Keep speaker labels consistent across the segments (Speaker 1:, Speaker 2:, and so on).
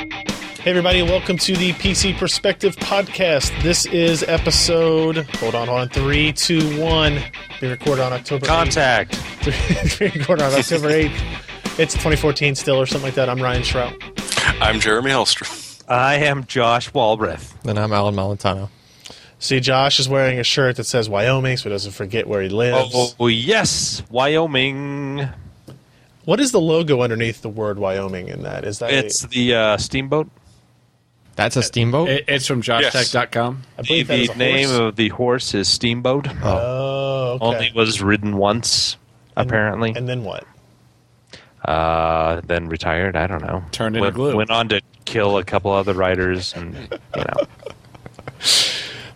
Speaker 1: Hey, everybody, welcome to the PC Perspective Podcast. This is episode, hold on, hold on, three, two, one. They recorded on October 8th.
Speaker 2: Contact.
Speaker 1: They recorded on October 8th. It's 2014 still, or something like that. I'm Ryan Shrout.
Speaker 3: I'm Jeremy Hellstrom.
Speaker 2: I am Josh Walbreth.
Speaker 4: And I'm Alan Malentano.
Speaker 1: See, Josh is wearing a shirt that says Wyoming, so he doesn't forget where he lives.
Speaker 2: Oh, yes, Wyoming.
Speaker 1: What is the logo underneath the word Wyoming in that? Is that a-
Speaker 2: It's the uh, steamboat.
Speaker 4: That's a steamboat?
Speaker 5: It, it's from joshtech.com.
Speaker 1: I
Speaker 2: The,
Speaker 1: believe that is a
Speaker 2: name
Speaker 1: horse.
Speaker 2: of the horse is Steamboat.
Speaker 1: Oh,
Speaker 2: Only
Speaker 1: okay.
Speaker 2: was ridden once, apparently.
Speaker 1: And then what?
Speaker 2: uh, then retired. I don't know.
Speaker 5: Turned into
Speaker 2: went,
Speaker 5: glue.
Speaker 2: Went on to kill a couple other writers, and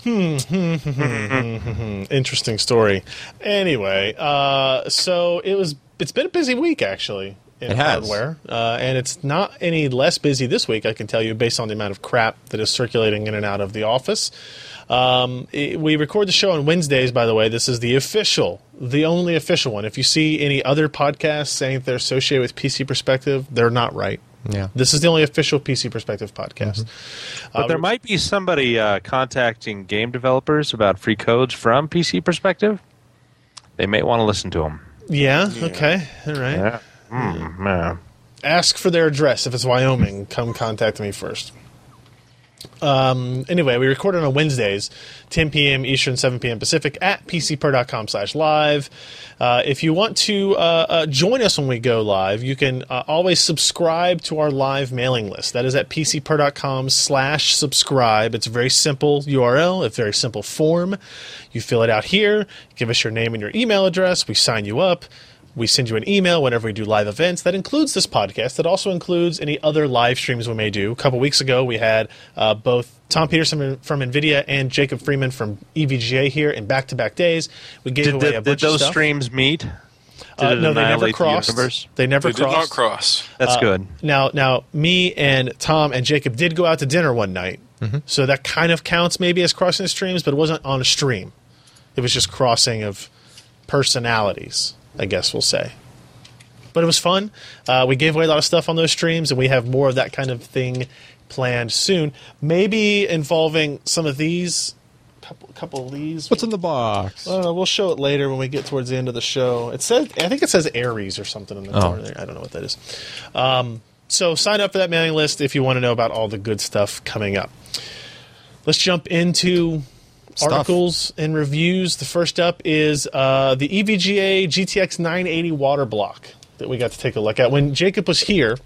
Speaker 2: you know.
Speaker 1: Um, Interesting story. Anyway, uh, so it was. It's been a busy week actually in
Speaker 4: It has.
Speaker 1: hardware, uh, and it's not any less busy this week. I can tell you based on the amount of crap that is circulating in and out of the office. Um, it- we record the show on Wednesdays, by the way. This is the official, the only official one. If you see any other podcasts saying they're associated with PC Perspective, they're not right.
Speaker 4: yeah. Mm-hmm.
Speaker 1: This is the only official PC Perspective podcast.
Speaker 2: But there might be somebody uh, contacting game developers about free codes from PC perspective. They may want to listen to them.
Speaker 1: Yeah. Okay. All right.
Speaker 2: Yeah. Hmm, yeah.
Speaker 1: ask for their address if it's Wyoming. Come contact me first. Um, anyway, we record on Wednesdays, 10 p.m. Eastern, 7 p.m. Pacific at pcper.com slash live. Uh, if you want to uh, uh, join us when we go live, you can uh, always subscribe to our live mailing list. That is at pcper.com slash subscribe. It's a very simple URL, a very simple form. You fill it out here, give us your name and your email address. We sign you up. We send you an email whenever we do live events. That includes this podcast. That also includes any other live streams we may do. A couple weeks ago, we had uh, both Tom Peterson from NVIDIA and Jacob Freeman from E EVGA here in back to back days. We gave
Speaker 2: Did,
Speaker 1: away
Speaker 2: the-
Speaker 1: a
Speaker 2: did
Speaker 1: bunch
Speaker 2: those
Speaker 1: of stuff.
Speaker 2: streams meet? Did
Speaker 1: Uh,
Speaker 2: it
Speaker 1: no, they never
Speaker 2: annihilate the
Speaker 1: crossed.
Speaker 2: universe?
Speaker 1: they never
Speaker 3: They did
Speaker 1: crossed.
Speaker 3: not cross.
Speaker 2: That's good.
Speaker 1: Now, now, me and Tom and Jacob did go out to dinner one night, so that kind of counts maybe as crossing streams, but it wasn't on a stream. It was just crossing of personalities, I guess we'll say. But it was fun. Uh, we gave away a lot of stuff on those streams, and we have more of that kind of thing planned soon. Maybe involving some of these, couple, couple of these.
Speaker 4: What's in the box?
Speaker 1: I don't know. We'll show it later when we get towards the end of the show. It says, I think it says Aries or something in the
Speaker 4: Oh.
Speaker 1: corner there. I don't know what that is. Um, so sign up for that mailing list if you want to know about all the good stuff coming up. Let's jump into
Speaker 4: Stuff.
Speaker 1: articles and reviews. The first up is uh, the EVGA GTX 980 water block that we got to take a look at. When Jacob was here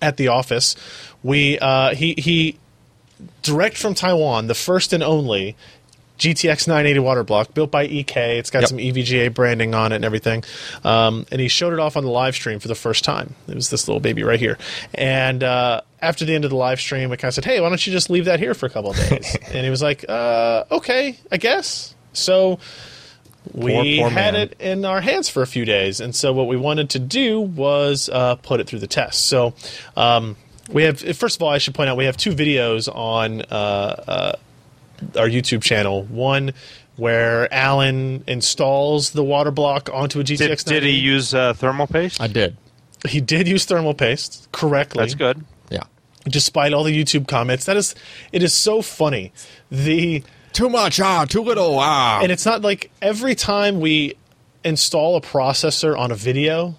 Speaker 1: at the office, we uh, he he direct from Taiwan, the first and only GTX 980 water block built by EK. It's got
Speaker 4: Yep.
Speaker 1: some E EVGA branding on it and everything. Um, and he showed it off on the live stream for the first time. It was this little baby right here. And uh, after the end of the live stream, I kind of said, "Hey, why don't you just leave that here for a couple of days?" and he was like, uh, "Okay, I guess." So we
Speaker 4: Poor, poor
Speaker 1: had
Speaker 4: man.
Speaker 1: it in our hands for a few days, and so what we wanted to do was uh, put it through the test. So um, we have, first of all, I should point out we have two videos on uh, uh, our YouTube channel. One where Alan installs the water block onto a GTX.
Speaker 2: Did, did
Speaker 1: 980.
Speaker 2: he use uh, thermal paste?
Speaker 4: I did.
Speaker 1: He did use thermal paste correctly
Speaker 2: That's good.
Speaker 4: Yeah.
Speaker 1: despite all the YouTube comments. That is, it is so funny. The
Speaker 4: Too much, ah, too little, ah.
Speaker 1: and it's not like every time we install a processor on a video,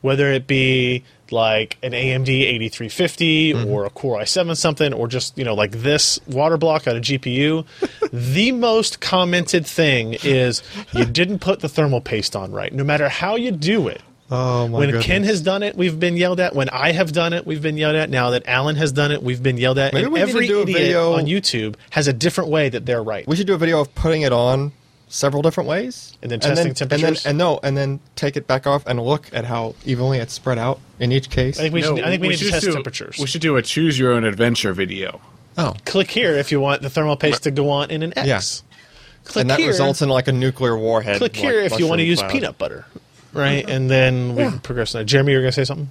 Speaker 1: whether it be like an AMD 8350
Speaker 4: Mm-hmm.
Speaker 1: or a Core i7 something, or just you know like this water block on a GPU, the most commented thing is you didn't put the thermal paste on right. No matter how you do it,
Speaker 4: oh, my
Speaker 1: when
Speaker 4: goodness.
Speaker 1: Ken has done it, we've been yelled at. When I have done it, we've been yelled at. Now that Alan has done it, we've been yelled at.
Speaker 4: Maybe
Speaker 1: and
Speaker 4: we need to
Speaker 1: every
Speaker 4: do a
Speaker 1: idiot
Speaker 4: video-
Speaker 1: on YouTube has a different way that they're right.
Speaker 4: we should do a video of putting it on several different ways.
Speaker 1: And then testing
Speaker 4: And,
Speaker 1: temperatures?
Speaker 4: then, and no, and then take it back off and look at how evenly it's spread out in each case.
Speaker 1: I think we,
Speaker 5: No,
Speaker 1: should, I think we, need to
Speaker 5: should
Speaker 1: test
Speaker 5: do-
Speaker 1: temperatures.
Speaker 5: We should do a choose your own adventure video.
Speaker 4: oh.
Speaker 1: click here if you want the thermal paste to go on in an X.
Speaker 4: Yeah.
Speaker 1: Click
Speaker 4: And that
Speaker 1: here,
Speaker 4: results in like a nuclear warhead.
Speaker 1: click
Speaker 4: like,
Speaker 1: here if you want to
Speaker 4: mushroom
Speaker 1: use
Speaker 4: cloud.
Speaker 1: peanut butter, right? And then we can progress. on that. Jeremy, you were going to say something.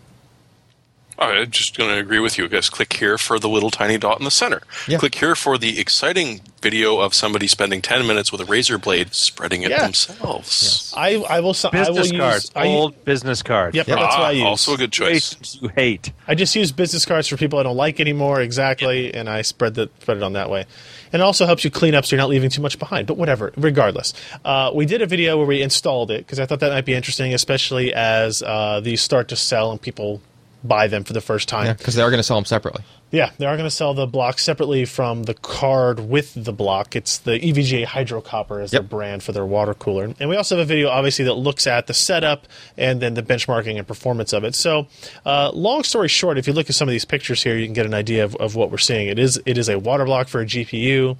Speaker 3: All right, I'm just going to agree with you guys. Click here for the little tiny dot in the center.
Speaker 4: Yeah.
Speaker 3: Click here for the exciting video of somebody spending 10 minutes with a razor blade spreading it
Speaker 1: Yeah.
Speaker 3: themselves.
Speaker 1: I I will s- I will
Speaker 2: Business
Speaker 1: use
Speaker 2: cards.
Speaker 1: I,
Speaker 2: old business cards.
Speaker 1: Yep,
Speaker 4: Yep.
Speaker 1: that's what I
Speaker 3: Ah,
Speaker 1: use.
Speaker 3: also a good choice.
Speaker 2: Faces you hate.
Speaker 1: I just use business cards for people I don't like anymore, exactly, and I spread the spread it on that way. And it also helps you clean up so you're not leaving too much behind. But whatever, regardless, uh, we did a video where we installed it because I thought that might be interesting, especially as uh, these start to sell and people buy them for the first time.
Speaker 4: Yeah, because they are going to sell them separately.
Speaker 1: Yeah, they are going to sell the block separately from the card with the block. It's the EVGA Hydrocopper as their
Speaker 4: Yep.
Speaker 1: brand for their water cooler. And we also have a video, obviously, that looks at the setup and then the benchmarking and performance of it. So, uh, long story short, if you look at some of these pictures here, you can get an idea of, of what we're seeing. It is it is a water block for a GPU.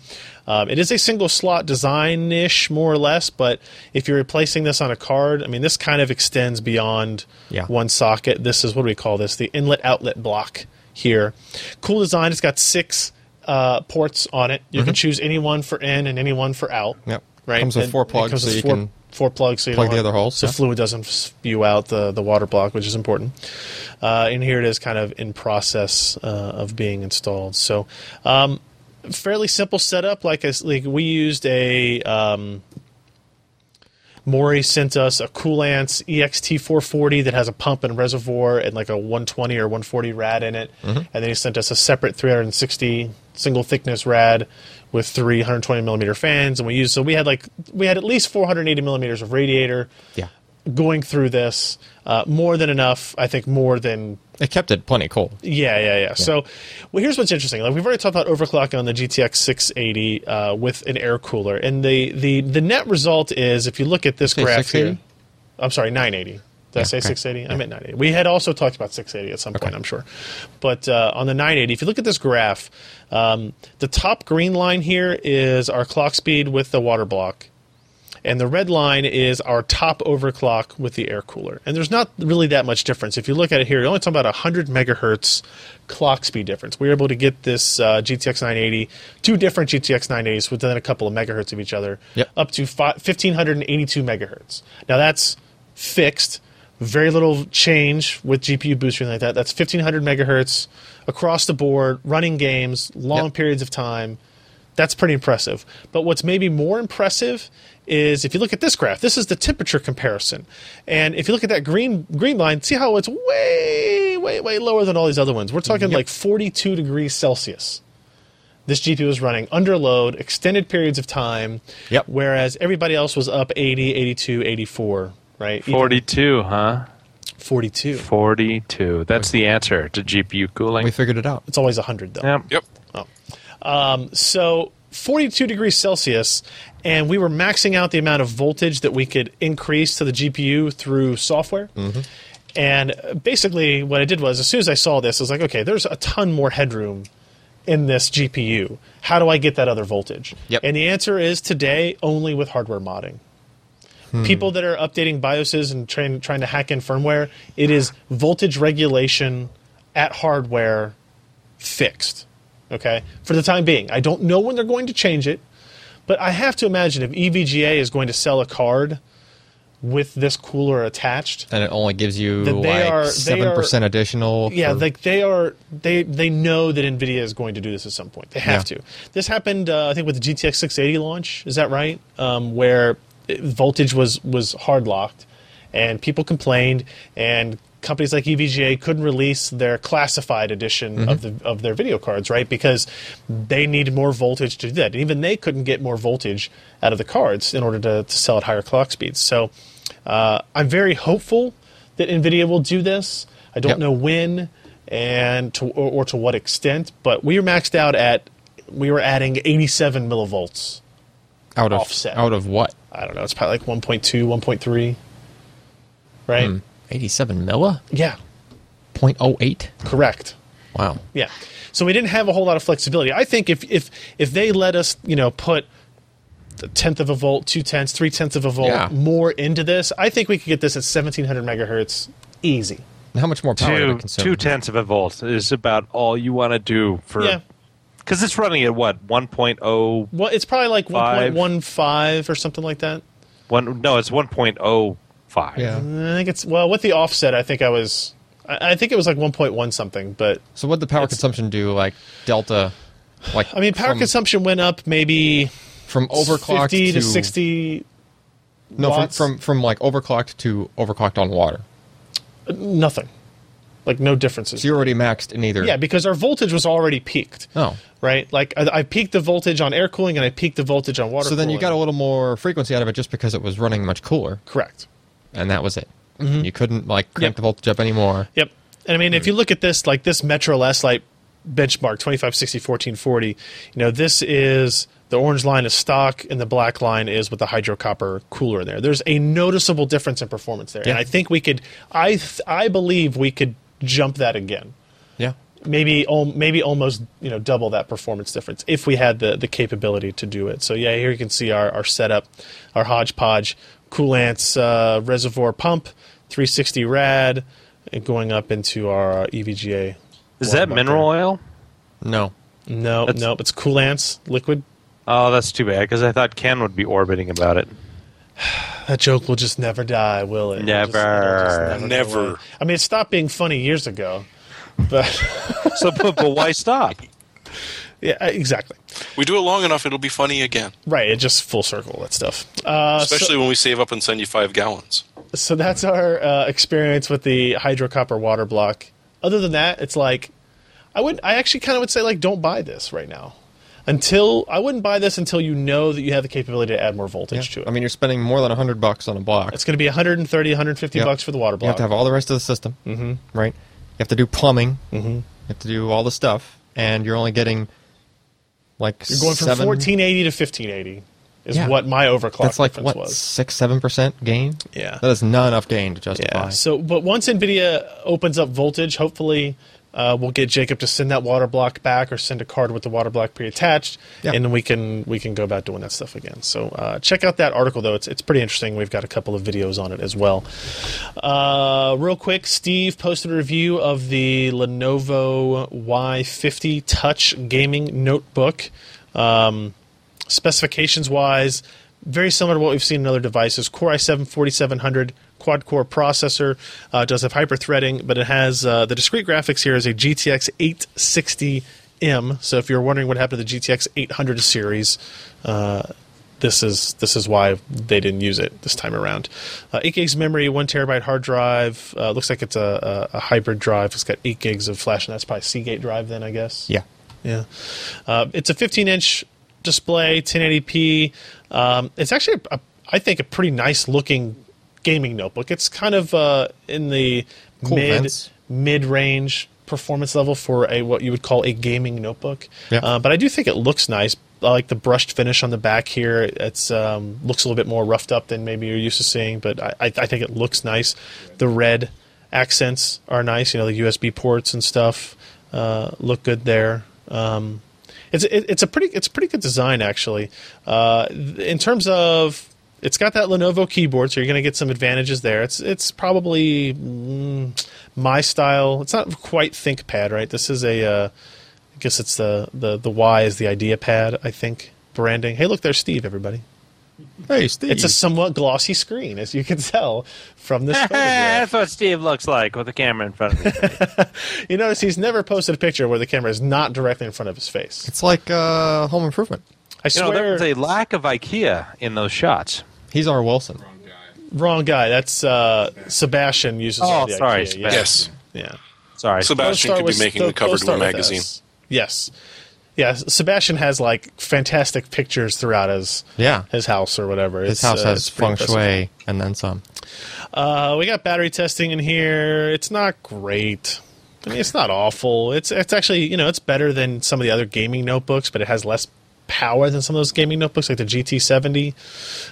Speaker 1: Um, it is a single slot design ish, more or less. But if you're replacing this on a card, I mean, this kind of extends beyond
Speaker 4: Yeah.
Speaker 1: one socket. This is what do we call this? The inlet outlet block here. Cool design. It's got six uh, ports on it. You can choose any one for in and any one for out.
Speaker 4: Mm-hmm. Yep.
Speaker 1: Right.
Speaker 4: Comes with
Speaker 1: And
Speaker 4: four
Speaker 1: it
Speaker 4: plugs,
Speaker 1: comes
Speaker 4: so
Speaker 1: with
Speaker 4: you
Speaker 1: four,
Speaker 4: can
Speaker 1: four plugs so you
Speaker 4: plug
Speaker 1: don't
Speaker 4: the
Speaker 1: have-
Speaker 4: other holes,
Speaker 1: So
Speaker 4: yeah.
Speaker 1: fluid doesn't spew out the the water block, which is important. Uh, and here it is, kind of in process uh, of being installed. So. Um, fairly simple setup like I s like we used a um, Maury sent us a E Coolants EXT440 that has a pump and reservoir and like a 120 or 140 rad in it. And then he sent us a separate 360 single thickness rad with three 120 millimeter fans. And we used, so we had like, we had at least 480 millimeters of radiator
Speaker 4: Yeah.
Speaker 1: going through this. Uh, more than enough, I think more than
Speaker 4: It kept it plenty cold.
Speaker 1: yeah, yeah, yeah. So, well, here's what's interesting. Like we've already talked about overclocking on the GTX 680 uh, with an air cooler, and the, the the net result is if you look at this
Speaker 4: you say
Speaker 1: graph here,
Speaker 4: 680?
Speaker 1: I'm sorry, 980. Did I say
Speaker 4: okay.
Speaker 1: 680? I meant 980. We had also talked about 680 at some point, I'm sure. But uh, on the 980, if you look at this graph, um, the top green line here is our clock speed with the water block. And the red line is our top overclock with the air cooler. And there's not really that much difference. If you look at it here, you're only talking about 100 megahertz clock speed difference. We were able to get this uh, GTX 980, two different GTX 980s within a couple of megahertz of each other,
Speaker 4: Yep.
Speaker 1: up to fi- 1582 megahertz. Now that's fixed, very little change with GPU boosting like that. That's 1500 megahertz across the board, running games, long
Speaker 4: Yep.
Speaker 1: periods of time. That's pretty impressive. But what's maybe more impressive is if you look at this graph, this is the temperature comparison. And if you look at that green green line, see how it's way, way, way lower than all these other ones. We're talking like 42 degrees Celsius. This GPU was running under load, extended periods of time,
Speaker 4: Yep.
Speaker 1: whereas everybody else was up 80, 82, 84, right? Even
Speaker 2: 42, huh?
Speaker 1: 42.
Speaker 2: 42. That's the answer to GPU cooling.
Speaker 4: We figured it out.
Speaker 1: It's always 100, though.
Speaker 2: Yep.
Speaker 3: Yep.
Speaker 1: so 42 degrees Celsius, and we were maxing out the amount of voltage that we could increase to the GPU through software. And uh, basically, what I did was, as soon as I saw this, I was like, okay, there's a ton more headroom in this GPU. How do I get that other voltage?
Speaker 4: Yep.
Speaker 1: And the answer is today only with hardware modding. People that are updating BIOSes and trying trying to hack in firmware, it is voltage regulation at hardware fixed. Okay, for the time being, I don't know when they're going to change it, but I have to imagine if EVGA is going to sell a card with this cooler attached,
Speaker 4: And it only gives you
Speaker 1: That they
Speaker 4: like
Speaker 1: are- they
Speaker 4: 7% additional.
Speaker 1: yeah,
Speaker 4: for-
Speaker 1: like they are they they know that Nvidia is going to do this at some point. They have
Speaker 4: Yeah.
Speaker 1: to. This happened, uh, I think, with the GTX 680 launch. Is that right? Um, where it- voltage was was hard locked, and people complained, and companies like E EVGA couldn't release their classified edition of the of their video cards, right? Because they needed more voltage to do that, and even they couldn't get more voltage out of the cards in order to, to sell at higher clock speeds. So. Uh, I'm very hopeful that NVIDIA will do this. I don't
Speaker 4: Yep.
Speaker 1: know when and to, or, or to what extent, but we are maxed out at we were adding 87 millivolts.
Speaker 4: out of,
Speaker 1: offset.
Speaker 4: Out of what?
Speaker 1: I don't know. It's probably like 1.2, 1.3, right?
Speaker 4: Hmm. 87 milla?
Speaker 1: Yeah,
Speaker 4: 0.08?
Speaker 1: correct.
Speaker 4: Wow.
Speaker 1: Yeah. So we didn't have a whole lot of flexibility. I think if if if they let us, you know, put a tenth of a volt, two tenths, three tenths of a volt
Speaker 4: Yeah.
Speaker 1: more into this, I think we could get this at 1700 megahertz easy.
Speaker 4: How much more power did
Speaker 2: Two,
Speaker 4: it consume?
Speaker 2: two tenths of a volt is about all you want to do for.
Speaker 1: Yeah.
Speaker 2: Because it's running at what? oh, 1.0.
Speaker 1: Well, it's probably like
Speaker 2: Five.
Speaker 1: 1.15 or something like that.
Speaker 2: One, oh no, it's 1.05.
Speaker 4: Yeah.
Speaker 1: I think it's well with the offset. I think I was I, I think it was like 1.1 something, but
Speaker 4: So what would the power consumption do? Like delta, like
Speaker 1: I mean, power
Speaker 4: from,
Speaker 1: consumption went up maybe
Speaker 4: from overclocked
Speaker 1: 50 to, 60,
Speaker 4: No, from,
Speaker 1: watts?
Speaker 4: from from like overclocked to overclocked on water.
Speaker 1: nothing. Like no differences.
Speaker 4: So you're already maxed in either.
Speaker 1: yeah, because our voltage was already peaked.
Speaker 4: Oh.
Speaker 1: Right? Like I, I peaked the voltage on air cooling and I peaked the voltage on water
Speaker 4: So then you got a
Speaker 1: cooling.
Speaker 4: little more frequency out of it just because it was running much cooler,
Speaker 1: Correct.
Speaker 4: and that was it.
Speaker 1: Mm-hmm.
Speaker 4: You couldn't like crank
Speaker 1: Yep.
Speaker 4: the voltage up anymore.
Speaker 1: Yep. And I mean, if you look at this, like this Metro Last Light benchmark 2560 1440, you know, this is the orange line is stock and the black line is with the hydro copper cooler in there. There's a noticeable difference in performance there. And
Speaker 4: Yeah.
Speaker 1: I think we could, I, th- I believe we could jump that again.
Speaker 4: Yeah.
Speaker 1: Maybe, al- maybe almost you know double that performance difference if we had the, the capability to do it. So yeah, here you can see our, our setup, our hodgepodge, coolants uh, reservoir pump, 360 rad, and going up into our uh, EVGA. Water
Speaker 2: Is that
Speaker 1: bucket.
Speaker 2: mineral oil?
Speaker 4: No.
Speaker 1: No,
Speaker 2: That's-
Speaker 1: no, it's coolants liquid.
Speaker 2: Oh, that's too bad because I thought Ken would be orbiting about it.
Speaker 1: That joke will just never die, will it? It'll just-
Speaker 2: Never.
Speaker 1: it'll just
Speaker 3: Never.
Speaker 1: go away. I mean, it stopped being funny years ago, but
Speaker 2: So, but, but why stop?
Speaker 1: yeah, exactly.
Speaker 3: We do it long enough, it'll be funny again.
Speaker 1: Right, it just full circle that stuff. Uh, so-
Speaker 3: Especially when we save up and send you five gallons.
Speaker 1: so that's our uh, experience with the hydrocopper water block. Other than that, it's like I would I actually kind of would say like don't buy this right now. Until I wouldn't buy this until you know that you have the capability to add more voltage to it.
Speaker 4: I mean, you're spending more than hundred bucks on a block.
Speaker 1: it's going to be 130 150
Speaker 4: Yep.
Speaker 1: bucks for the water
Speaker 4: You
Speaker 1: block.
Speaker 4: have to have all the rest of the system, mm-hmm. right? You have to do plumbing. Mm-hmm. You have to do all the stuff, and you're only getting like
Speaker 1: You're going from
Speaker 4: seven,
Speaker 1: 1480 to 1580 is
Speaker 4: Yeah.
Speaker 1: what my overclock
Speaker 4: That's like
Speaker 1: difference
Speaker 4: what
Speaker 1: was.
Speaker 4: six seven percent gain.
Speaker 1: Yeah.
Speaker 4: that is not enough gain to justify.
Speaker 1: Yeah. So, but once NVIDIA opens up voltage, hopefully uh, we'll get Jacob to send that water block back or send a card with the water block pre-attached,
Speaker 4: Yeah.
Speaker 1: and then we can we can go about doing that stuff again. So, uh, check out that article though; it's it's pretty interesting. We've got a couple of videos on it as well. Uh, real quick, Steve posted a review of the Lenovo Y50 Touch gaming notebook Um, specifications wise, very similar to what we've seen in other devices. Core i7 4700 quad core processor uh, does have hyper threading, but it has uh, the discrete graphics here is a GTX 860M. So if you're wondering what happened to the GTX 800 series, uh, this is this is why they didn't use it this time around. Uh, eight gigs of memory, one terabyte hard drive. Uh, looks like it's a, a, a hybrid drive. It's got eight gigs of flash, and that's probably Seagate drive. Then I guess.
Speaker 4: yeah.
Speaker 1: Yeah. Uh, it's a 15 inch display, 1080p. Um, it's actually, a, a, I think, a pretty nice looking gaming notebook. It's kind of uh, in the
Speaker 4: Cool
Speaker 1: mid
Speaker 4: vents.
Speaker 1: mid range performance level for a what you would call a gaming notebook.
Speaker 4: Yeah.
Speaker 1: Uh, but I do think it looks nice. I like the brushed finish on the back here. It's um, looks a little bit more roughed up than maybe you're used to seeing, but I, I, I think it looks nice. The red accents are nice. You know the USB ports and stuff uh, look good there. Um, it's it, it's a pretty it's a pretty good design actually. Uh, th- in terms of it's got that Lenovo keyboard, so you're going to get some advantages there. It's it's probably mm, my style. It's not quite ThinkPad, right? This is a uh, I guess it's the, the the Y is the idea pad, I think, branding. Hey, look, there's Steve, everybody.
Speaker 4: Hey, Steve.
Speaker 1: It's a somewhat glossy screen, as you can tell from this photograph.
Speaker 2: That's what Steve looks like with the camera in front of me.
Speaker 1: You notice he's never posted a picture where the camera is not directly in front of his face.
Speaker 4: It's like uh, home improvement.
Speaker 1: I
Speaker 2: You know, there
Speaker 1: swear,
Speaker 2: was a lack of IKEA in those shots.
Speaker 4: He's our Wilson.
Speaker 1: wrong guy. That's uh, Sebastian uses.
Speaker 2: Oh,
Speaker 1: the
Speaker 2: sorry,
Speaker 1: IKEA,
Speaker 2: Sebastian.
Speaker 3: Yes.
Speaker 1: Yeah.
Speaker 2: Sorry.
Speaker 3: Sebastian. Sebastian
Speaker 1: Don't
Speaker 3: could be
Speaker 1: start
Speaker 3: making the
Speaker 1: don't-
Speaker 3: cover
Speaker 1: don't
Speaker 3: to a
Speaker 1: start with
Speaker 3: magazine.
Speaker 1: us. Yes. Yeah, Sebastian has like fantastic pictures throughout his
Speaker 4: Yeah.
Speaker 1: his house or whatever. uh,
Speaker 4: His house has feng
Speaker 1: function.
Speaker 4: shui and then some.
Speaker 1: Uh, we got battery testing in here. It's not great. I mean, it's not awful. It's it's actually you know it's better than some of the other gaming notebooks, but it has less power than some of those gaming notebooks, like the GT70.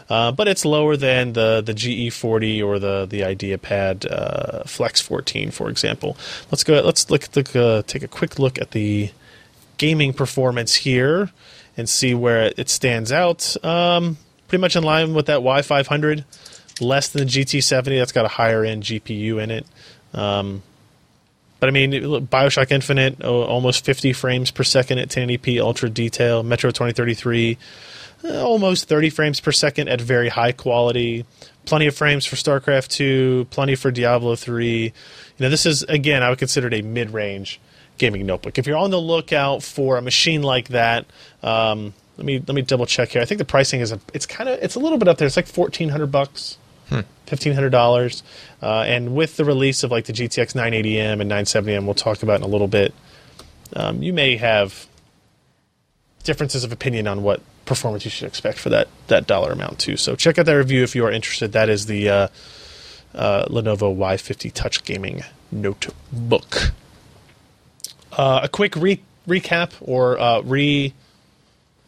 Speaker 1: Uh, but it's lower than the the GE40 or the the IdeaPad uh, Flex 14, for example. Let's go. Let's look. look uh, take a quick look at the gaming performance here and see where it stands out. Um, pretty much in line with that Y500, less than the GT70. That's got a higher end GPU in it. Um, But I mean, it- look, Bioshock Infinite, oh, almost 50 frames per second at 1080p ultra detail. Metro 2033, uh, almost 30 frames per second at very high quality. Plenty of frames for StarCraft 2, plenty for Diablo 3. You know, this is again, I would consider it a mid-range gaming notebook. If you're on the lookout for a machine like that, um, let me let me double check here. I think the pricing is a, it's kind of it's a little bit up there. It's like 1400 bucks fifteen hundred dollars, uh, and with the release of like the GTX 980M and 970M, we'll talk about in a little bit. Um, you may have differences of opinion on what performance you should expect for that that dollar amount too. So check out that review if you are interested. That is the uh, uh, Lenovo Y50 Touch Gaming Notebook. Uh, a quick re- recap or uh, re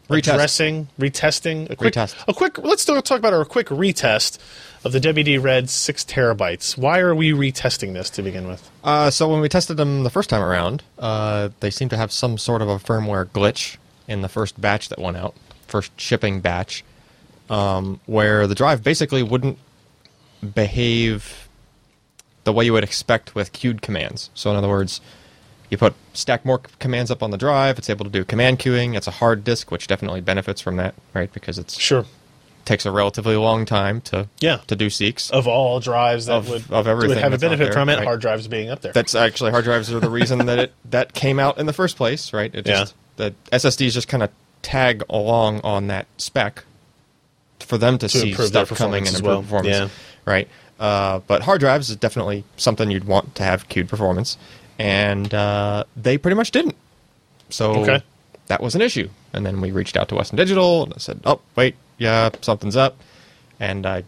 Speaker 4: Retest.
Speaker 1: addressing, retesting, a quick,
Speaker 4: Retest.
Speaker 1: a quick. Let's do- talk about our quick retest of the WD Red six terabytes. Why are we retesting this to begin with?
Speaker 4: Uh, so when we tested them the first time around, uh, they seemed to have some sort of a firmware glitch in the first batch that went out, first shipping batch, um, where the drive basically wouldn't behave the way you would expect with queued commands. So in other words, you put stack more c- commands up on the drive, it's able to do command queuing. It's a hard disk, which definitely benefits from that, right? Because it
Speaker 1: Sure.
Speaker 4: takes a relatively long time to
Speaker 1: Yeah.
Speaker 4: to do seeks.
Speaker 1: Of all drives that
Speaker 4: Of-
Speaker 1: would
Speaker 4: of everything
Speaker 1: would have a
Speaker 4: that's out
Speaker 1: benefit
Speaker 4: there,
Speaker 1: from it,
Speaker 4: right.
Speaker 1: hard drives being up there.
Speaker 4: that's actually hard drives are the reason that it that came out in the first place, right? It just the SSDs just kind of tag along on that spec for them to, see
Speaker 1: improve their
Speaker 4: stuff coming
Speaker 1: performance
Speaker 4: and
Speaker 1: as
Speaker 4: improve
Speaker 1: well.
Speaker 4: performance,
Speaker 1: Yeah.
Speaker 4: right? Uh, but hard drives is definitely something you'd want to have queued performance, and uh, they pretty much didn't. So
Speaker 1: Okay.
Speaker 4: that was an issue, and then we reached out to Western Digital and I said, "Oh, wait, yeah, something's up," and I.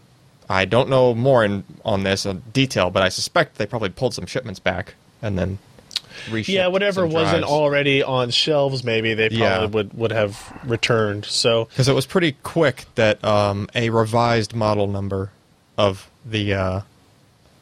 Speaker 4: I don't know more in, on this in detail, but I suspect they probably pulled some shipments back and then reshipped.
Speaker 1: yeah, whatever
Speaker 4: some
Speaker 1: wasn't
Speaker 4: drives.
Speaker 1: already on shelves, maybe they probably
Speaker 4: Yeah.
Speaker 1: would, would have returned. So
Speaker 4: because it was pretty quick that um, a revised model number of the uh,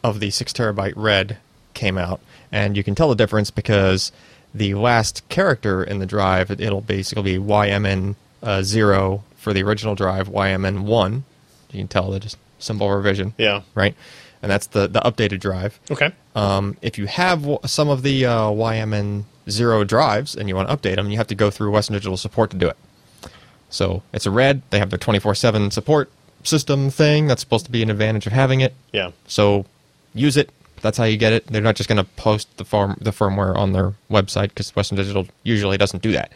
Speaker 4: of the six terabyte red came out, and you can tell the difference because the last character in the drive it- it'll basically be YMN uh, zero for the original drive, YMN one. You can tell the just symbol revision,
Speaker 1: Yeah.
Speaker 4: right, and that's the the updated drive.
Speaker 1: okay,
Speaker 4: Um, if you have w- some of the uh, YMN zero drives and you want to update them, you have to go through Western Digital support to do it. So it's a red. They have their 24 7 support system thing. That's supposed to be an advantage of having it.
Speaker 1: yeah,
Speaker 4: So use it. That's how you get it. They're not just going to post the firm the firmware on their website because Western Digital usually doesn't do that.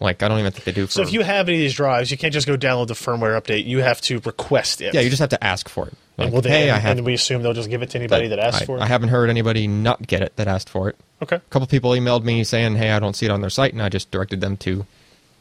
Speaker 4: Like I don't even think they do. For,
Speaker 1: So if you have any of these drives, you can't just go download the firmware update. You have to request it.
Speaker 4: yeah, you just have to ask for it. Like,
Speaker 1: and, will they,
Speaker 4: hey, I
Speaker 1: and
Speaker 4: have.
Speaker 1: we assume they'll just give it to anybody that, asks
Speaker 4: I-
Speaker 1: for it.
Speaker 4: I haven't heard anybody not get it that asked for it.
Speaker 1: okay.
Speaker 4: a couple people emailed me saying, "Hey, I don't see it on their site," and I just directed them to, you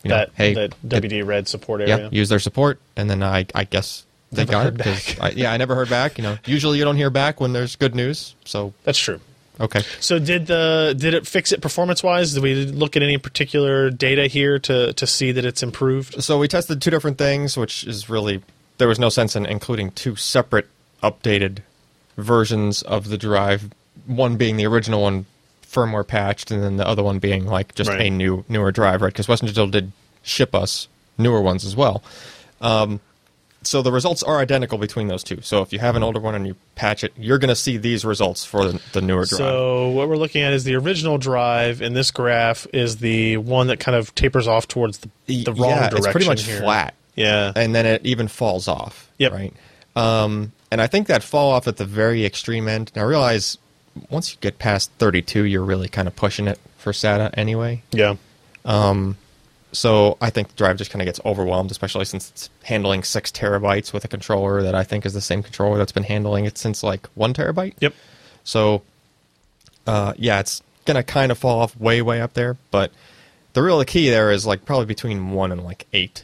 Speaker 4: know,
Speaker 1: that
Speaker 4: hey,
Speaker 1: that
Speaker 4: it-
Speaker 1: WD Red support
Speaker 4: yeah,
Speaker 1: area.
Speaker 4: use their support, and then I, I guess they
Speaker 1: Never
Speaker 4: got
Speaker 1: heard
Speaker 4: it. 'cause I, yeah, I never heard back. You know, usually you don't hear back when there's good news. So
Speaker 1: That's true.
Speaker 4: okay,
Speaker 1: So did the did it fix it performance wise? Did we look at any particular data here to to see that it's improved?
Speaker 4: so we tested two different things, which is really there was no sense in including two separate updated versions of the drive. One being the original one, firmware patched, and then the other one being like just
Speaker 1: Right.
Speaker 4: a new newer drive, right? Because Western Digital did ship us newer ones as well. Um, so the results are identical between those two. So if you have an older one and you patch it, you're going to see these results for the, the newer drive.
Speaker 1: So what we're looking at is the original drive in this graph is the one that kind of tapers off towards the,
Speaker 4: Y-
Speaker 1: the wrong
Speaker 4: yeah,
Speaker 1: direction.
Speaker 4: it's pretty much
Speaker 1: here.
Speaker 4: flat.
Speaker 1: Yeah.
Speaker 4: and then it even falls off.
Speaker 1: Yep.
Speaker 4: Right. Um, and I think that fall off at the very extreme end. Now realize once you get past 32, you're really kind of pushing it for SATA anyway.
Speaker 1: Yeah.
Speaker 4: So I think the drive just kind of gets overwhelmed, especially since it's handling six terabytes with a controller that I think is the same controller that's been handling it since like one terabyte.
Speaker 1: Yep.
Speaker 4: So, uh, yeah, it's gonna kind of fall off way, way up there. But the real key there is like probably between one and like eight,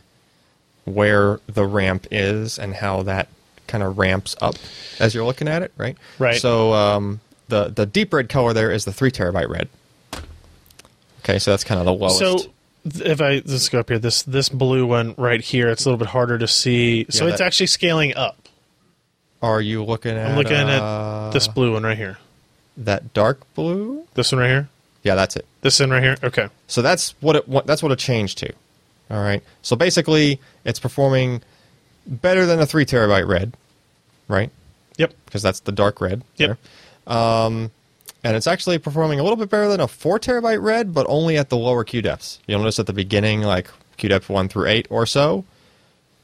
Speaker 4: where the ramp is and how that kind of ramps up as you're looking at it, right?
Speaker 1: Right.
Speaker 4: So um, the the deep red color there is the three terabyte red. Okay, so that's kind of the lowest.
Speaker 1: So th- if I just go up here, this this blue one right here, it's a little bit harder to see. So
Speaker 4: Yeah,
Speaker 1: it's
Speaker 4: that-
Speaker 1: actually scaling up.
Speaker 4: are you looking at?
Speaker 1: I'm looking
Speaker 4: uh,
Speaker 1: at this blue one right here.
Speaker 4: that dark blue.
Speaker 1: This one right here.
Speaker 4: Yeah, that's it.
Speaker 1: This one right here. Okay.
Speaker 4: So that's what it what, that's what it changed to. All right. So basically, it's performing better than a three terabyte red, right?
Speaker 1: Yep.
Speaker 4: Because that's the dark red.
Speaker 1: Yep.
Speaker 4: there. and it's actually performing a little bit better than a four terabyte RED, but only at the lower Q depths. You'll notice at the beginning, like Q depth one through eight or so,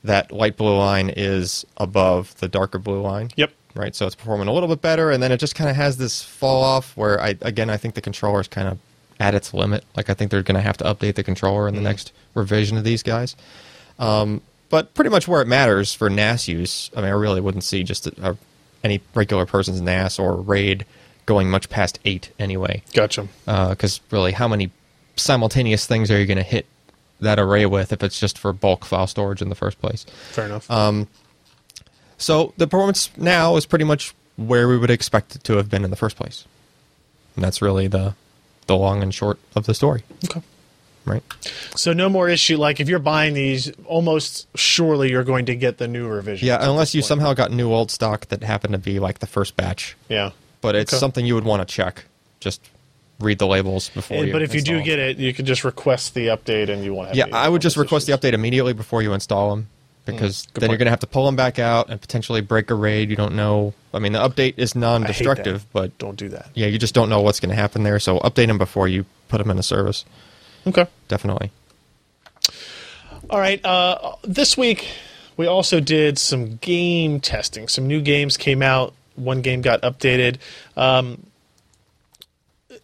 Speaker 4: that light blue line is above the darker blue line.
Speaker 1: Yep.
Speaker 4: Right, so it's performing a little bit better, and then it just kind of has this fall off where I again I think the controller is kind of at its limit. Like I think they're going to have to update the controller in the next revision of these guys. Um, but pretty much where it matters for NAS use, I mean, I really wouldn't see just a, a, any regular person's NAS or RAID going much past eight anyway.
Speaker 1: Gotcha.
Speaker 4: Because really, how many simultaneous things are you going to hit that array with if it's just for bulk file storage in the first place?
Speaker 1: Fair enough.
Speaker 4: So the performance now is pretty much where we would expect it to have been in the first place. And that's really the the long and short of the story,
Speaker 1: okay.
Speaker 4: right?
Speaker 1: So no more issue. Like if you're buying these, almost surely you're going to get the new revision.
Speaker 4: Yeah, unless you somehow got new old stock that happened to be like the first batch,
Speaker 1: Yeah.
Speaker 4: but it's
Speaker 1: Okay.
Speaker 4: something you would want to check. Just read the labels before
Speaker 1: And-
Speaker 4: you
Speaker 1: but if you do
Speaker 4: install
Speaker 1: get it, you can just request the update, and you won't have.
Speaker 4: Yeah,
Speaker 1: any
Speaker 4: I would just
Speaker 1: performance
Speaker 4: request
Speaker 1: issues.
Speaker 4: the update immediately before you install them because then you're
Speaker 1: Mm, point.
Speaker 4: going to have to pull them back out and potentially break a raid. You don't know. I mean, the update is non-destructive, but
Speaker 1: Don't do that.
Speaker 4: yeah, you just don't know what's going to happen there. So update them before you put them in a service.
Speaker 1: Okay.
Speaker 4: Definitely.
Speaker 1: All right. Uh, this week, we also did some game testing. Some new games came out. One game got updated. Um,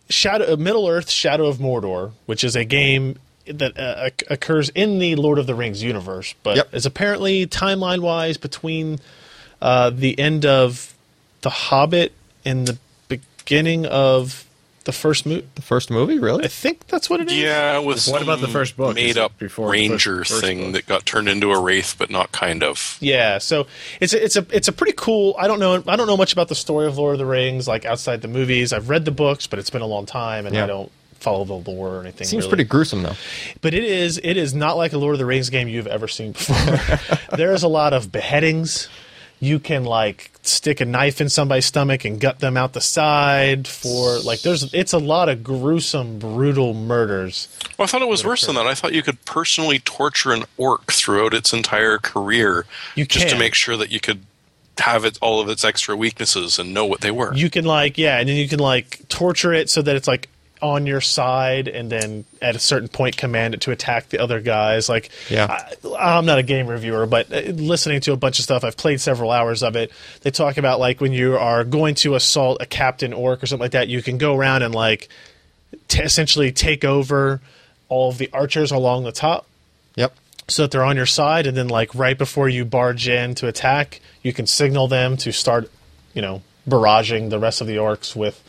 Speaker 1: Shadow uh, Middle Earth: Shadow of Mordor, which is a game that uh, oc- occurs in the Lord of the Rings universe, but
Speaker 4: Yep.
Speaker 1: is apparently timeline-wise between uh, the end of The Hobbit and the beginning of the first movie.
Speaker 4: The first movie,
Speaker 1: I
Speaker 4: really?
Speaker 1: think that's what it is.
Speaker 3: Yeah, it was.
Speaker 5: What about the
Speaker 3: some
Speaker 5: first book? Is
Speaker 3: Made
Speaker 5: it
Speaker 3: up
Speaker 5: before the
Speaker 3: ranger
Speaker 5: first- first
Speaker 3: thing
Speaker 5: book?
Speaker 3: that got turned into a wraith, but not kind of.
Speaker 1: Yeah, so it's a, it's a it's a pretty cool. I don't know I don't know much about the story of Lord of the Rings like outside the movies. I've read the books, but it's been a long time, and
Speaker 4: Yeah.
Speaker 1: I don't follow the lore or anything.
Speaker 4: Seems
Speaker 1: really.
Speaker 4: pretty gruesome though.
Speaker 1: But it is it is not like a Lord of the Rings game you've ever seen before. there is a lot of beheadings. You can like stick a knife in somebody's stomach and gut them out the side for like there's it's a lot of gruesome, brutal murders.
Speaker 3: Well, I thought it was worse than that. I thought you could personally torture an orc throughout its entire career
Speaker 1: You
Speaker 3: just to
Speaker 1: can.
Speaker 3: make sure that you could have it, all of its extra weaknesses and know what they were.
Speaker 1: you can like yeah and then you can like torture it so that it's like on your side and then at a certain point command it to attack the other guys like
Speaker 4: Yeah.
Speaker 1: I, i'm not a game reviewer but uh, listening to a bunch of stuff i've played several hours of it they talk about like when you are going to assault a captain orc or something like that you can go around and like t- essentially take over all of the archers along the top
Speaker 4: Yep.
Speaker 1: so that they're on your side and then like right before you barge in to attack you can signal them to start you know barraging the rest of the orcs with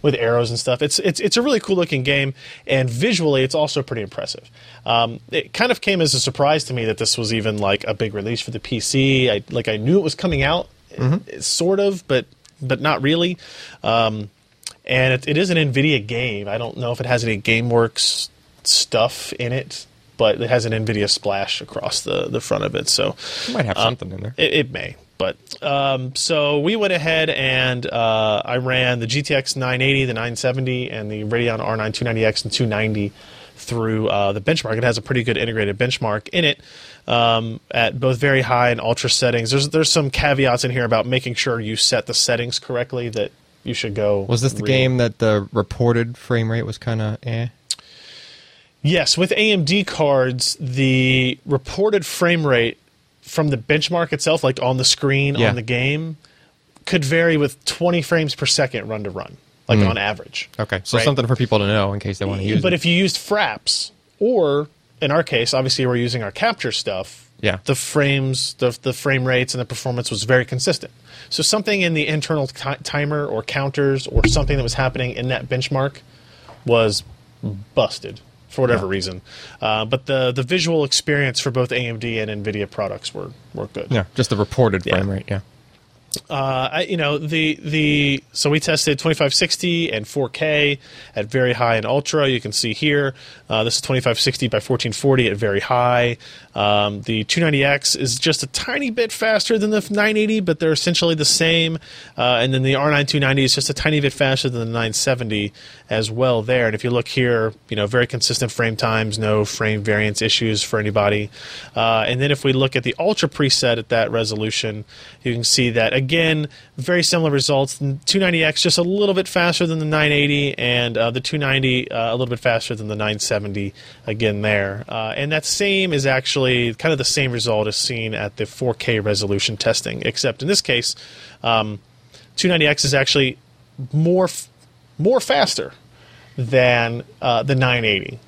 Speaker 1: with arrows and stuff it's it's, it's a really cool looking game and visually it's also pretty impressive um, it kind of came as a surprise to me that this was even like a big release for the pc i like i knew it was coming out eh, sort of but but not really um, and it, it is an nvidia game i don't know if it has any gameworks stuff in it but it has an nvidia splash across the, the front of it so
Speaker 4: Might have something in there.
Speaker 1: Uh, it, it may but um, so we went ahead and uh, i ran the gtx 980 the 970 and the radeon r9 290x and 290 through uh, the benchmark it has a pretty good integrated benchmark in it um, at both very high and ultra settings there's there's some caveats in here about making sure you set the settings correctly that you should go
Speaker 4: Was this the
Speaker 1: real-
Speaker 4: game that the reported frame rate was kind of eh?
Speaker 1: Yes, with AMD cards, the reported frame rate from the benchmark itself, like on the screen
Speaker 4: Yeah.
Speaker 1: on the game, could vary with 20 frames per second run to run, like on average.
Speaker 4: Hmm. Okay, so
Speaker 1: Right.
Speaker 4: something for people to know in case they want to use
Speaker 1: But
Speaker 4: it.
Speaker 1: if you used fraps, or in our case, obviously we're using our capture stuff.
Speaker 4: Yeah.
Speaker 1: The frames, the the frame rates, and the performance was very consistent. So something in the internal ti timer or counters or something that was happening in that benchmark was busted for whatever reason. Uh, but the the visual experience for both AMD and Nvidia products were were good.
Speaker 4: yeah, just the reported frame rate. Yeah.
Speaker 1: I, you know the the so we tested 2560 and 4K at very high and ultra. You can see here uh, this is 2560 by 1440 at very high. Um, the 290X is just a tiny bit faster than the 980, but they're essentially the same. Uh, and then the R9 290 is just a tiny bit faster than the 970 as well there. And if you look here, you know very consistent frame times, no frame variance issues for anybody. Uh, and then if we look at the ultra preset at that resolution, you can see that Again, very similar results. The 290X just a little bit faster than the 980, and uh, the 290 uh, a little bit faster than the 970. Again, there, uh, and that same is actually kind of the same result as seen at the 4K resolution testing, except in this case, um, 290X is actually more f- more faster than uh, the 980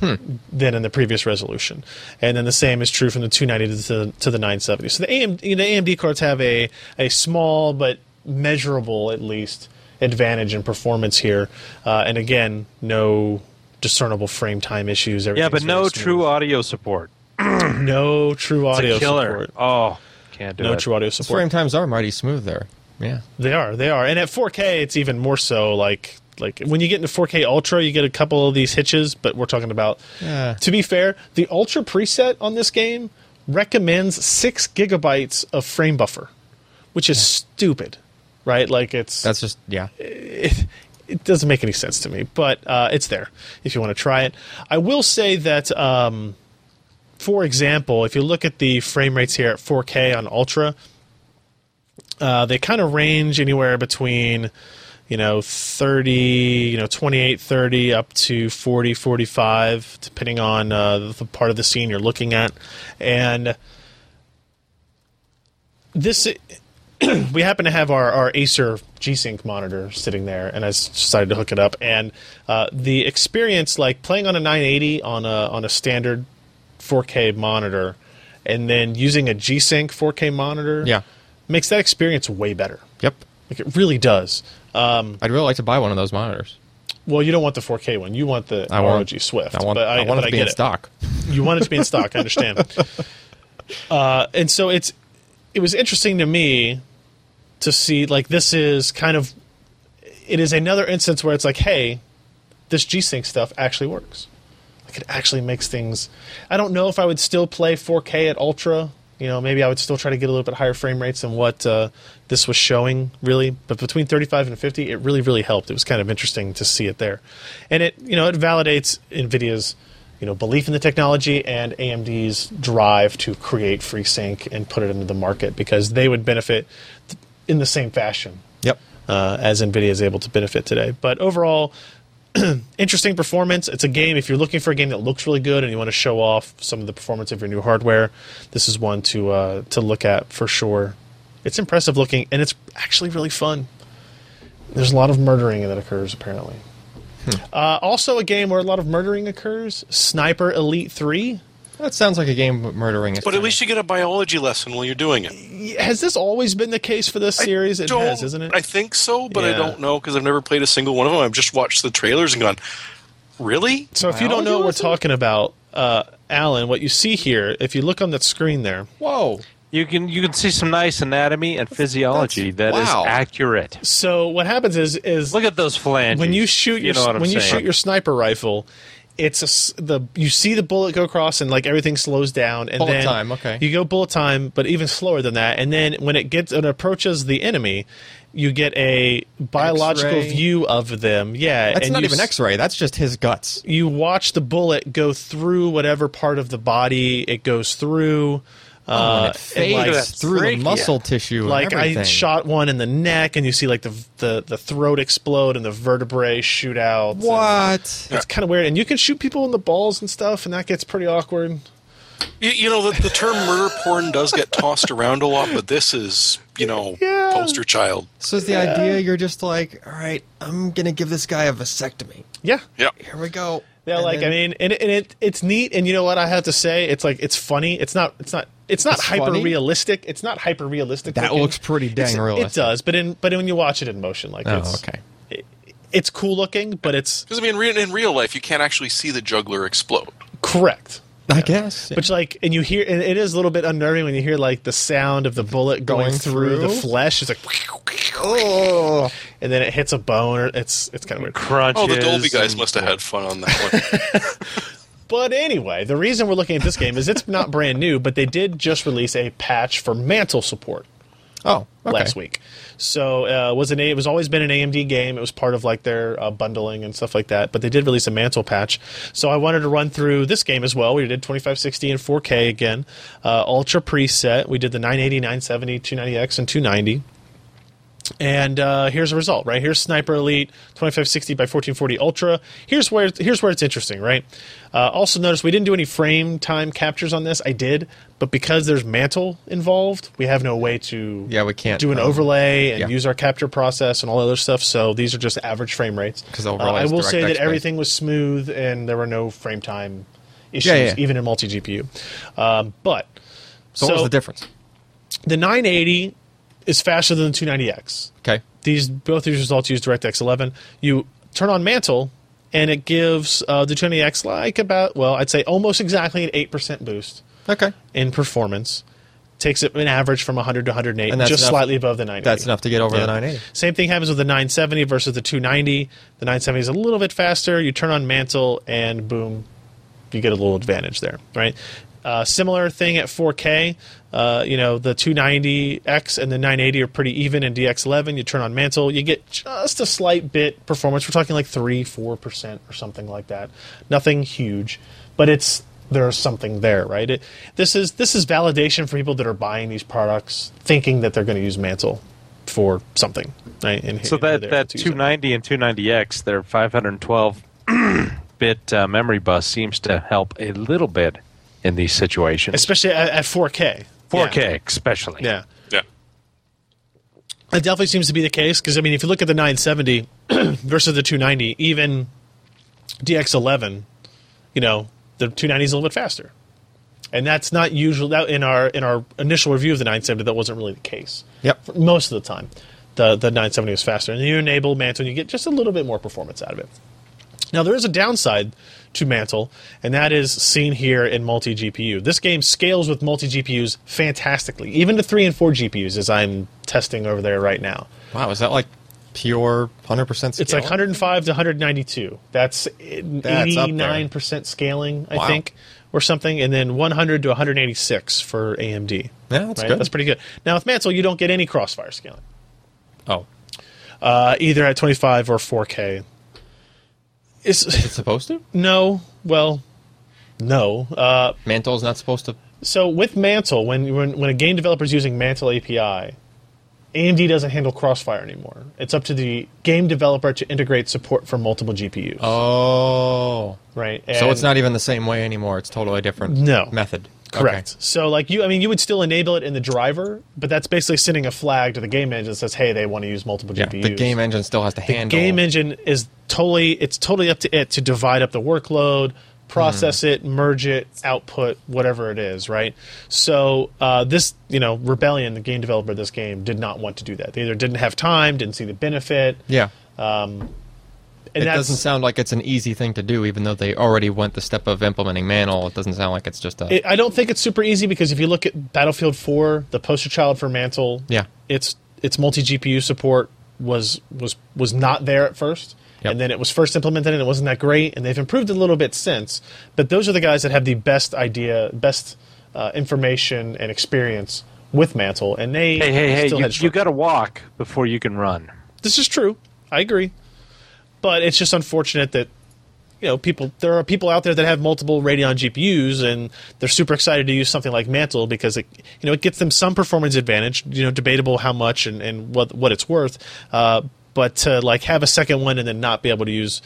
Speaker 2: Hmm.
Speaker 1: than in the previous resolution. And then the same is true from the 290 to the, to the 970. So the AMD, the AMD cards have a, a small but measurable, at least, advantage in performance here. Uh, and again, no discernible frame time issues.
Speaker 2: Yeah,
Speaker 1: Everything's
Speaker 2: but no
Speaker 1: very
Speaker 2: true
Speaker 1: smooth.
Speaker 2: audio support.
Speaker 1: no true
Speaker 2: It's
Speaker 1: audio
Speaker 2: a killer.
Speaker 1: support.
Speaker 2: Oh, can't do
Speaker 1: No
Speaker 2: it.
Speaker 1: true audio
Speaker 4: Its
Speaker 1: support.
Speaker 4: frame times are mighty smooth there. Yeah.
Speaker 1: They are, they are, and at 4K, it's even more so. Like, like when you get into 4K Ultra, you get a couple of these hitches, but we're talking about.
Speaker 4: Yeah.
Speaker 1: To be fair, the Ultra preset on this game recommends six gigabytes of frame buffer, which is stupid, right? Like it's
Speaker 4: That's just yeah.
Speaker 1: it doesn't make any sense to me, but uh, it's there if you want to try it. I will say that, um, for example, if you look at the frame rates here at 4K on Ultra, uh, they kind of range anywhere between you know 30 you know 28 30 up to 40 45 depending on uh, the part of the scene you're looking at and this we happen to have our, our Acer G-Sync monitor sitting there, and I s- decided to hook it up. And uh, the experience, like playing on a 980 on a on a standard 4K monitor, and then using a G-Sync 4K monitor,
Speaker 4: Yeah.
Speaker 1: makes that experience way better.
Speaker 4: Yep.
Speaker 1: Like it really does.
Speaker 4: I'd really like to buy one of those monitors.
Speaker 1: Well, you don't want the 4K one; you want the
Speaker 4: I want
Speaker 1: ROG Swift.
Speaker 4: I want,
Speaker 1: but
Speaker 4: I, want
Speaker 1: but
Speaker 4: it to be
Speaker 1: get
Speaker 4: in stock.
Speaker 1: You want it to be in stock. I understand. Uh, and so it's it was interesting to me to see like this is kind of it is another instance where it's like, hey, this G Sync stuff actually works. Like it actually makes things. I don't know if I would still play 4K at Ultra. You know, maybe I would still try to get a little bit higher frame rates than what uh, this was showing, really. But between 35 and 50, it really, really helped. It was kind of interesting to see it there, and it, you know, it validates Nvidia's, you know, belief in the technology and AMD's drive to create FreeSync and put it into the market because they would benefit th- in the same fashion
Speaker 4: Yep.
Speaker 1: uh, as NVIDIA is able to benefit today. But overall, interesting performance. It's a game, if you're looking for a game that looks really good and you want to show off some of the performance of your new hardware, this is one to, uh, to look at for sure. It's impressive looking, and it's actually really fun. There's a lot of murdering that occurs, apparently. Uh, also, a game where a lot of murdering occurs Sniper Elite 3.
Speaker 4: That sounds like a game of murdering. is
Speaker 3: But at
Speaker 4: fun.
Speaker 3: least you get a biology lesson while you're doing it.
Speaker 1: Has this always been the case for this series? It
Speaker 3: Don't-
Speaker 1: has, isn't it?
Speaker 3: I think so, but I
Speaker 1: Yeah.
Speaker 3: don't know because I've never played a single one of them. I've just watched the trailers and gone, really?
Speaker 1: So if you don't know what we're
Speaker 4: Biology lesson?
Speaker 1: talking about, uh, Alan, what you see here, if you look on that screen there,
Speaker 4: Whoa.
Speaker 2: You can you can see some nice anatomy and physiology that is
Speaker 4: wow.
Speaker 2: accurate.
Speaker 1: so what happens is is
Speaker 2: Look at those flanges.
Speaker 1: when you shoot your
Speaker 2: know what I'm
Speaker 1: when you
Speaker 2: saying.
Speaker 1: shoot your sniper rifle, it's a s the you see the bullet go across and like everything slows down and
Speaker 4: Bullet
Speaker 1: then
Speaker 4: time, okay.
Speaker 1: you go bullet time, but even slower than that. And then when it gets it approaches the enemy, you get a biological
Speaker 4: X-ray.
Speaker 1: view of them. Yeah,
Speaker 4: That's
Speaker 1: and
Speaker 4: not
Speaker 1: you
Speaker 4: even
Speaker 1: s-
Speaker 4: X-ray. That's just his guts.
Speaker 1: you watch the bullet go through whatever part of the body it goes through.
Speaker 4: Oh, And
Speaker 1: Uh,
Speaker 4: it
Speaker 1: and,
Speaker 4: fades
Speaker 1: like,
Speaker 4: through the
Speaker 2: freaky.
Speaker 4: muscle tissue. and
Speaker 1: like I
Speaker 4: everything.
Speaker 1: shot one in the neck, and you see like the the, the throat explode and the vertebrae shoot out. and
Speaker 4: What?
Speaker 1: It's kind of weird, and you can shoot people in the balls and stuff, and that gets pretty awkward.
Speaker 3: You, you know, the, the term murder porn does get tossed around a lot, but this is, you know,
Speaker 1: Yeah.
Speaker 3: poster child.
Speaker 4: So is the idea you're just like, all right, I'm gonna give this guy a vasectomy.
Speaker 1: Yeah,
Speaker 3: Yeah.
Speaker 4: Here we go.
Speaker 1: yeah.
Speaker 4: And
Speaker 1: like
Speaker 4: then-
Speaker 1: I mean, and, it- and it it's neat, and you know what I have to say? It's like it's funny. It's not. It's not. It's not
Speaker 4: It's
Speaker 1: hyper
Speaker 4: funny?
Speaker 1: realistic. It's not hyper realistic.
Speaker 4: That looks pretty dang realistic.
Speaker 1: It does, but in but when you watch it in motion, like
Speaker 4: Oh,
Speaker 1: it's,
Speaker 4: okay.
Speaker 1: it's cool looking, but it's
Speaker 3: Because, I mean, re- in real life, you can't actually see the juggler explode.
Speaker 1: correct.
Speaker 4: I guess.
Speaker 1: Which like, and you hear, and it is a little bit unnerving when you hear like the sound of the bullet going,
Speaker 4: Going
Speaker 1: through, the
Speaker 4: through?
Speaker 1: flesh. It's like,
Speaker 4: oh,
Speaker 1: and then it hits a bone. Or it's it's kind of weird.
Speaker 2: crunches.
Speaker 3: Oh, the Dolby guys
Speaker 2: and-
Speaker 3: must have had fun on that one.
Speaker 1: But anyway, the reason we're looking at this game is it's not brand new, but they did just release a patch for mantle support
Speaker 4: oh, okay.
Speaker 1: last week. So uh, was an a- it was always been an AMD game. It was part of like their uh, bundling and stuff like that. But they did release a mantle patch. So I wanted to run through this game as well. We did 2560 and 4K again, uh, ultra preset. We did the 980, 970, 290x, and 290. And uh, here's a result, right? Here's Sniper Elite 2560 by 1440 Ultra. Here's where here's where it's interesting, right? Uh, also, notice we didn't do any frame time captures on this. I did, but because there's mantle involved, we have no way to
Speaker 4: Yeah, we can't,
Speaker 1: do an
Speaker 4: um,
Speaker 1: overlay and
Speaker 4: yeah.
Speaker 1: use our capture process and all that other stuff. So these are just average frame rates.
Speaker 4: 'Cause
Speaker 1: uh,
Speaker 4: overlay
Speaker 1: I
Speaker 4: is
Speaker 1: will
Speaker 4: direct
Speaker 1: say that
Speaker 4: X-ray.
Speaker 1: everything was smooth and there were no frame time issues,
Speaker 4: Yeah, yeah.
Speaker 1: even in multi GPU. Um, but
Speaker 4: So, what was the difference?
Speaker 1: the 980 is faster than the 290X.
Speaker 4: Okay.
Speaker 1: These both these results use DirectX 11. You turn on Mantle, and it gives uh, the 290X like about well, I'd say almost exactly an eight percent boost
Speaker 4: Okay.
Speaker 1: in performance. Takes it an average from 100 to 108,
Speaker 4: And that's
Speaker 1: just
Speaker 4: enough-
Speaker 1: slightly above the 980.
Speaker 4: That's enough to get over
Speaker 1: Yeah.
Speaker 4: the 980.
Speaker 1: Same thing happens with the 970 versus the 290. The 970 is a little bit faster. You turn on mantle, and boom, you get a little advantage there, right? Uh, similar thing at 4K. Uh, you know, the 290X and the 980 are pretty even in DX11. You turn on mantle, you get just a slight bit performance. We're talking like 3 4% or something like that. Nothing huge, but it's. There's something there, right? It, this is this is validation for people that are buying these products, thinking that they're going to use Mantle for something. Right? And
Speaker 2: So
Speaker 1: here-
Speaker 2: that,
Speaker 1: there,
Speaker 2: that
Speaker 1: it's using it.
Speaker 2: 290 and 290X, their 512 bit uh, memory bus seems to help a little bit in these situations.
Speaker 1: especially at, at 4K.
Speaker 2: 4K
Speaker 1: Yeah.
Speaker 2: especially.
Speaker 1: yeah.
Speaker 3: Yeah.
Speaker 1: That definitely seems to be the case because I mean, if you look at the 970 versus the 290, even DX11, you know, the 290 is a little bit faster, and that's not usual. That in our in our initial review of the 970, that wasn't really the case.
Speaker 4: Yep.
Speaker 1: For most of the time, the the 970 was faster, and you enable Mantle, and you get just a little bit more performance out of it. Now there is a downside to Mantle, and that is seen here in multi GPU. This game scales with multi GPUs fantastically, even to three and four GPUs, as I'm testing over there right now.
Speaker 4: Wow, is that like pure 100% scale?
Speaker 1: It's like 105 to 192. That's
Speaker 4: That's up there.
Speaker 1: 89% scaling, I
Speaker 4: Wow.
Speaker 1: think, or something, and then 100 to 186 for AMD.
Speaker 4: Yeah, that's good.
Speaker 1: That's pretty good. Now with Mantle, you don't get any crossfire scaling,
Speaker 4: Oh,
Speaker 1: uh, either at 25 or 4K. It's
Speaker 4: it's supposed to?
Speaker 1: no, well, no. Uh,
Speaker 4: Mantle's not supposed to.
Speaker 1: so with Mantle, when, when when a game developer is using Mantle API, AMD doesn't handle Crossfire anymore. It's up to the game developer to integrate support for multiple GPUs.
Speaker 4: Oh.
Speaker 1: right.
Speaker 4: so it's
Speaker 1: And-
Speaker 4: not even the same way anymore. It's totally a different
Speaker 1: No.
Speaker 4: method. Okay.
Speaker 1: Correct. So, like you, I mean, you would still enable it in the driver, but that's basically sending a flag to the game engine that says, "Hey, they want to use multiple
Speaker 4: Yeah,
Speaker 1: GPUs."
Speaker 4: the game engine still has to
Speaker 1: The
Speaker 4: handle.
Speaker 1: game engine is totally it's totally up to it to divide up the workload, process
Speaker 4: Mm-hmm.
Speaker 1: it, merge it, output whatever it is, right? So uh, this, you know, Rebellion, the game developer of this game, did not want to do that. They either didn't have time, didn't see the benefit,
Speaker 4: yeah.
Speaker 1: and
Speaker 4: it
Speaker 1: that's
Speaker 4: doesn't sound like it's an easy thing to do, even though they already went the step of implementing Mantle. It doesn't sound like it's just a.
Speaker 1: it, I don't think it's super easy because if you look at Battlefield 4, the poster child for Mantle,
Speaker 4: Yeah.
Speaker 1: its its multi GPU support was was was not there at first,
Speaker 4: Yep.
Speaker 1: and then it was first implemented and it wasn't that great, and they've improved it a little bit since. But those are the guys that have the best idea, best uh, information and experience with Mantle, and they
Speaker 2: Hey, hey, hey,
Speaker 1: still
Speaker 2: you,
Speaker 1: had
Speaker 2: you got to walk before you can run.
Speaker 1: this is true. I agree. But it's just unfortunate that you know people there are people out there that have multiple Radeon GPUs and they're super excited to use something like Mantle because it you know it gets them some performance advantage, you know, debatable how much and, and what what it's worth. Uh, but to like have a second one and then not be able to use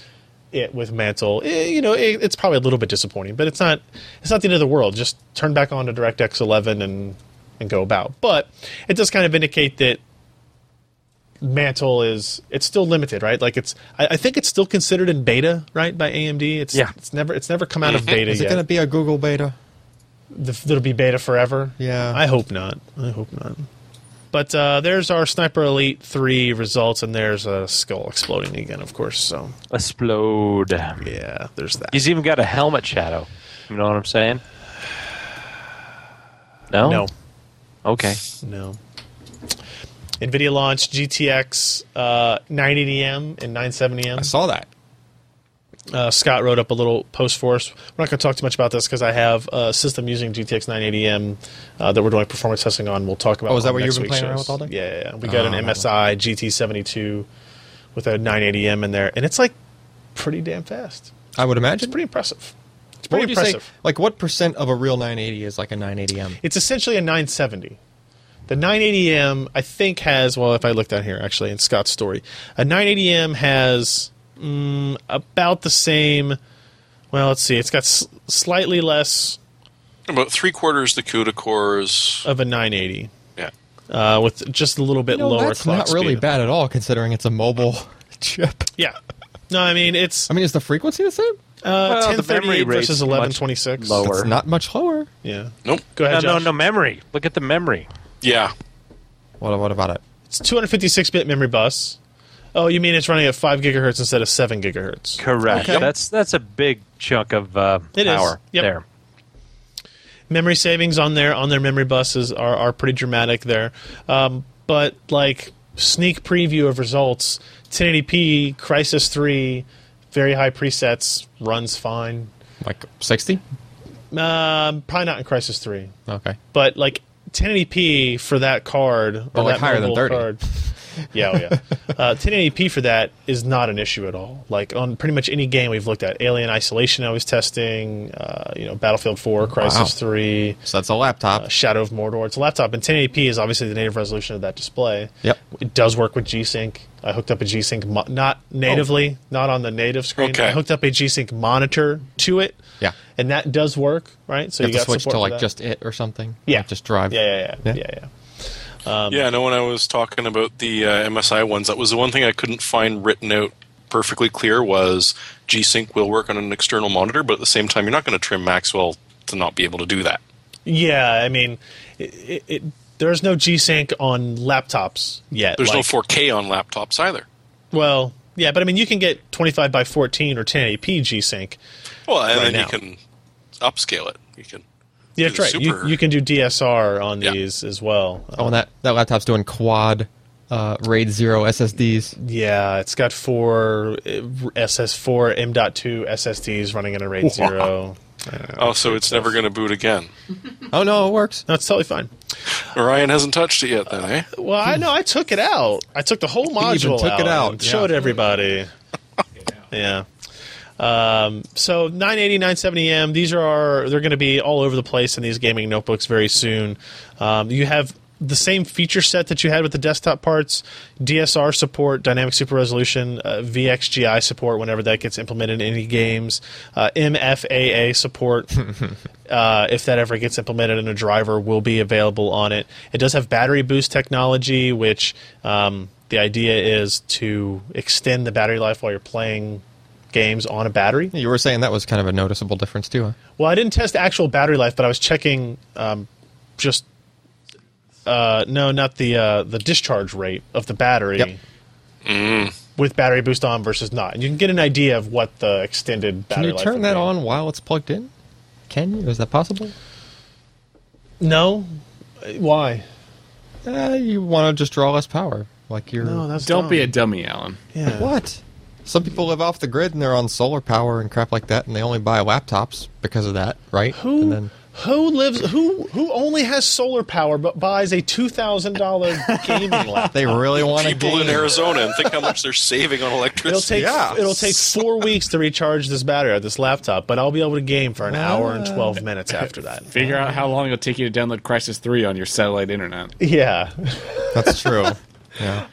Speaker 1: it with Mantle, eh, you know, it, it's probably a little bit disappointing, but it's not it's not the end of the world. Just turn back on to DirectX 11 and and go about. But it does kind of indicate that mantle is it's still limited right like it's I, I think it's still considered in beta right by amd it's
Speaker 2: Yeah.
Speaker 1: it's never it's never come out of beta
Speaker 4: is it
Speaker 1: yet
Speaker 4: going to be a Google beta?
Speaker 1: The- it'll be beta forever
Speaker 4: Yeah.
Speaker 1: i hope not i hope not but uh, there's our sniper elite 3 results and there's a skull exploding again of course so
Speaker 2: Explode.
Speaker 1: yeah there's that
Speaker 2: He's even got a helmet shadow. You know what I'm saying? No?
Speaker 1: no
Speaker 2: Okay.
Speaker 1: no nvidia launched gtx uh, 980m and 970m
Speaker 4: I saw that.
Speaker 1: uh, Scott wrote up a little post for us. We're not going to talk too much about this because I have a system using GTX 980M uh, that we're doing performance testing on. We'll talk about.
Speaker 4: Oh, is that
Speaker 1: on
Speaker 4: what you've
Speaker 1: next
Speaker 4: been
Speaker 1: week's
Speaker 4: playing around
Speaker 1: shows.
Speaker 4: with all day?
Speaker 1: Yeah, yeah, yeah. we got
Speaker 4: Oh.
Speaker 1: an MSI GT72 with a 980M in there, and it's like pretty damn fast.
Speaker 4: I would
Speaker 1: It's
Speaker 4: imagine.
Speaker 1: pretty impressive. It's
Speaker 4: What
Speaker 1: pretty
Speaker 4: would you
Speaker 1: impressive.
Speaker 4: say? Like, what percent of a real 980 is like a 980M?
Speaker 1: It's essentially a 970. The 980M, I think, has, well, if I look down here, actually, in Scott's story, a 980M has mm, about the same. Well, let's see. It's got s- slightly less
Speaker 3: About three quarters the CUDA cores.
Speaker 1: of a 980,
Speaker 3: Yeah.
Speaker 1: uh, with just a little bit
Speaker 4: No,
Speaker 1: lower
Speaker 4: that's
Speaker 1: clock
Speaker 4: not really
Speaker 1: speed.
Speaker 4: bad at all, considering it's a mobile chip.
Speaker 1: Yeah. No, I mean it's
Speaker 4: I
Speaker 1: uh,
Speaker 4: mean, is the frequency the same?
Speaker 2: well, the
Speaker 1: 1038
Speaker 2: memory rate's
Speaker 1: versus
Speaker 2: much
Speaker 1: 1126.
Speaker 6: lower.
Speaker 4: It's not much lower.
Speaker 1: Yeah.
Speaker 3: Nope.
Speaker 1: Go
Speaker 2: No,
Speaker 1: ahead,
Speaker 2: no,
Speaker 1: Josh.
Speaker 2: no memory. Look at the memory.
Speaker 3: Yeah.
Speaker 4: What, what about it?
Speaker 1: It's 256-bit memory bus. Oh, you mean it's running at 5 gigahertz instead of 7 gigahertz?
Speaker 2: Correct.
Speaker 1: Okay.
Speaker 2: That's that's a big chunk of uh,
Speaker 1: It is.
Speaker 2: power
Speaker 1: Yep.
Speaker 2: there.
Speaker 1: memory savings on their on their memory buses are, are pretty dramatic there. Um, but like sneak preview of results, 1080p Crisis 3, very high presets runs fine.
Speaker 4: Like 60?
Speaker 1: Um, probably not in Crisis 3,
Speaker 4: Okay.
Speaker 1: but like 1080p for that card or
Speaker 4: But, like,
Speaker 1: that
Speaker 4: higher than
Speaker 1: mobile
Speaker 4: 30.
Speaker 1: card. Yeah, oh, yeah. Uh, 1080p for that is not an issue at all. Like on pretty much any game we've looked at, Alien Isolation I was testing, uh, you know, Battlefield 4, Crisis
Speaker 4: Wow.
Speaker 1: 3,
Speaker 4: So that's a laptop.
Speaker 1: uh, Shadow of Mordor. It's a laptop, and 1080p is obviously the native resolution of that display.
Speaker 4: Yep.
Speaker 1: It does work with G Sync. I hooked up a G Sync, mo- not natively,
Speaker 4: Oh.
Speaker 1: not on the native screen.
Speaker 3: Okay.
Speaker 1: I hooked up a G Sync monitor to it,
Speaker 4: yeah.
Speaker 1: and that does work, right? So
Speaker 4: You
Speaker 1: you,
Speaker 4: have to
Speaker 1: got
Speaker 4: switch
Speaker 1: support
Speaker 4: to
Speaker 1: for
Speaker 4: like
Speaker 1: that.
Speaker 4: just it or something.
Speaker 1: Yeah.
Speaker 4: Like, just drive.
Speaker 1: yeah, yeah, yeah,
Speaker 4: Yeah.
Speaker 1: yeah, yeah. Um,
Speaker 3: yeah, no, when I was talking about the uh, MSI ones, that was the one thing I couldn't find written out perfectly clear was G Sync will work on an external monitor, but at the same time, you're not going to trim Maxwell to not be able to do that.
Speaker 1: Yeah, I mean, it, it, it, there's no G Sync on laptops yet.
Speaker 3: There's no
Speaker 1: like-
Speaker 3: 4K on laptops either.
Speaker 1: Well, yeah, but I mean, you can get 25 by 14 or 1080p G Sync.
Speaker 3: Well, and
Speaker 1: Right
Speaker 3: then
Speaker 1: now.
Speaker 3: you can upscale it. You can.
Speaker 1: Yeah,
Speaker 3: Do
Speaker 1: that's
Speaker 3: the
Speaker 1: right. You,
Speaker 3: super-
Speaker 1: you can do DSR on
Speaker 3: Yeah.
Speaker 1: these as well.
Speaker 4: Oh, and that, that laptop's doing quad uh, RAID 0 SSDs.
Speaker 1: Yeah, it's got four uh, SS4 M.2 SSDs running in a RAID 0.
Speaker 3: Oh, so it's never going to boot again.
Speaker 4: Oh, no, it works.
Speaker 1: No, it's totally fine.
Speaker 3: Orion hasn't touched it yet,
Speaker 1: Uh,
Speaker 3: then, eh?
Speaker 1: Well, I know I took it out. I took the whole
Speaker 4: You even
Speaker 1: module
Speaker 4: took
Speaker 1: out,
Speaker 4: it out,
Speaker 1: and showed
Speaker 4: yeah.
Speaker 1: everybody. yeah. Um, so 980, 970M, these are our, they're going to be all over the place in these gaming notebooks very soon. Um, you have the same feature set that you had with the desktop parts, DSR support, dynamic super resolution, uh, VXGI support whenever that gets implemented in any games, uh, MFAA support uh, if that ever gets implemented in a driver, will be available on it. It does have battery boost technology, which um, the idea is to extend the battery life while you're playing games on a battery.
Speaker 4: You were saying that was kind of a noticeable difference, too, huh?
Speaker 1: Well, I didn't test actual battery life, but I was checking um, just uh, no, not the uh, the discharge rate of the battery
Speaker 4: Yep.
Speaker 1: with battery boost on versus not, and you can get an idea of what the extended
Speaker 4: Can
Speaker 1: battery
Speaker 4: you
Speaker 1: life.
Speaker 4: turn
Speaker 1: would
Speaker 4: that
Speaker 1: be.
Speaker 4: on while it's plugged in? Can you? Is that possible?
Speaker 1: No, why?
Speaker 4: Uh, you want to just draw less power. Like you're.
Speaker 1: No, that's
Speaker 5: Don't be a
Speaker 1: dumb.
Speaker 5: dummy, Alan.
Speaker 1: yeah.
Speaker 4: What? Some people live off the grid and they're on solar power and crap like that, and they only buy laptops because of that, right?
Speaker 1: Who
Speaker 4: And then
Speaker 1: who lives who who only has solar power but buys a two thousand dollar gaming laptop?
Speaker 4: they really want to.
Speaker 3: People in Arizona and think how much they're saving on
Speaker 1: It'll take
Speaker 3: electricity.
Speaker 4: Yeah.
Speaker 1: it'll take four weeks to recharge this battery or this laptop, but I'll be able to game for an hour and twelve minutes after that.
Speaker 5: Figure out how long it'll take you to download Crisis 3 on your satellite internet.
Speaker 1: Yeah,
Speaker 4: That's true. Yeah.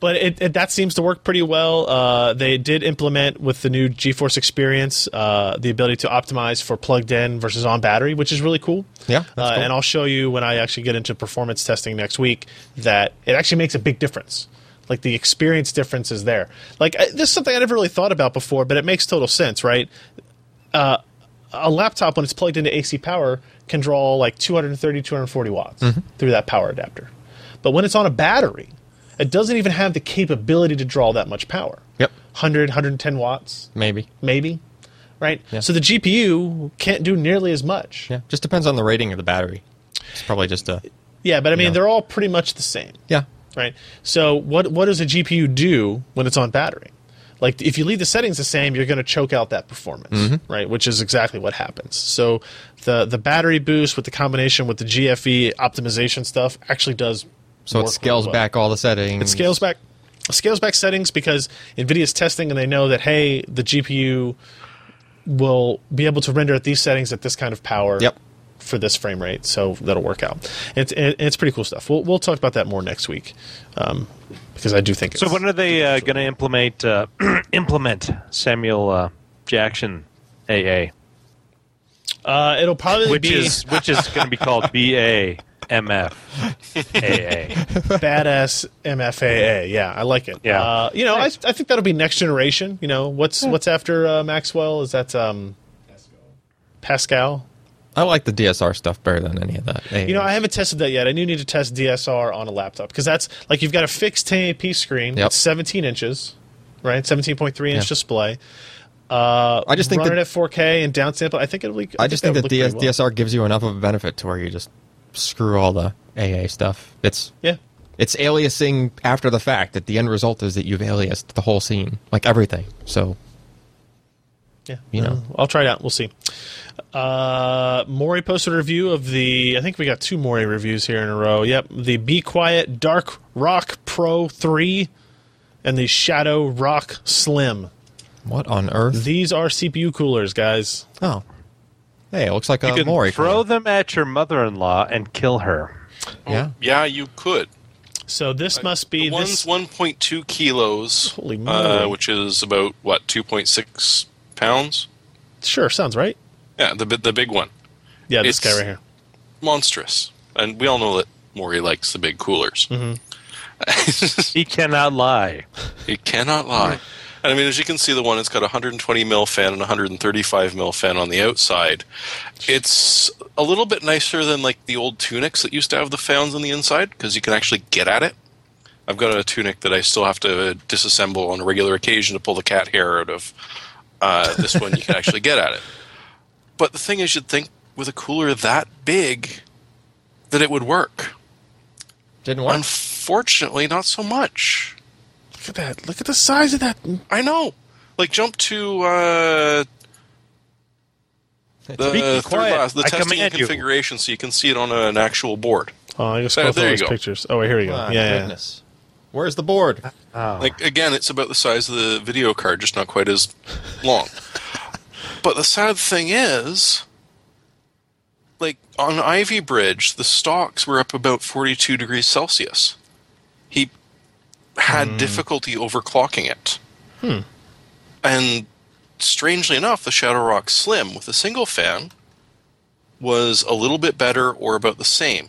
Speaker 1: but it, it, that seems to work pretty well. Uh, they did implement with the new GeForce Experience uh, the ability to optimize for plugged in versus on battery, which is really cool.
Speaker 4: Yeah, that's
Speaker 1: uh,
Speaker 4: cool.
Speaker 1: and I'll show you when I actually get into performance testing next week that it actually makes a big difference. Like the experience difference is there. Like I, this is something I never really thought about before, but it makes total sense, right? Uh, a laptop when it's plugged into AC power can draw like 230 240 watts
Speaker 4: Mm-hmm.
Speaker 1: through that power adapter. But when it's on a battery, it doesn't even have the capability to draw that much power.
Speaker 4: Yep.
Speaker 1: 100 110 watts
Speaker 4: Maybe.
Speaker 1: maybe, right?
Speaker 4: Yeah.
Speaker 1: So the GPU can't do nearly as much.
Speaker 4: Yeah. Just depends on the rating of the battery. It's probably just a.
Speaker 1: Yeah, but I mean
Speaker 4: Yeah.
Speaker 1: they're all pretty much the same.
Speaker 4: Yeah.
Speaker 1: right? So what what does a GPU do when it's on battery? Like if you leave the settings the same, you're going to choke out that performance,
Speaker 4: Mm-hmm.
Speaker 1: right? Which is exactly what happens. So the the battery boost with the combination with the GFE optimization stuff actually does
Speaker 4: So
Speaker 1: work
Speaker 4: it scales
Speaker 1: really well.
Speaker 4: back all the settings.
Speaker 1: It scales back scales back settings because NVIDIA's testing and they know that hey, the GPU will be able to render at these settings at this kind of power
Speaker 4: Yep.
Speaker 1: for this frame rate, so that'll work out. It's it, it's pretty cool stuff. We'll we'll talk about that more next week, um, because I do think.
Speaker 2: So
Speaker 1: it's,
Speaker 2: when are they uh, going to implement uh, implement Samuel uh, Jackson AA,
Speaker 1: uh, it'll probably
Speaker 2: which
Speaker 1: be
Speaker 2: is which is going to be called BAMF AA?
Speaker 1: badass MFAA. Yeah, I like it.
Speaker 2: Yeah.
Speaker 1: uh, you know, I, I think that'll be next generation. You know, what's what's after uh, Maxwell? Is that um, Pascal?
Speaker 4: I like the DSR stuff better than any of that.
Speaker 1: You know, I haven't tested that yet. I do need to test DSR on a laptop because that's like you've got a fixed 1080p screen.
Speaker 4: Yep.
Speaker 1: It's 17 inches, right? 17.3 inch
Speaker 4: Yeah.
Speaker 1: display. Uh,
Speaker 4: I just think
Speaker 1: run
Speaker 4: that-
Speaker 1: it at 4K and downsample. I think it'll. Be,
Speaker 4: I just think that
Speaker 1: would look
Speaker 4: DS,
Speaker 1: pretty well.
Speaker 4: DSR gives you enough of a benefit to where you just screw all the AA stuff. It's
Speaker 1: Yeah,
Speaker 4: it's aliasing after the fact. That the end result is that you've aliased the whole scene, like everything. So
Speaker 1: yeah.
Speaker 4: You know.
Speaker 1: Uh, I'll try it out. We'll see. Uh, Maury posted a review of the. I think we got two Maury reviews here in a row. Yep, the Be Quiet Dark Rock Pro 3 and the Shadow Rock Slim.
Speaker 4: what on earth?
Speaker 1: These are CPU coolers, guys.
Speaker 4: Oh, hey, it looks like
Speaker 2: You
Speaker 4: a
Speaker 2: can
Speaker 4: Mori.
Speaker 2: throw them at your mother-in-law and kill her.
Speaker 4: Yeah.
Speaker 3: Yeah, you could.
Speaker 1: So this must be
Speaker 3: The
Speaker 1: this.
Speaker 3: one's 1.2 kilos,
Speaker 1: Holy moly.
Speaker 3: uh, which is about what 2.6 pounds.
Speaker 1: Sure, sounds right.
Speaker 3: Yeah, the bi- the big one,
Speaker 1: Yeah, this
Speaker 3: It's-
Speaker 1: guy right here.
Speaker 3: monstrous, and we all know that Maury likes the big coolers.
Speaker 2: He cannot lie.
Speaker 3: It cannot lie. Mm. And I mean, as you can see, the one it's got a 120 mil fan and a 135 mil fan on the outside. It's a little bit nicer than like the old tunics that used to have the fans on the inside because you can actually get at it. I've got a tunic that I still have to disassemble on a regular occasion to pull the cat hair out of. Uh, this one you can actually get at it. But the thing is, you'd think with a cooler that big that it would work.
Speaker 4: Didn't work.
Speaker 3: Unfortunately, not so much.
Speaker 1: Look at that. Look at the size of that.
Speaker 3: I know. Like jump to uh, the
Speaker 2: Be
Speaker 3: third
Speaker 2: quiet.
Speaker 3: last, the
Speaker 2: I
Speaker 3: testing and
Speaker 2: command you.
Speaker 3: configuration, so you can see it on an actual board.
Speaker 1: Oh, I just
Speaker 3: There-
Speaker 1: got all
Speaker 3: there you
Speaker 1: those
Speaker 3: go.
Speaker 1: pictures. Oh, wait, here we go.
Speaker 4: Ah,
Speaker 1: yeah, yeah.
Speaker 4: goodness. Where's the
Speaker 1: Uh,
Speaker 4: board?
Speaker 3: Like again, it's about the size of the video card, just not quite as long. but the sad thing is, like on Ivy Bridge, the stocks were up about forty-two degrees Celsius. He had difficulty overclocking it, and strangely enough, the Shadow Rock Slim with a single fan was a little bit better or about the same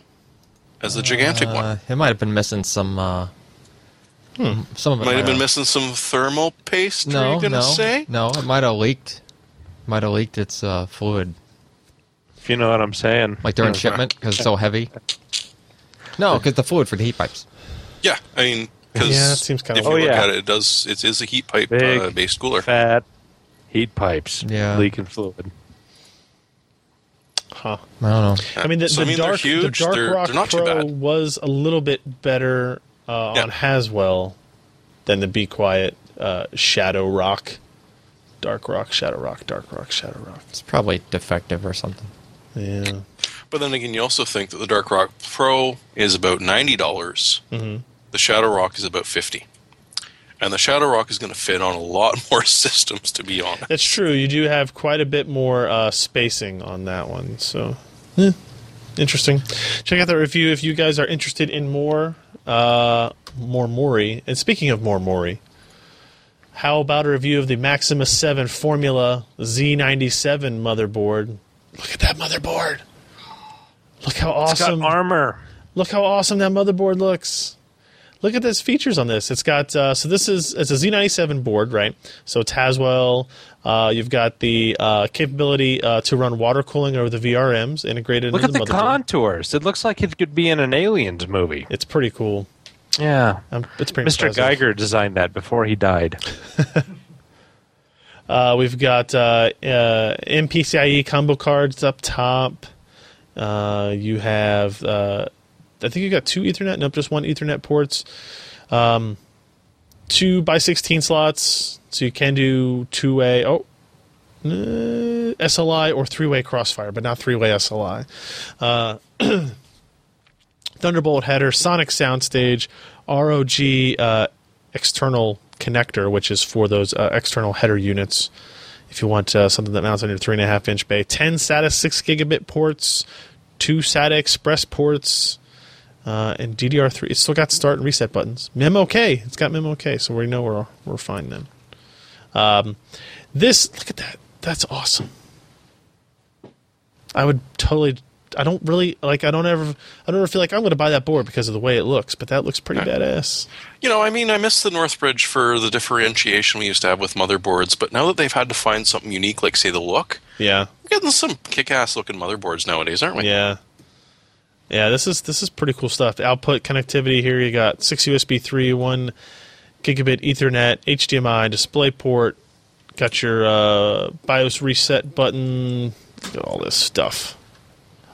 Speaker 3: as the gigantic one.
Speaker 4: Uh, it might have been missing some. Uh, hmm, some of it
Speaker 3: Might have been
Speaker 4: missing.
Speaker 3: missing some thermal paste. were
Speaker 4: No,
Speaker 3: you gonna
Speaker 4: no,
Speaker 3: say?
Speaker 4: no. It might have leaked. Might have leaked its uh, fluid,
Speaker 2: If you know what I'm saying.
Speaker 4: like during
Speaker 2: Yeah.
Speaker 4: shipment, because it's so heavy. No, because the fluid for the heat pipes.
Speaker 3: Yeah, I mean, because
Speaker 1: Yeah, that seems kinda
Speaker 3: if you
Speaker 2: weird.
Speaker 3: look
Speaker 2: Oh, yeah.
Speaker 3: at it, it does. It is a heat pipe
Speaker 2: Big,
Speaker 3: uh, based cooler.
Speaker 2: Fat heat pipes.
Speaker 4: Yeah.
Speaker 2: Leaking fluid.
Speaker 1: Huh.
Speaker 4: I don't know.
Speaker 1: I mean, the,
Speaker 3: So,
Speaker 1: the
Speaker 3: I mean, they're
Speaker 1: dark, the
Speaker 3: huge.
Speaker 1: dark
Speaker 3: They're-
Speaker 1: Rock
Speaker 3: they're not too
Speaker 1: Pro
Speaker 3: bad.
Speaker 1: was a little bit better uh,
Speaker 3: Yeah.
Speaker 1: on Haswell than the Be Quiet uh, Shadow Rock. Dark Rock, Shadow Rock, Dark Rock, Shadow Rock.
Speaker 4: It's probably defective or something.
Speaker 1: Yeah.
Speaker 3: But then again, you also think that the Dark Rock Pro is about ninety dollars. The Shadow Rock is about fifty, and the Shadow Rock is going to fit on a lot more systems. To be honest,
Speaker 1: That's true. You do have quite a bit more uh, spacing on that one. So, eh, interesting. Check out that review if you guys are interested in more, uh, more Mori. And speaking of more Mori, how about a review of the Maximus 7 Formula Z97 motherboard? Look at that motherboard. Look how
Speaker 2: It's
Speaker 1: awesome.
Speaker 2: got armor.
Speaker 1: Look how awesome that motherboard looks. Look at those features on this. It's got uh, so this is it's a Z97 board, right? So it's Haswell. Uh, you've got the uh, capability uh, to run water cooling over the VRMs integrated
Speaker 2: Look at
Speaker 1: into
Speaker 2: the
Speaker 1: the motherboard.
Speaker 2: contours. It looks like it could be in an Aliens movie.
Speaker 1: it's pretty cool.
Speaker 2: Yeah.
Speaker 1: Um, it's pretty.
Speaker 2: Mr.
Speaker 1: impressive.
Speaker 2: Geiger designed that before he died.
Speaker 1: Uh, we've got uh, uh, MPCIe combo cards up top. Uh, you have, uh, I think you got two Ethernet. Nope, just one Ethernet ports. Um, two by sixteen slots, so you can do two way. Oh. uh, SLI or three-way crossfire, but not three-way SLI. Uh, Thunderbolt header, Sonic soundstage, ROG uh, external connector, which is for those uh, external header units. if you want uh, something that mounts on your three and a half inch bay. Ten SATA six gigabit ports, two SATA Express ports, uh, and DDR3. It's still got start and reset buttons. MemOK. It's got MemOK, so we know we're we're fine then. Um, this look at that. That's awesome. I would totally. I don't really like. I don't ever. I don't ever feel like I'm going to buy that board because of the way it looks. But that looks pretty badass.
Speaker 3: You know, I mean, I miss the Northbridge for the differentiation we used to have with motherboards, but now that they've had to find something unique, like, say, the look,
Speaker 1: Yeah.
Speaker 3: we're getting some kick ass looking motherboards nowadays, aren't we?
Speaker 1: Yeah. Yeah, this is this is pretty cool stuff. Output connectivity here you got six USB three, one gigabit Ethernet, HDMI, display port, got your uh, BIOS reset button, got all this stuff.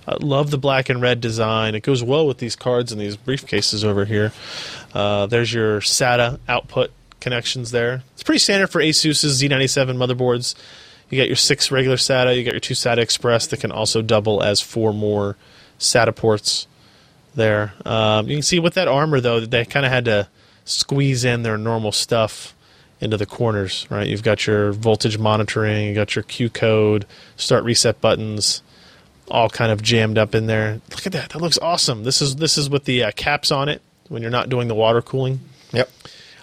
Speaker 1: I love the black and red design. It goes well with these cards and these briefcases over here. Uh, there's your SATA output connections there. It's pretty standard for Asus's Z97 motherboards. You got your six regular SATA, you got your two SATA Express that can also double as four more SATA ports there. Um, you can see with that armor, though, that they kind of had to squeeze in their normal stuff into the corners, right? You've got your voltage monitoring, you got your Q code, start reset buttons all kind of jammed up in there. Look at that. That looks awesome. This is this is with the uh, caps on it when you're not doing the water cooling.
Speaker 4: Yep.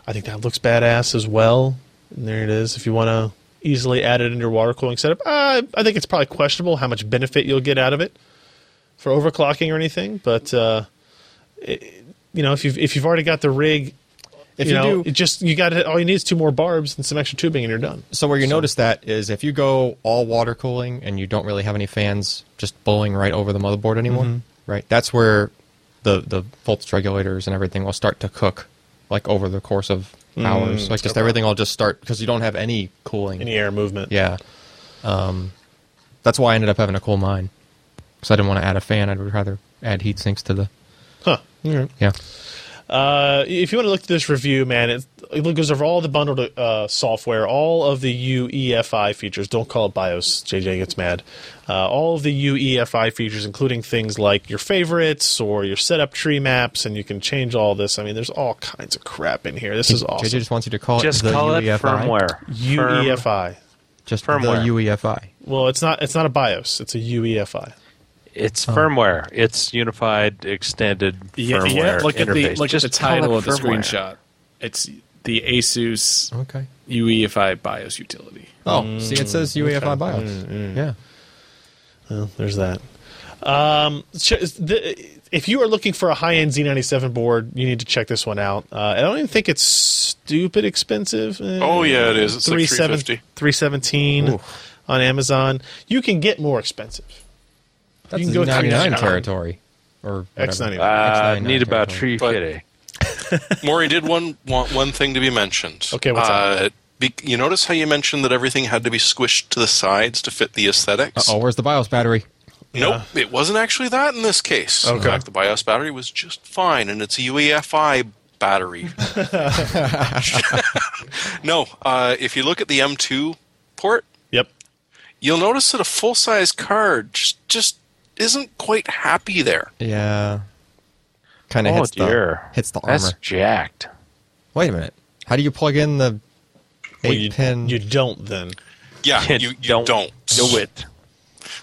Speaker 1: I think that looks badass as well. And there it is. If you want to easily add it in your water cooling setup, uh, I think it's probably questionable how much benefit you'll get out of it for overclocking or anything. But uh, it, you know, if you've if you've already got the rig,
Speaker 4: If
Speaker 1: you,
Speaker 4: you
Speaker 1: know,
Speaker 4: do-
Speaker 1: it just you got it. All you need is two more barbs and some extra tubing, and you're done.
Speaker 4: So where you notice that is if you go all water cooling and you don't really have any fans just blowing right over the motherboard anymore, right? That's where the the voltage regulators and everything will start to cook, like over the course of hours. Like just everything will just start because you don't have any cooling.
Speaker 1: Any air movement.
Speaker 4: yeah. Um, that's why I ended up having to cool mine because I didn't want to add a fan. I'd rather add heat sinks to the
Speaker 1: Huh. All right.
Speaker 4: yeah.
Speaker 1: Uh, if you want to look at this review, man, it, it goes over all the bundled uh, software, all of the UEFI features. Don't call it BIOS. JJ gets mad. Uh, all of the UEFI features, including things like your favorites or your setup tree maps, and you can change all this. I mean, there's all kinds of crap in here. This is
Speaker 4: JJ
Speaker 1: awesome.
Speaker 4: just wants you to call
Speaker 2: Just
Speaker 4: it the E
Speaker 2: call it
Speaker 4: UEFI.
Speaker 2: firmware. Firm-
Speaker 5: E
Speaker 1: UEFI.
Speaker 4: Just
Speaker 2: Firmware.
Speaker 4: the E UEFI.
Speaker 1: Well, it's not. It's not a BIOS. It's a E UEFI.
Speaker 2: It's firmware. It's unified extended
Speaker 5: Yeah,
Speaker 2: firmware
Speaker 5: yeah. Look at the
Speaker 2: interface.
Speaker 5: look at the
Speaker 2: Just call it
Speaker 5: title of the
Speaker 2: firmware.
Speaker 5: screenshot. It's the Asus
Speaker 4: Okay.
Speaker 5: UEFI BIOS utility.
Speaker 4: Oh,
Speaker 1: Hmm.
Speaker 4: see, it says UEFI BIOS. Yeah.
Speaker 1: Well, there's that. Um, ch- the, if you are looking for a high-end Z97 board, you need to check this one out. Uh, I don't even think it's stupid expensive. Eh,
Speaker 3: Oh, yeah, it is. It's like
Speaker 1: 37
Speaker 3: 350.
Speaker 1: 317 on Amazon. You can get more expensive.
Speaker 4: That's
Speaker 1: can go with
Speaker 4: Z99
Speaker 1: X99.
Speaker 4: territory. Or whatever.
Speaker 1: X99.
Speaker 2: Uh,
Speaker 4: X99
Speaker 2: need about
Speaker 4: territory.
Speaker 2: tree
Speaker 3: But-
Speaker 2: fitty.
Speaker 3: Maury did one want one thing to be mentioned.
Speaker 1: Okay, what's that?
Speaker 3: uh, be, You notice how you mentioned that everything had to be squished to the sides to fit the aesthetics?
Speaker 4: Oh, where's the BIOS battery?
Speaker 3: Nope, it wasn't actually that in this case. In
Speaker 1: Okay.
Speaker 3: fact, the BIOS battery was just fine, and it's a UEFI battery. no, uh, if you look at the M2 port,
Speaker 1: Yep.
Speaker 3: you'll notice that a full size card just, just isn't quite happy there.
Speaker 4: Yeah. Kind of
Speaker 2: Oh
Speaker 4: hits
Speaker 2: dear.
Speaker 4: the hits the
Speaker 2: That's
Speaker 4: armor.
Speaker 2: jacked.
Speaker 4: Wait a minute. How do you plug in the eight
Speaker 1: Well, you,
Speaker 4: pin?
Speaker 1: you don't then.
Speaker 3: Yeah, you, you don't.
Speaker 2: do it.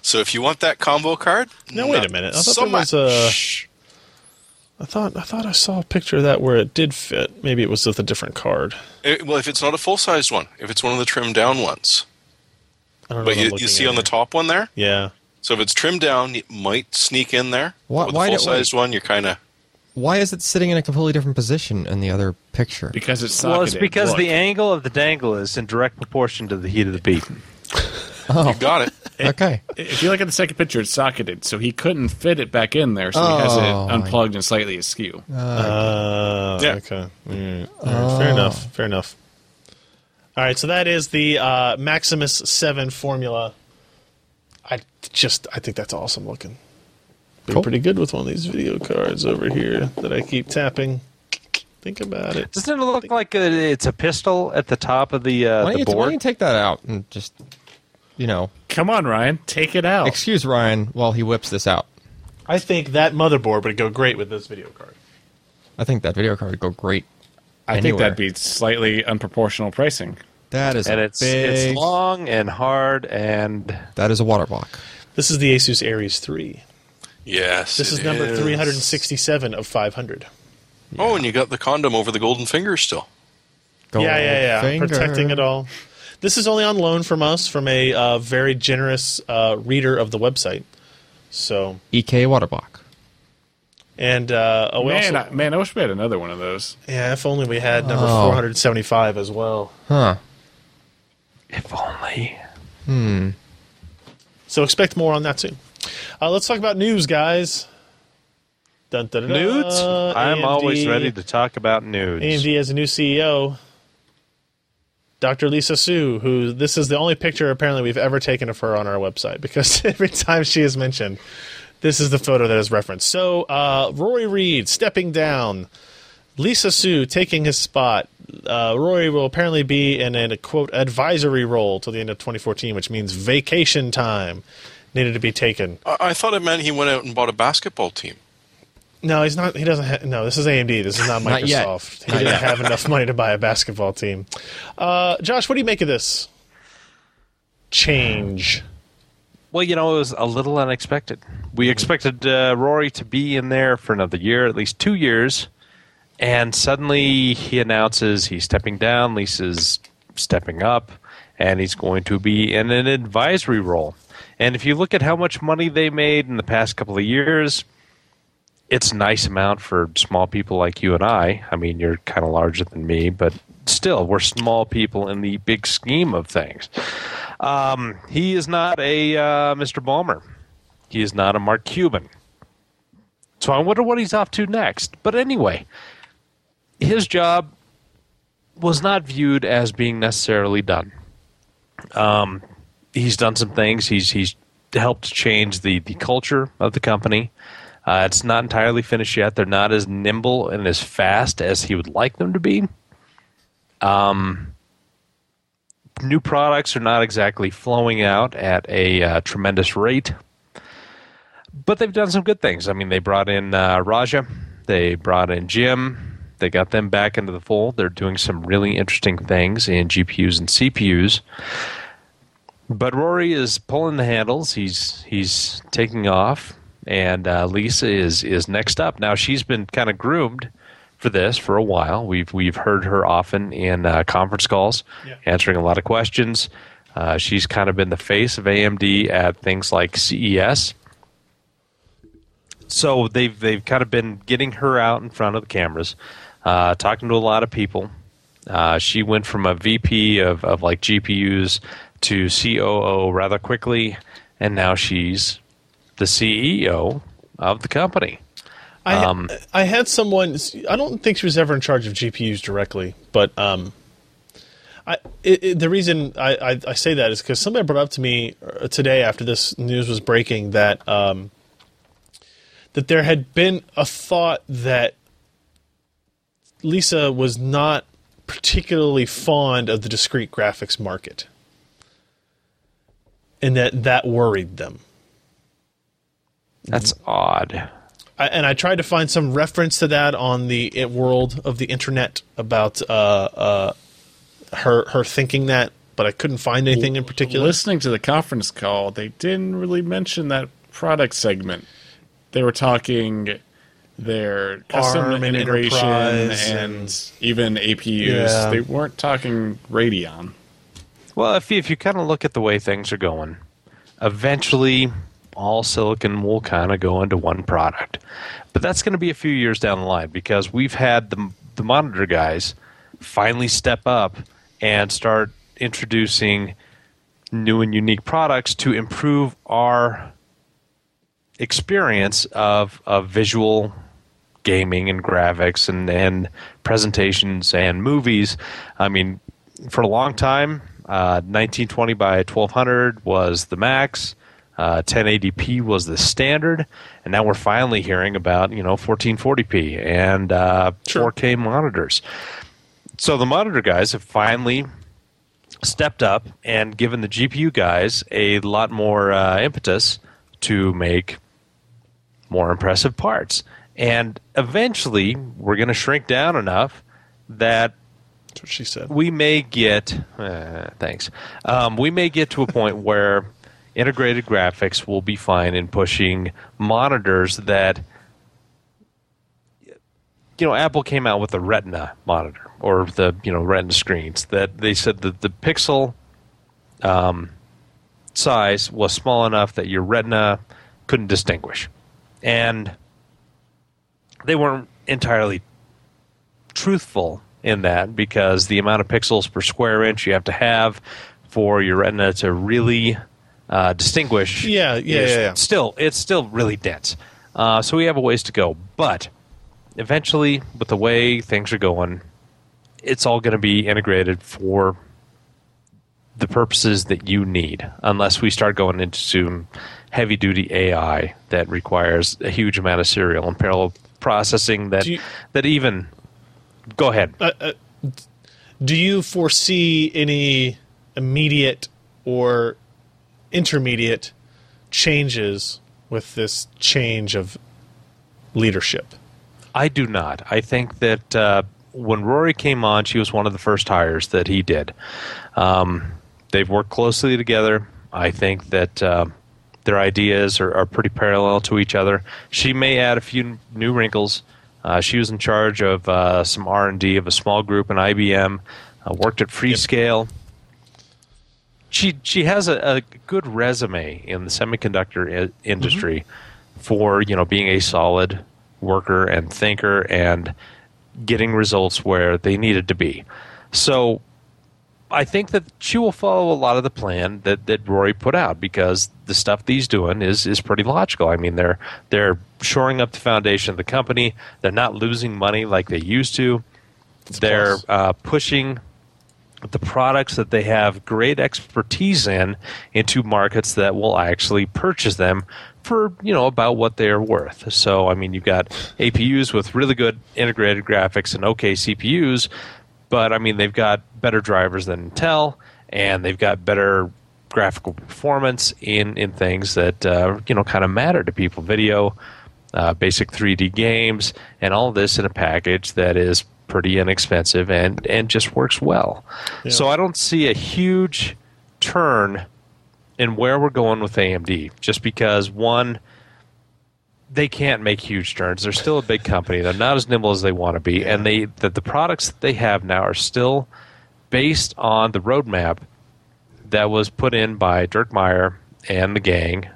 Speaker 3: So if you want that combo card,
Speaker 1: No, wait a
Speaker 3: not
Speaker 1: minute. I thought
Speaker 3: so
Speaker 1: there was
Speaker 3: much.
Speaker 1: I thought I thought I saw a picture of that where it did fit. Maybe it was with a different card.
Speaker 3: It- well, if it's not a full sized one, if it's one of the trimmed down ones.
Speaker 1: I don't know what
Speaker 3: But
Speaker 1: I'm
Speaker 3: you, you
Speaker 1: looking
Speaker 3: see
Speaker 1: at
Speaker 3: on the
Speaker 1: here.
Speaker 3: top one there?
Speaker 1: Yeah.
Speaker 3: So if it's trimmed down, it might sneak in there.
Speaker 4: Why-
Speaker 3: With the
Speaker 4: why do-
Speaker 3: full sized one, you're kind of.
Speaker 4: Why is it sitting in a completely different position in the other picture?
Speaker 5: Because it's
Speaker 2: Well, it's
Speaker 5: socketed.
Speaker 2: because
Speaker 5: Look.
Speaker 2: the angle of the dangle is in direct proportion to the heat of the beat.
Speaker 1: Oh.
Speaker 3: You got it.
Speaker 4: okay.
Speaker 5: if you look at the second picture, it's socketed, so he couldn't fit it back in there, so he has
Speaker 4: Oh,
Speaker 5: it
Speaker 4: my-
Speaker 5: unplugged and slightly askew.
Speaker 1: Uh,
Speaker 3: Yeah.
Speaker 1: Okay. Mm. All right, Fair enough. Fair enough. All right. So that is the uh, Maximus Seven formula. I just I think that's awesome looking. Be
Speaker 4: Cool.
Speaker 1: pretty good with one of these video cards over here that I keep tapping. Think about it.
Speaker 2: Doesn't it look like a, it's a pistol at the top of the, uh,
Speaker 4: Why don't,
Speaker 2: the
Speaker 4: you, why don't you
Speaker 2: board?
Speaker 4: take that out and just, you know,
Speaker 5: Come on, Ryan, take it out.
Speaker 4: excuse Ryan while he whips this out.
Speaker 1: I think that motherboard would go great with this video card.
Speaker 4: I think that video card would go great.
Speaker 5: I
Speaker 4: anywhere.
Speaker 5: think that'd be slightly unproportional pricing.
Speaker 4: That is
Speaker 2: and
Speaker 4: a
Speaker 2: it's
Speaker 4: big.
Speaker 2: it's long and hard and
Speaker 4: That is a water block.
Speaker 1: This is the Asus Aries 3.
Speaker 3: Yes.
Speaker 1: This
Speaker 3: it
Speaker 1: is number
Speaker 3: is.
Speaker 1: 367 of 500.
Speaker 3: Oh, and you got the condom over the golden finger still.
Speaker 4: Go
Speaker 1: yeah, yeah, yeah.
Speaker 4: finger.
Speaker 1: Protecting it all. This is only on loan from us from a uh, very generous uh, reader of the website. So,
Speaker 4: Ek E water block.
Speaker 1: and uh, oh, we
Speaker 5: Man,
Speaker 1: also,
Speaker 5: I, man, I wish we had another one of those.
Speaker 1: yeah, if only we had number
Speaker 4: Oh.
Speaker 1: 475 as well.
Speaker 4: Huh.
Speaker 2: if only.
Speaker 1: So expect more on that soon. Uh, let's talk about news, guys. Dun, dun, dun, dun.
Speaker 2: Nudes? Uh, I'm
Speaker 1: AMD
Speaker 2: always ready to talk about nudes.
Speaker 1: AMD has a new CEO, Dr. Lisa Su, who this is the only picture apparently we've ever taken of her on our website because every time she is mentioned, this is the photo that is referenced. So, uh, Rory Reed stepping down, Lisa Su taking his spot. Uh, Rory will apparently be in a quote advisory role till the end of 2014, which means vacation time needed to be taken.
Speaker 3: I, I thought it meant he went out and bought a basketball team.
Speaker 1: No, he's not. He doesn't. Ha- no, this is AMD. This is not
Speaker 4: Not yet.
Speaker 1: Microsoft.
Speaker 4: Not
Speaker 1: he didn't
Speaker 4: yet.
Speaker 1: have enough money to buy a basketball team. Uh, Josh, what do you make of this change?
Speaker 2: Well, you know, it was a little unexpected. We expected uh, Rory to be in there for another year, at least two years, and suddenly he announces he's stepping down, Lisa's stepping up, and he's going to be in an advisory role. And if you look at how much money they made in the past couple of years, it's a nice amount for small people like you and I. I mean, you're kind of larger than me, but still, we're small people in the big scheme of things. Um, he is not a uh, Mr. Ballmer. He is not a Mark Cuban. So I wonder what he's off to next. But anyway, his job was not viewed as being necessarily done. Um, he's done some things. He's he's helped change the the culture of the company. Uh, it's not entirely finished yet. They're not as nimble and as fast as he would like them to be new products are not exactly flowing out at a uh, tremendous rate, but they've done some good things. I mean, they brought in uh, Raja, they brought in Jim, they got them back into the fold. They're doing some really interesting things in GPUs and CPUs. But Rory is pulling the handles. He's he's taking off, and uh, Lisa is is next up. Now she's been kind of groomed for this for a while. We've we've heard her often in uh, conference calls,
Speaker 1: Yeah.
Speaker 2: answering a lot of questions. Uh, she's kind of been the face of AMD at things like E CES. So they've they've kind of been getting her out in front of the cameras, uh, talking to a lot of people. Uh, she went from a VP of, of like GPUs to COO rather quickly, and now she's the CEO of the company.
Speaker 1: I
Speaker 2: Um,
Speaker 1: I had someone. I don't think she was ever in charge of GPUs directly, but um, I it, it- the reason I, I, I say that is because somebody brought up to me uh, today after this news was breaking that um, that there had been a thought that Lisa was not particularly fond of the discrete graphics market, and that that worried them.
Speaker 2: That's odd.
Speaker 1: I, and I tried to find some reference to that on the it world of the internet about uh, uh, her her thinking that, but I couldn't find anything in particular.
Speaker 5: Listening to the conference call, they didn't really mention that product segment. They were talking their custom
Speaker 1: ARM and
Speaker 5: integration
Speaker 1: enterprise
Speaker 5: and,
Speaker 1: and-
Speaker 5: even APUs.
Speaker 1: Yeah.
Speaker 5: They weren't talking Radeon.
Speaker 2: Well, if you, if you kind of look at the way things are going, eventually all silicon will kind of go into one product. But that's going to be a few years down the line because we've had the, the monitor guys finally step up and start introducing new and unique products to improve our experience of, of visual gaming and graphics and, and presentations and movies. I mean, for a long time, uh, 1920 by 1200 was the max. Uh, 1080p was the standard, and now we're finally hearing about you know 1440p and uh, 4K monitors. So the monitor guys have finally stepped up and given the GPU guys a lot more uh, impetus to make more impressive parts. And eventually, we're going to shrink down enough that
Speaker 1: That's what she said.
Speaker 2: we may get uh, thanks. Um, we may get to a point where integrated graphics will be fine in pushing monitors that you know Apple came out with the Retina monitor or the you know Retina screens that they said that the pixel um, size was small enough that your Retina couldn't distinguish, and they weren't entirely truthful in that because the amount of pixels per square inch you have to have for your retina to really uh, distinguish.
Speaker 1: Yeah, yeah,
Speaker 2: is
Speaker 1: yeah, yeah.
Speaker 2: Still, it's still really dense. Uh, so we have a ways to go, but eventually, with the way things are going, it's all going to be integrated for the purposes that you need, unless we start going into some heavy duty AI that requires a huge amount of serial and parallel processing that
Speaker 1: Do you-
Speaker 2: that even go ahead.
Speaker 1: Do you foresee any immediate or intermediate changes with this change of leadership?
Speaker 2: I do not. I think that uh, when Rory came on, she was one of the first hires that he did. Um, they've worked closely together. I think that uh, their ideas are, are pretty parallel to each other. She may add a few n- new wrinkles. Uh, she was in charge of uh, some R and D of a small group in IBM. Uh, worked at Freescale. She she has a, a good resume in the semiconductor I- industry for you know being a solid worker and thinker and getting results where they needed to be. So I think that she will follow a lot of the plan that, that Rory put out because the stuff that he's doing is is pretty logical. I mean, they're they're shoring up the foundation of the company. They're not losing money like they used to. They're
Speaker 1: plus.
Speaker 2: uh, pushing the products that they have great expertise in into markets that will actually purchase them for you know about what they're worth so i mean you've got apus with really good integrated graphics and okay cpus but i mean they've got better drivers than intel and they've got better graphical performance in in things that uh, you know kind of matter to people video uh, basic 3D games, and all this in a package that is pretty inexpensive and, and just works well. So I don't see a huge turn in where we're going with AMD, just because one, they can't make huge turns. They're still a big company. They're not as nimble as they want to be, and they that the products that they have now are still based on the roadmap that was put in by Dirk Meyer and the gang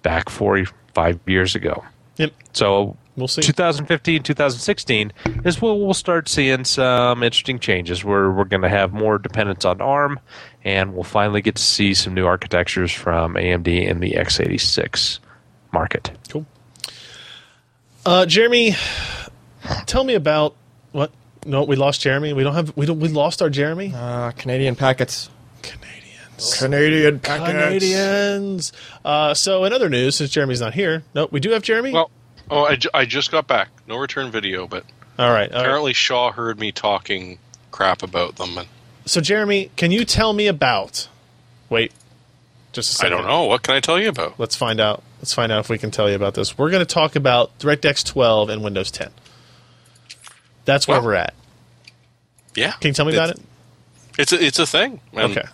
Speaker 2: back four five years ago.
Speaker 1: Yep.
Speaker 2: So
Speaker 1: We'll see.
Speaker 2: 2015, 2016 is where we'll start seeing some interesting changes. Where we're going to have more dependence on ARM, and we'll finally get to see some new architectures from AMD in the x86 market.
Speaker 1: Cool. Uh, Jeremy, tell me about what? No, we lost Jeremy. We don't have. We don't. We lost our Jeremy.
Speaker 4: Uh, Canadian packets.
Speaker 1: Canadians.
Speaker 5: Canadian packets.
Speaker 1: Canadians. Uh, so, in other news, since Jeremy's not here, no, we do have Jeremy.
Speaker 3: Well, oh, I, ju- I just got back. No return video, but
Speaker 1: all right. All right.
Speaker 3: apparently Shaw heard me talking crap about them, and
Speaker 1: So, Jeremy, can you tell me about? Wait, just a
Speaker 3: I
Speaker 1: second.
Speaker 3: don't know. What can I tell you about?
Speaker 1: Let's find out. Let's find out if we can tell you about this. We're going to talk about DirectX 12 and Windows 10. That's where
Speaker 3: Well,
Speaker 1: we're at.
Speaker 3: Yeah.
Speaker 1: Can you tell me about it?
Speaker 3: It's um, a, it's a thing. and
Speaker 1: Okay.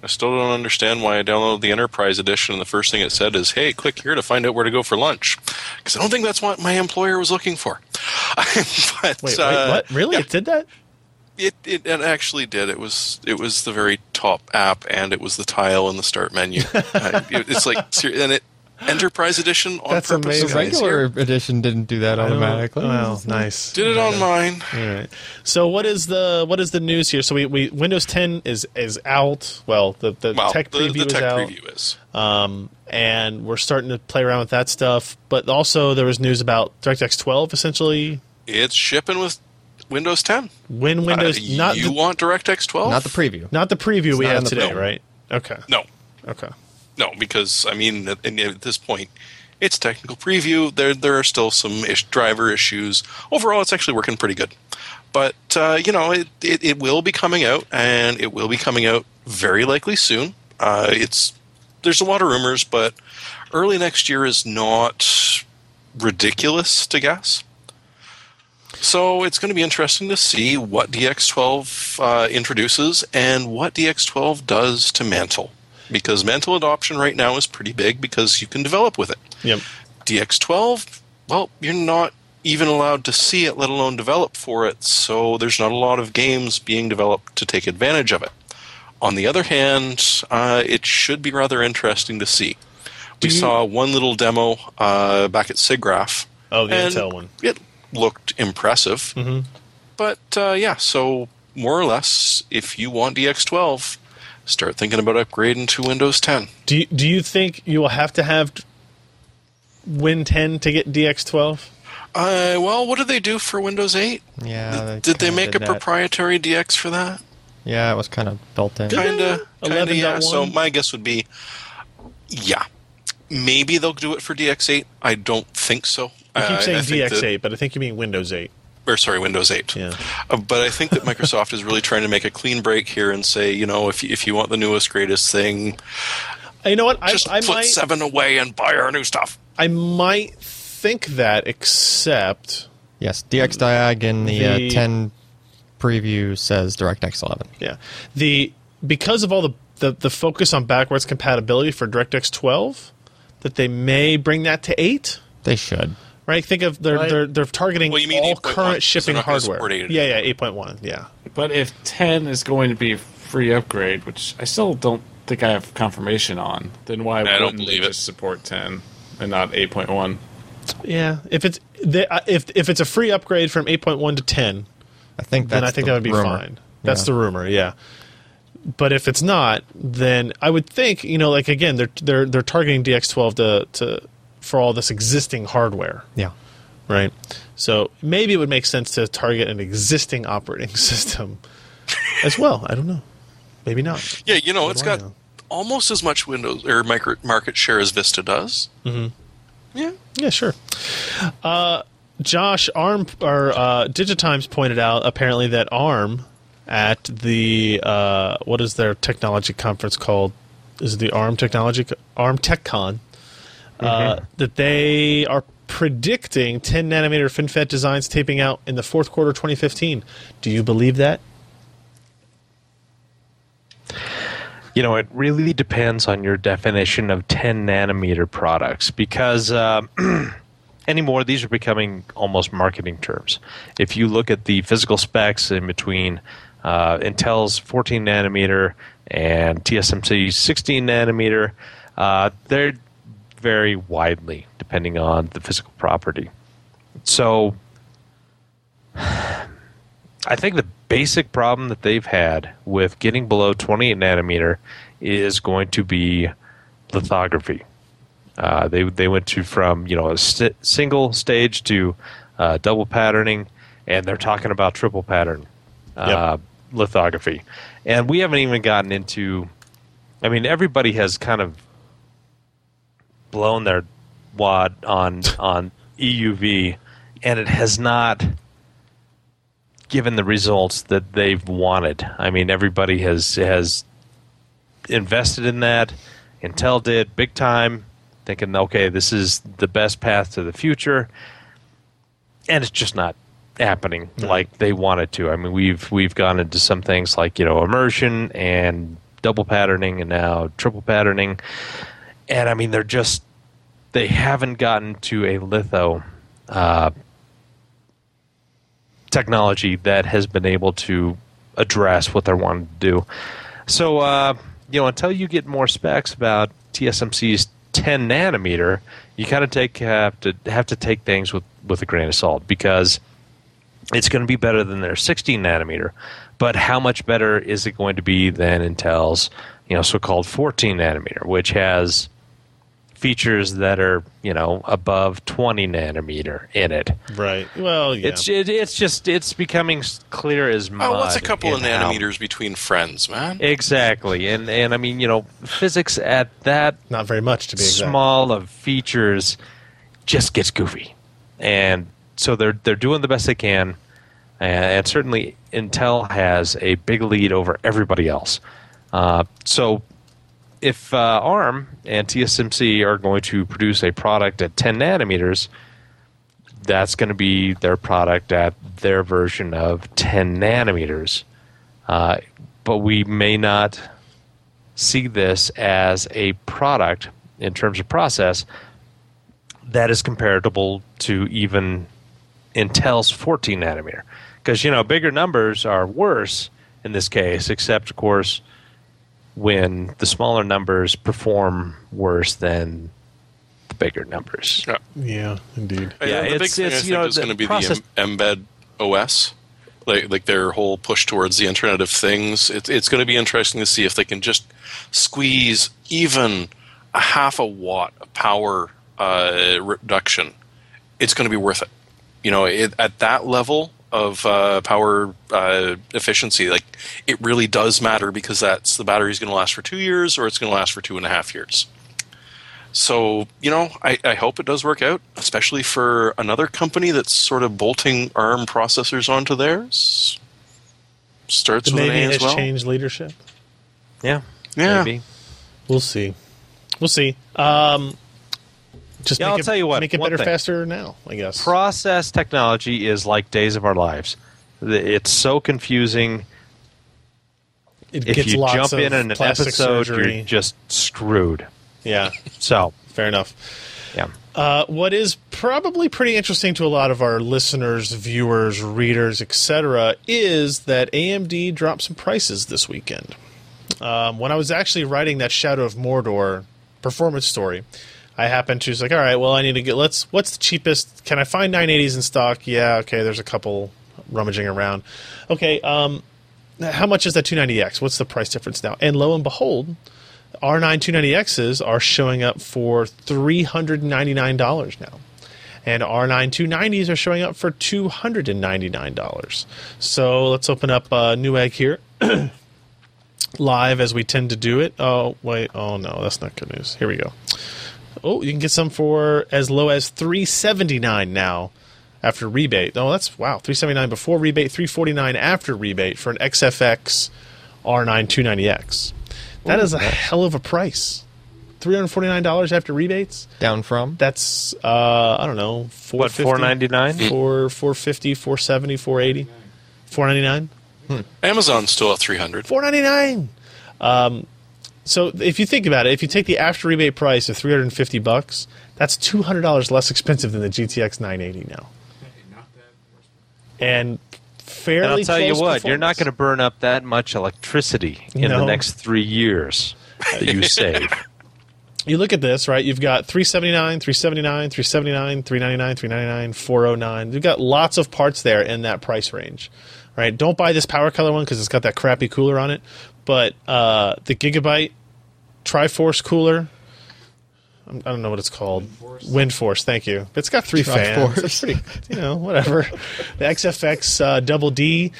Speaker 3: I still don't understand why I downloaded the Enterprise Edition and the first thing it said is, hey, click here to find out where to go for lunch. Because I don't think that's what my employer was looking for. but,
Speaker 1: Wait,
Speaker 3: uh,
Speaker 1: wait, what? Really? It did that?
Speaker 3: It, it, it actually did. It was it was the very top app, and it was the tile in the start menu. Uh, it- it's like ser- and it Enterprise Edition on
Speaker 1: That's
Speaker 3: purpose.
Speaker 1: amazing.
Speaker 3: guys.
Speaker 1: The
Speaker 4: Regular edition didn't do that automatically.
Speaker 1: Wow, Oh, nice.
Speaker 3: Did it on mine.
Speaker 1: All right. So what is the what is the news here? So we, we Windows 10 is is out. Well, the, the
Speaker 3: Well,
Speaker 1: tech
Speaker 3: the,
Speaker 1: preview
Speaker 3: the
Speaker 1: is
Speaker 3: tech
Speaker 1: out,
Speaker 3: preview is.
Speaker 1: and we're starting to play around with that stuff. But also there was news about DirectX 12 essentially.
Speaker 3: It's shipping with Windows 10.
Speaker 1: When
Speaker 3: Uh,
Speaker 1: Windows not
Speaker 3: you
Speaker 1: the,
Speaker 3: want DirectX 12?
Speaker 4: Not the preview.
Speaker 1: not the preview we
Speaker 4: not
Speaker 1: have
Speaker 4: in the
Speaker 1: today,
Speaker 4: preview.
Speaker 1: right? Okay.
Speaker 3: no,
Speaker 1: Okay.
Speaker 3: no, because I mean, at, and at this point, it's technical preview. There, there are still some ish driver issues. Overall, it's actually working pretty good. But uh, you know, it, it it will be coming out, and it will be coming out very likely soon. Uh, it's there's a lot of rumors, but early next year is not ridiculous to guess. So it's going to be interesting to see what DX12 uh, introduces and what DX12 does to Mantle. Because Mantle adoption right now is pretty big because you can develop with it.
Speaker 1: Yep.
Speaker 3: DX12, well, you're not even allowed to see it, let alone develop for it, so there's not a lot of games being developed to take advantage of it. On the other hand, uh, it should be rather interesting to see. We saw one little demo uh, back at SIGGRAPH.
Speaker 1: Oh, the
Speaker 3: and
Speaker 1: Intel one. Mm-hmm.
Speaker 3: It looked impressive. But uh, yeah, so more or less, if you want DX12, start thinking about upgrading to Windows 10.
Speaker 1: Do you, do you think you will have to have t- Win 10 to get DX12?
Speaker 3: Uh, well, what did they do for Windows 8?
Speaker 4: Yeah.
Speaker 3: Did, did they
Speaker 4: kinda
Speaker 3: make
Speaker 4: did
Speaker 3: a
Speaker 4: that.
Speaker 3: proprietary DX for that?
Speaker 4: Yeah, it was kind of built in.
Speaker 3: Kind of. Kind of, yeah.
Speaker 1: 11.1?
Speaker 3: So my guess would be, yeah. Maybe they'll do it for DX8. I don't think so.
Speaker 1: You
Speaker 3: I-
Speaker 1: keep
Speaker 3: Uh, I
Speaker 1: saying
Speaker 3: think that-
Speaker 1: DX8, but I think you mean Windows 8.
Speaker 3: or sorry, Windows 8.
Speaker 1: Yeah.
Speaker 3: Uh, but I think that Microsoft is really trying to make a clean break here and say, you know, if you, if you want the newest, greatest thing,
Speaker 1: You know what? I,
Speaker 3: Uh, just
Speaker 1: I
Speaker 3: put
Speaker 1: might
Speaker 3: seven away and buy our new stuff.
Speaker 1: I might think that, except
Speaker 4: Yes, DXDiag in the,
Speaker 1: The-
Speaker 4: uh, 10 preview says DirectX 11.
Speaker 1: yeah, the because of all the the, the focus on backwards compatibility for DirectX 12, that they may bring that to eight.
Speaker 4: They should.
Speaker 1: Right? Think of they're
Speaker 5: Right.
Speaker 1: they're, they're targeting
Speaker 3: Well, you mean
Speaker 1: all
Speaker 3: 8.1,
Speaker 1: current
Speaker 3: 'cause they're
Speaker 1: shipping
Speaker 3: not gonna
Speaker 1: hardware.
Speaker 3: support eight
Speaker 1: Yeah, yeah, eight point one. Yeah.
Speaker 5: But if 10 is going to be free upgrade, which I still don't think I have confirmation on, then why
Speaker 3: don't
Speaker 5: wouldn't they
Speaker 3: believe it.
Speaker 5: just support 10 and not 8.1?
Speaker 1: Yeah, if it's the, uh, if if it's a free upgrade from 8.1 to 10,
Speaker 4: I think that's
Speaker 1: then I think that
Speaker 4: the
Speaker 1: would be
Speaker 4: rumor.
Speaker 1: fine. That's
Speaker 4: Yeah.
Speaker 1: the rumor, yeah. But if it's not, then I would think you know, like again, they're they're they're targeting DX12 to to for all this existing hardware,
Speaker 4: Yeah.
Speaker 1: right? So maybe it would make sense to target an existing operating system as well. I don't know, maybe not.
Speaker 3: Yeah, you know, it's
Speaker 1: do I
Speaker 3: got
Speaker 1: know?
Speaker 3: almost as much Windows or micro, market share as Vista does. Mm-hmm. Yeah.
Speaker 1: Yeah, sure. Uh, Josh Arm or uh, Digitimes pointed out apparently that Arm at the uh, what is their technology conference called? Is it the Arm Technology Co- Arm TechCon? Uh, that they are predicting 10 nanometer FinFET designs taping out in the fourth quarter 2015. Do you believe that?
Speaker 2: You know, it really depends on your definition of 10 nanometer products because um, anymore these are becoming almost marketing terms. If you look at the physical specs in between uh, Intel's 14 nanometer and TSMC's 16 nanometer, uh, they vary widely depending on the physical property. So I think the basic problem that they've had with getting below 28 nanometer is going to be lithography. Uh, they they went to from you know a si- single stage to uh, double patterning, and they're talking about triple pattern uh, lithography, and we haven't even gotten into. I mean, everybody has kind of blown their wad on on EUV, and it has not given the results that they've wanted. I mean, everybody has has invested in that. Intel did big time, thinking, okay, this is the best path to the future, and it's just not happening like they wanted to. I mean, we've we've gone into some things like you know immersion and double patterning, and now triple patterning, and I mean, they're just they haven't gotten to a litho technology that has been able to address what they're wanting to do. So, uh, you know, until you get more specs about TSMC's 10 nanometer, you kind of take have to have to take things with with a grain of salt because it's going to be better than their 16 nanometer. But how much better is it going to be than Intel's, you know, so-called 14 nanometer, which has features that are, you know, above 20 nanometer in it.
Speaker 1: Right. Well, yeah.
Speaker 2: It's it, it's just it's becoming s- clear as mud.
Speaker 3: Oh, what's a couple of
Speaker 2: in how-
Speaker 3: nanometers between friends, man?
Speaker 2: Exactly, and and I mean you know physics at that
Speaker 1: not very much to be exact.
Speaker 2: small of features just gets goofy, and so they're they're doing the best they can, and, and certainly Intel has a big lead over everybody else. Uh, so if uh, ARM and TSMC are going to produce a product at 10 nanometers, that's going to be their product at their version of 10 nanometers. Uh, but we may not see this as a product in terms of process that is comparable to even Intel's 14 nanometer. Because, you know, bigger numbers are worse in this case, except, of course, when the smaller numbers perform worse than the bigger numbers.
Speaker 3: Yeah.
Speaker 1: Yeah, indeed.
Speaker 2: Yeah,
Speaker 3: the big
Speaker 2: it's-
Speaker 3: thing I
Speaker 2: it's,
Speaker 3: think
Speaker 2: you know,
Speaker 3: is
Speaker 2: the
Speaker 3: going to be
Speaker 2: process-
Speaker 3: the em- embed OS, like like their whole push towards the Internet of Things. It's it's going to be interesting to see if they can just squeeze even a half a watt of power uh, reduction. It's going to be worth it. You know, it, at that level of uh, power uh, efficiency, like it really does matter because that's the battery's going to last for two years or it's going to last for two and a half years. So, you know, I, I hope it does work out, especially for another company that's sort of bolting ARM processors onto theirs. Starts
Speaker 1: The
Speaker 3: with an
Speaker 1: Navy
Speaker 3: A
Speaker 1: has
Speaker 3: as well.
Speaker 1: changed leadership.
Speaker 2: Yeah.
Speaker 3: Yeah.
Speaker 2: Maybe.
Speaker 1: We'll see. We'll see. Um, just
Speaker 2: Yeah,
Speaker 1: make
Speaker 2: I'll
Speaker 1: it,
Speaker 2: tell you what,
Speaker 1: Make it
Speaker 2: one
Speaker 1: better,
Speaker 2: thing.
Speaker 1: faster now. I guess.
Speaker 2: Process technology is like days of our lives. The- It's so confusing.
Speaker 1: it
Speaker 2: If
Speaker 1: gets
Speaker 2: you
Speaker 1: lots
Speaker 2: jump
Speaker 1: of
Speaker 2: in an
Speaker 1: plastic
Speaker 2: episode,
Speaker 1: surgery.
Speaker 2: you're just screwed.
Speaker 1: yeah,
Speaker 2: So,
Speaker 1: fair enough.
Speaker 2: yeah.
Speaker 1: Uh, what is probably pretty interesting to a lot of our listeners, viewers, readers, etc., is that AMD dropped some prices this weekend. Um, when I was actually writing that Shadow of Mordor performance story, I happened to was like, all right, well, I need to get let's what's the cheapest? Can I find 980s in stock? Yeah, okay, there's a couple rummaging around. Okay, um, how much is that 290X? What's the price difference now? And lo and behold, R9 290Xs are showing up for $399 now. And R9 290s are showing up for $299. So let's open up uh, Newegg here live as we tend to do it. Oh, wait. Oh, no. That's not good news. Here we go. Oh, you can get some for as low as 379 now after rebate. Oh, that's wow. 379 before rebate, 349 after rebate for an XFX R9 290X. That is a hell of a price. $349 after rebates.
Speaker 4: Down from
Speaker 1: That's uh I don't know, 450
Speaker 2: What, 499?
Speaker 1: 4 450, 470, 480. 499?
Speaker 3: Amazon's still at 300.
Speaker 1: four ninety nine. Um, so if you think about it, if you take the after rebate price of three hundred and fifty bucks, that's two hundred dollars less expensive than the GTX nine eighty now. And fairly.
Speaker 2: And I'll tell you
Speaker 1: close
Speaker 2: what, you're not going to
Speaker 1: performance.
Speaker 2: burn up that much electricity in
Speaker 1: No.
Speaker 2: the next three years that you save.
Speaker 1: You look at this, right? You've got 379, 379, 379, 399, 399, 409. You've got lots of parts there in that price range, right? Don't buy this power color one because it's got that crappy cooler on it. But uh, the Gigabyte Triforce cooler, I'm- I don't know what it's called. Windforce. thank you. It's got three fans. It's pretty, you know, whatever. The XFX uh, Double D,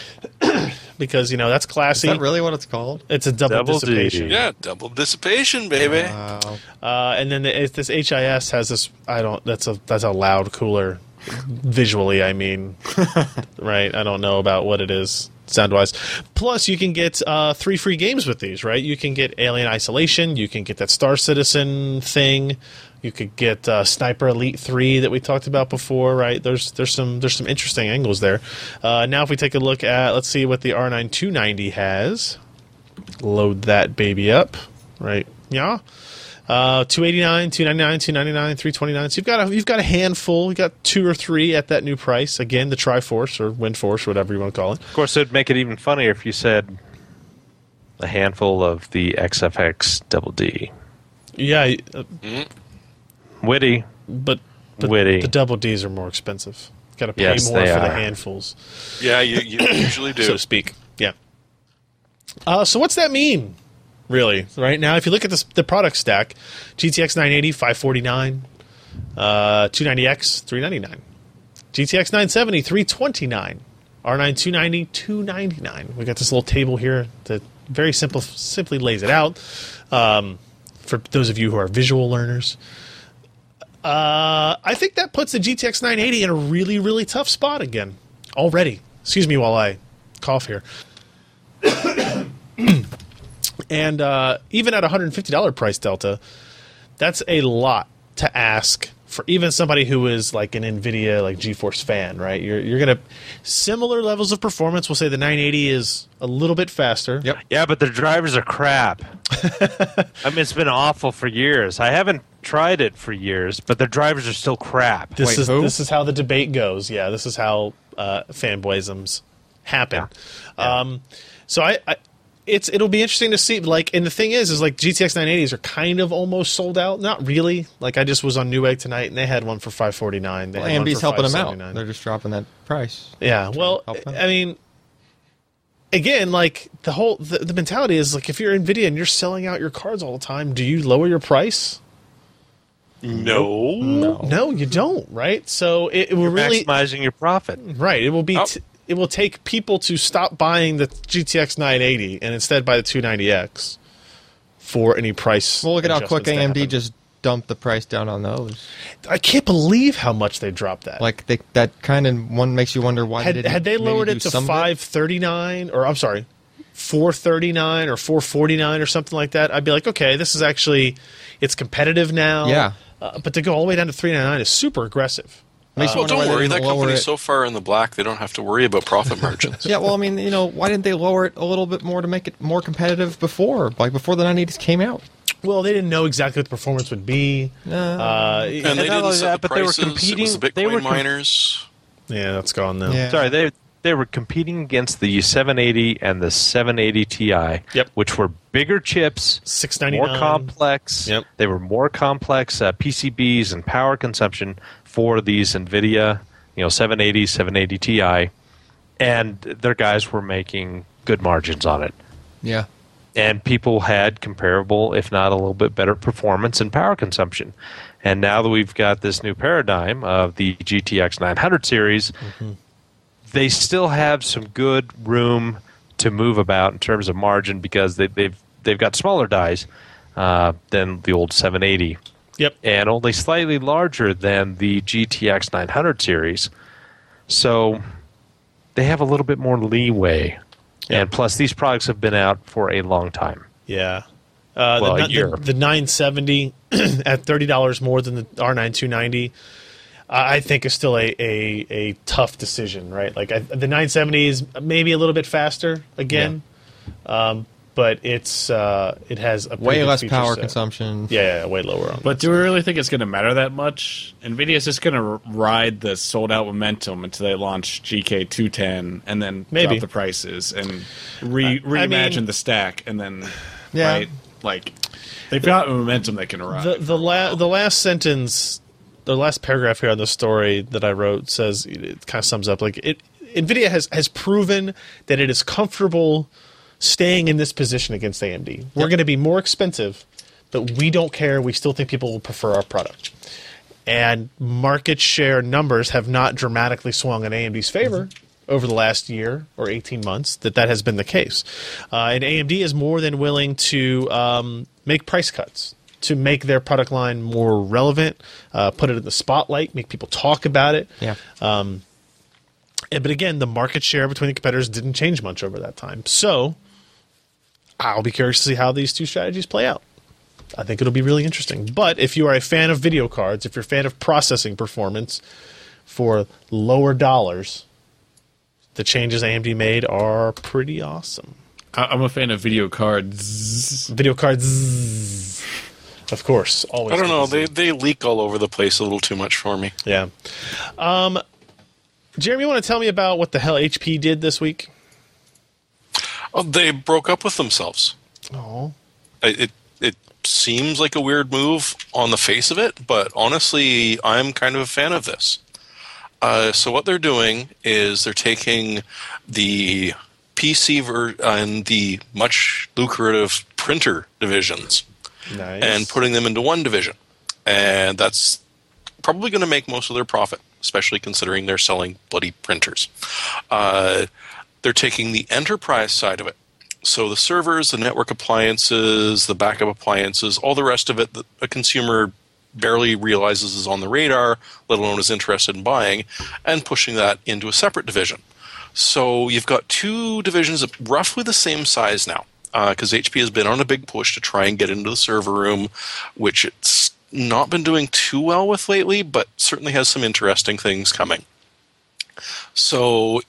Speaker 1: because, you know, that's
Speaker 4: is
Speaker 1: classy.
Speaker 4: that really what it's called?
Speaker 1: It's a double,
Speaker 2: Double D.
Speaker 1: dissipation.
Speaker 3: Yeah, double dissipation, baby.
Speaker 4: Wow.
Speaker 1: Uh, and then the, it's this HIS has this. I don't. That's a that's a loud cooler. Visually, I mean, right? I don't know about what it is sound wise. Plus, you can get uh, three free games with these, right? You can get Alien Isolation. You can get that Star Citizen thing. You could get uh, Sniper Elite Three that we talked about before, right? There's there's some there's some interesting angles there. Uh, now, if we take a look at, let's see what the R9 290 has. Load that baby up, right? Yeah. Uh, 289, 299, 299, 329. So you've got a, you've got a handful. You got two or three at that new price. Again, the Triforce or Windforce, whatever you want to call it.
Speaker 2: Of course, it'd make it even funnier if you said a handful of the XFX Double D.
Speaker 1: Yeah, uh,
Speaker 2: Witty,
Speaker 1: but, but
Speaker 2: Witty.
Speaker 1: the double Ds are more expensive. Got to pay
Speaker 2: Yes,
Speaker 1: more
Speaker 2: they
Speaker 1: for the
Speaker 2: are.
Speaker 1: handfuls,
Speaker 3: Yeah, you, you usually do.
Speaker 1: so to speak. Yeah. Uh, so what's that mean, really? Right now, if you look at this, the product stack, GTX 980, 549, uh, 290X, 399. GTX 970, 329. R9 290, 299. We got this little table here that very simple, simply lays it out um, for those of you who are visual learners. Uh, I think that puts the GTX 980 in a really, really tough spot again already. Excuse me while I cough here. and uh, even at $150 price delta, that's a lot to ask for even somebody who is like an NVIDIA like GeForce fan, right? You're you're gonna similar levels of performance. We'll say the 980 is a little bit faster.
Speaker 4: Yep.
Speaker 2: Yeah, but their drivers are crap. I mean, it's been awful for years. I haven't tried it for years, but their drivers are still crap.
Speaker 1: This
Speaker 4: Wait,
Speaker 1: is
Speaker 4: who?
Speaker 1: this is how the debate goes. Yeah, this is how uh, fanboyisms happen. Um, so I, I, it's it'll be interesting to see. Like, and the thing is, is like GTX 980s are kind of almost sold out. Not really. Like, I just was on Newegg tonight, and they had one for 549. They had one
Speaker 4: AMD's
Speaker 1: for
Speaker 4: helping them
Speaker 1: 579.
Speaker 4: out. They're just dropping that price.
Speaker 1: Yeah. Well,
Speaker 4: help them.
Speaker 1: I mean, again, like the whole the, the mentality is like if you're Nvidia and you're selling out your cards all the time, do you lower your price?
Speaker 3: No. No.
Speaker 1: No, you don't. Right. So it, it will really
Speaker 2: Maximizing your profit.
Speaker 1: right. It will be.
Speaker 3: Oh.
Speaker 1: T- it will take people to stop buying the GTX 980 and instead buy the 290X for any price.
Speaker 4: Well, look at how quick
Speaker 1: adjustments that
Speaker 4: AMD
Speaker 1: happen.
Speaker 4: just dumped the price down on those.
Speaker 1: I can't believe how much they dropped that.
Speaker 4: Like they, that kind of one makes you wonder why
Speaker 1: had
Speaker 4: they didn't
Speaker 1: had they
Speaker 4: maybe
Speaker 1: lowered
Speaker 4: do
Speaker 1: it to
Speaker 4: some of
Speaker 1: five thirty nine or I'm sorry, four thirty nine or four forty nine or something like that, I'd be like, okay, this is actually it's competitive now.
Speaker 4: Yeah.
Speaker 1: Uh, but to go all the way down to three ninety nine is super aggressive.
Speaker 4: Makes
Speaker 1: uh,
Speaker 4: you
Speaker 3: Well,
Speaker 4: wonder why
Speaker 3: don't
Speaker 4: they
Speaker 3: worry. That
Speaker 4: didn't lower
Speaker 3: company's
Speaker 4: it.
Speaker 3: so far in the black, they don't have to worry about profit margins.
Speaker 4: Yeah, well, I mean, you know, why didn't they lower it a little bit more to make it more competitive before, like before the 980s came out?
Speaker 1: Well, they didn't know exactly what the performance would be. Uh,
Speaker 3: And, they
Speaker 2: not
Speaker 3: didn't
Speaker 2: only
Speaker 3: set
Speaker 2: that,
Speaker 3: the
Speaker 2: but they were
Speaker 3: prices. It was the
Speaker 2: competing- they
Speaker 3: Bitcoin
Speaker 2: were com-
Speaker 3: miners.
Speaker 1: yeah, that's gone now.
Speaker 4: Yeah.
Speaker 2: Sorry, they they were competing against the 780 and the 780 Ti.
Speaker 1: Yep.
Speaker 2: Which were bigger chips,
Speaker 1: 699.
Speaker 2: more complex.
Speaker 1: Yep.
Speaker 2: They were more complex uh, PCBs and power consumption for these NVIDIA, you know, 780, 780 Ti, and their guys were making good margins on it.
Speaker 4: Yeah.
Speaker 2: and people had comparable, if not a little bit better, performance and power consumption. And now that we've got this new paradigm of the GTX 900 series, they still have some good room to move about in terms of margin because they, they've they've got smaller dies uh, than the old 780
Speaker 1: Yep.
Speaker 2: and only slightly larger than the GTX 900 series. So they have a little bit more leeway.
Speaker 1: Yeah.
Speaker 2: And plus, these products have been out for a long time.
Speaker 1: Yeah. Uh,
Speaker 2: Well, a
Speaker 1: the, ni-
Speaker 2: year.
Speaker 1: the, the 970 at $30 more than the R9 290, I I think is still a, a, a tough decision, right? Like I, the 970 is maybe a little bit faster again, um, but it's uh, it has a pretty
Speaker 4: Way
Speaker 1: good
Speaker 4: less
Speaker 1: feature
Speaker 4: power
Speaker 1: set.
Speaker 4: consumption.
Speaker 1: Yeah, yeah, yeah, way lower on.
Speaker 5: But do we really think it's going to matter that much? Nvidia's just going to ride the sold out momentum until they launch GK210 and then
Speaker 1: Maybe.
Speaker 5: drop the prices and re-
Speaker 1: I
Speaker 5: reimagine
Speaker 1: mean-
Speaker 5: the stack and then
Speaker 4: Yeah.
Speaker 5: right like they've got momentum they can ride.
Speaker 1: the the, la- the last sentence, the last paragraph here on the story that I wrote says it kind of sums up like it. Nvidia has has proven that it is comfortable staying in this position against AMD. We're going to be more expensive, but we don't care. We still think people will prefer our product. And market share numbers have not dramatically swung in AMD's favor over the last year or 18 months, that that has been the case. Uh, and AMD is more than willing to um, make price cuts to make their product line more relevant, uh, put it in the spotlight, make people talk about it.
Speaker 4: Yeah.
Speaker 1: Uh, And- Eh, But again, the market share between the competitors didn't change much over that time. So I'll be curious to see how these two strategies play out. I think it'll be really interesting. But if you are a fan of video cards, if you're a fan of processing performance for lower dollars, the changes AMD made are pretty awesome.
Speaker 5: I- I'm a fan of video cards.
Speaker 1: Video cards, of course, always.
Speaker 3: I don't know. They
Speaker 1: confusing.
Speaker 3: they leak all over the place a little too much for me.
Speaker 1: yeah. Um, Jeremy, you want to tell me about what the hell HP did this week?
Speaker 3: Oh, they broke up with themselves.
Speaker 1: Oh,
Speaker 3: I- it it seems like a weird move on the face of it, but honestly, I'm kind of a fan of this. Uh, so what they're doing is they're taking the PC ver- and the much lucrative printer divisions
Speaker 1: nice.
Speaker 3: and putting them into one division, and that's probably going to make most of their profit, especially considering they're selling bloody printers. Uh, they're taking the enterprise side of it. So the servers, the network appliances, the backup appliances, all the rest of it that a consumer barely realizes is on the radar, let alone is interested in buying, and pushing that into a separate division. So you've got two divisions of roughly the same uh, size now, because HP has been on a big push to try and get into the server room, which it's not been doing too well with lately, but certainly has some interesting things coming. So,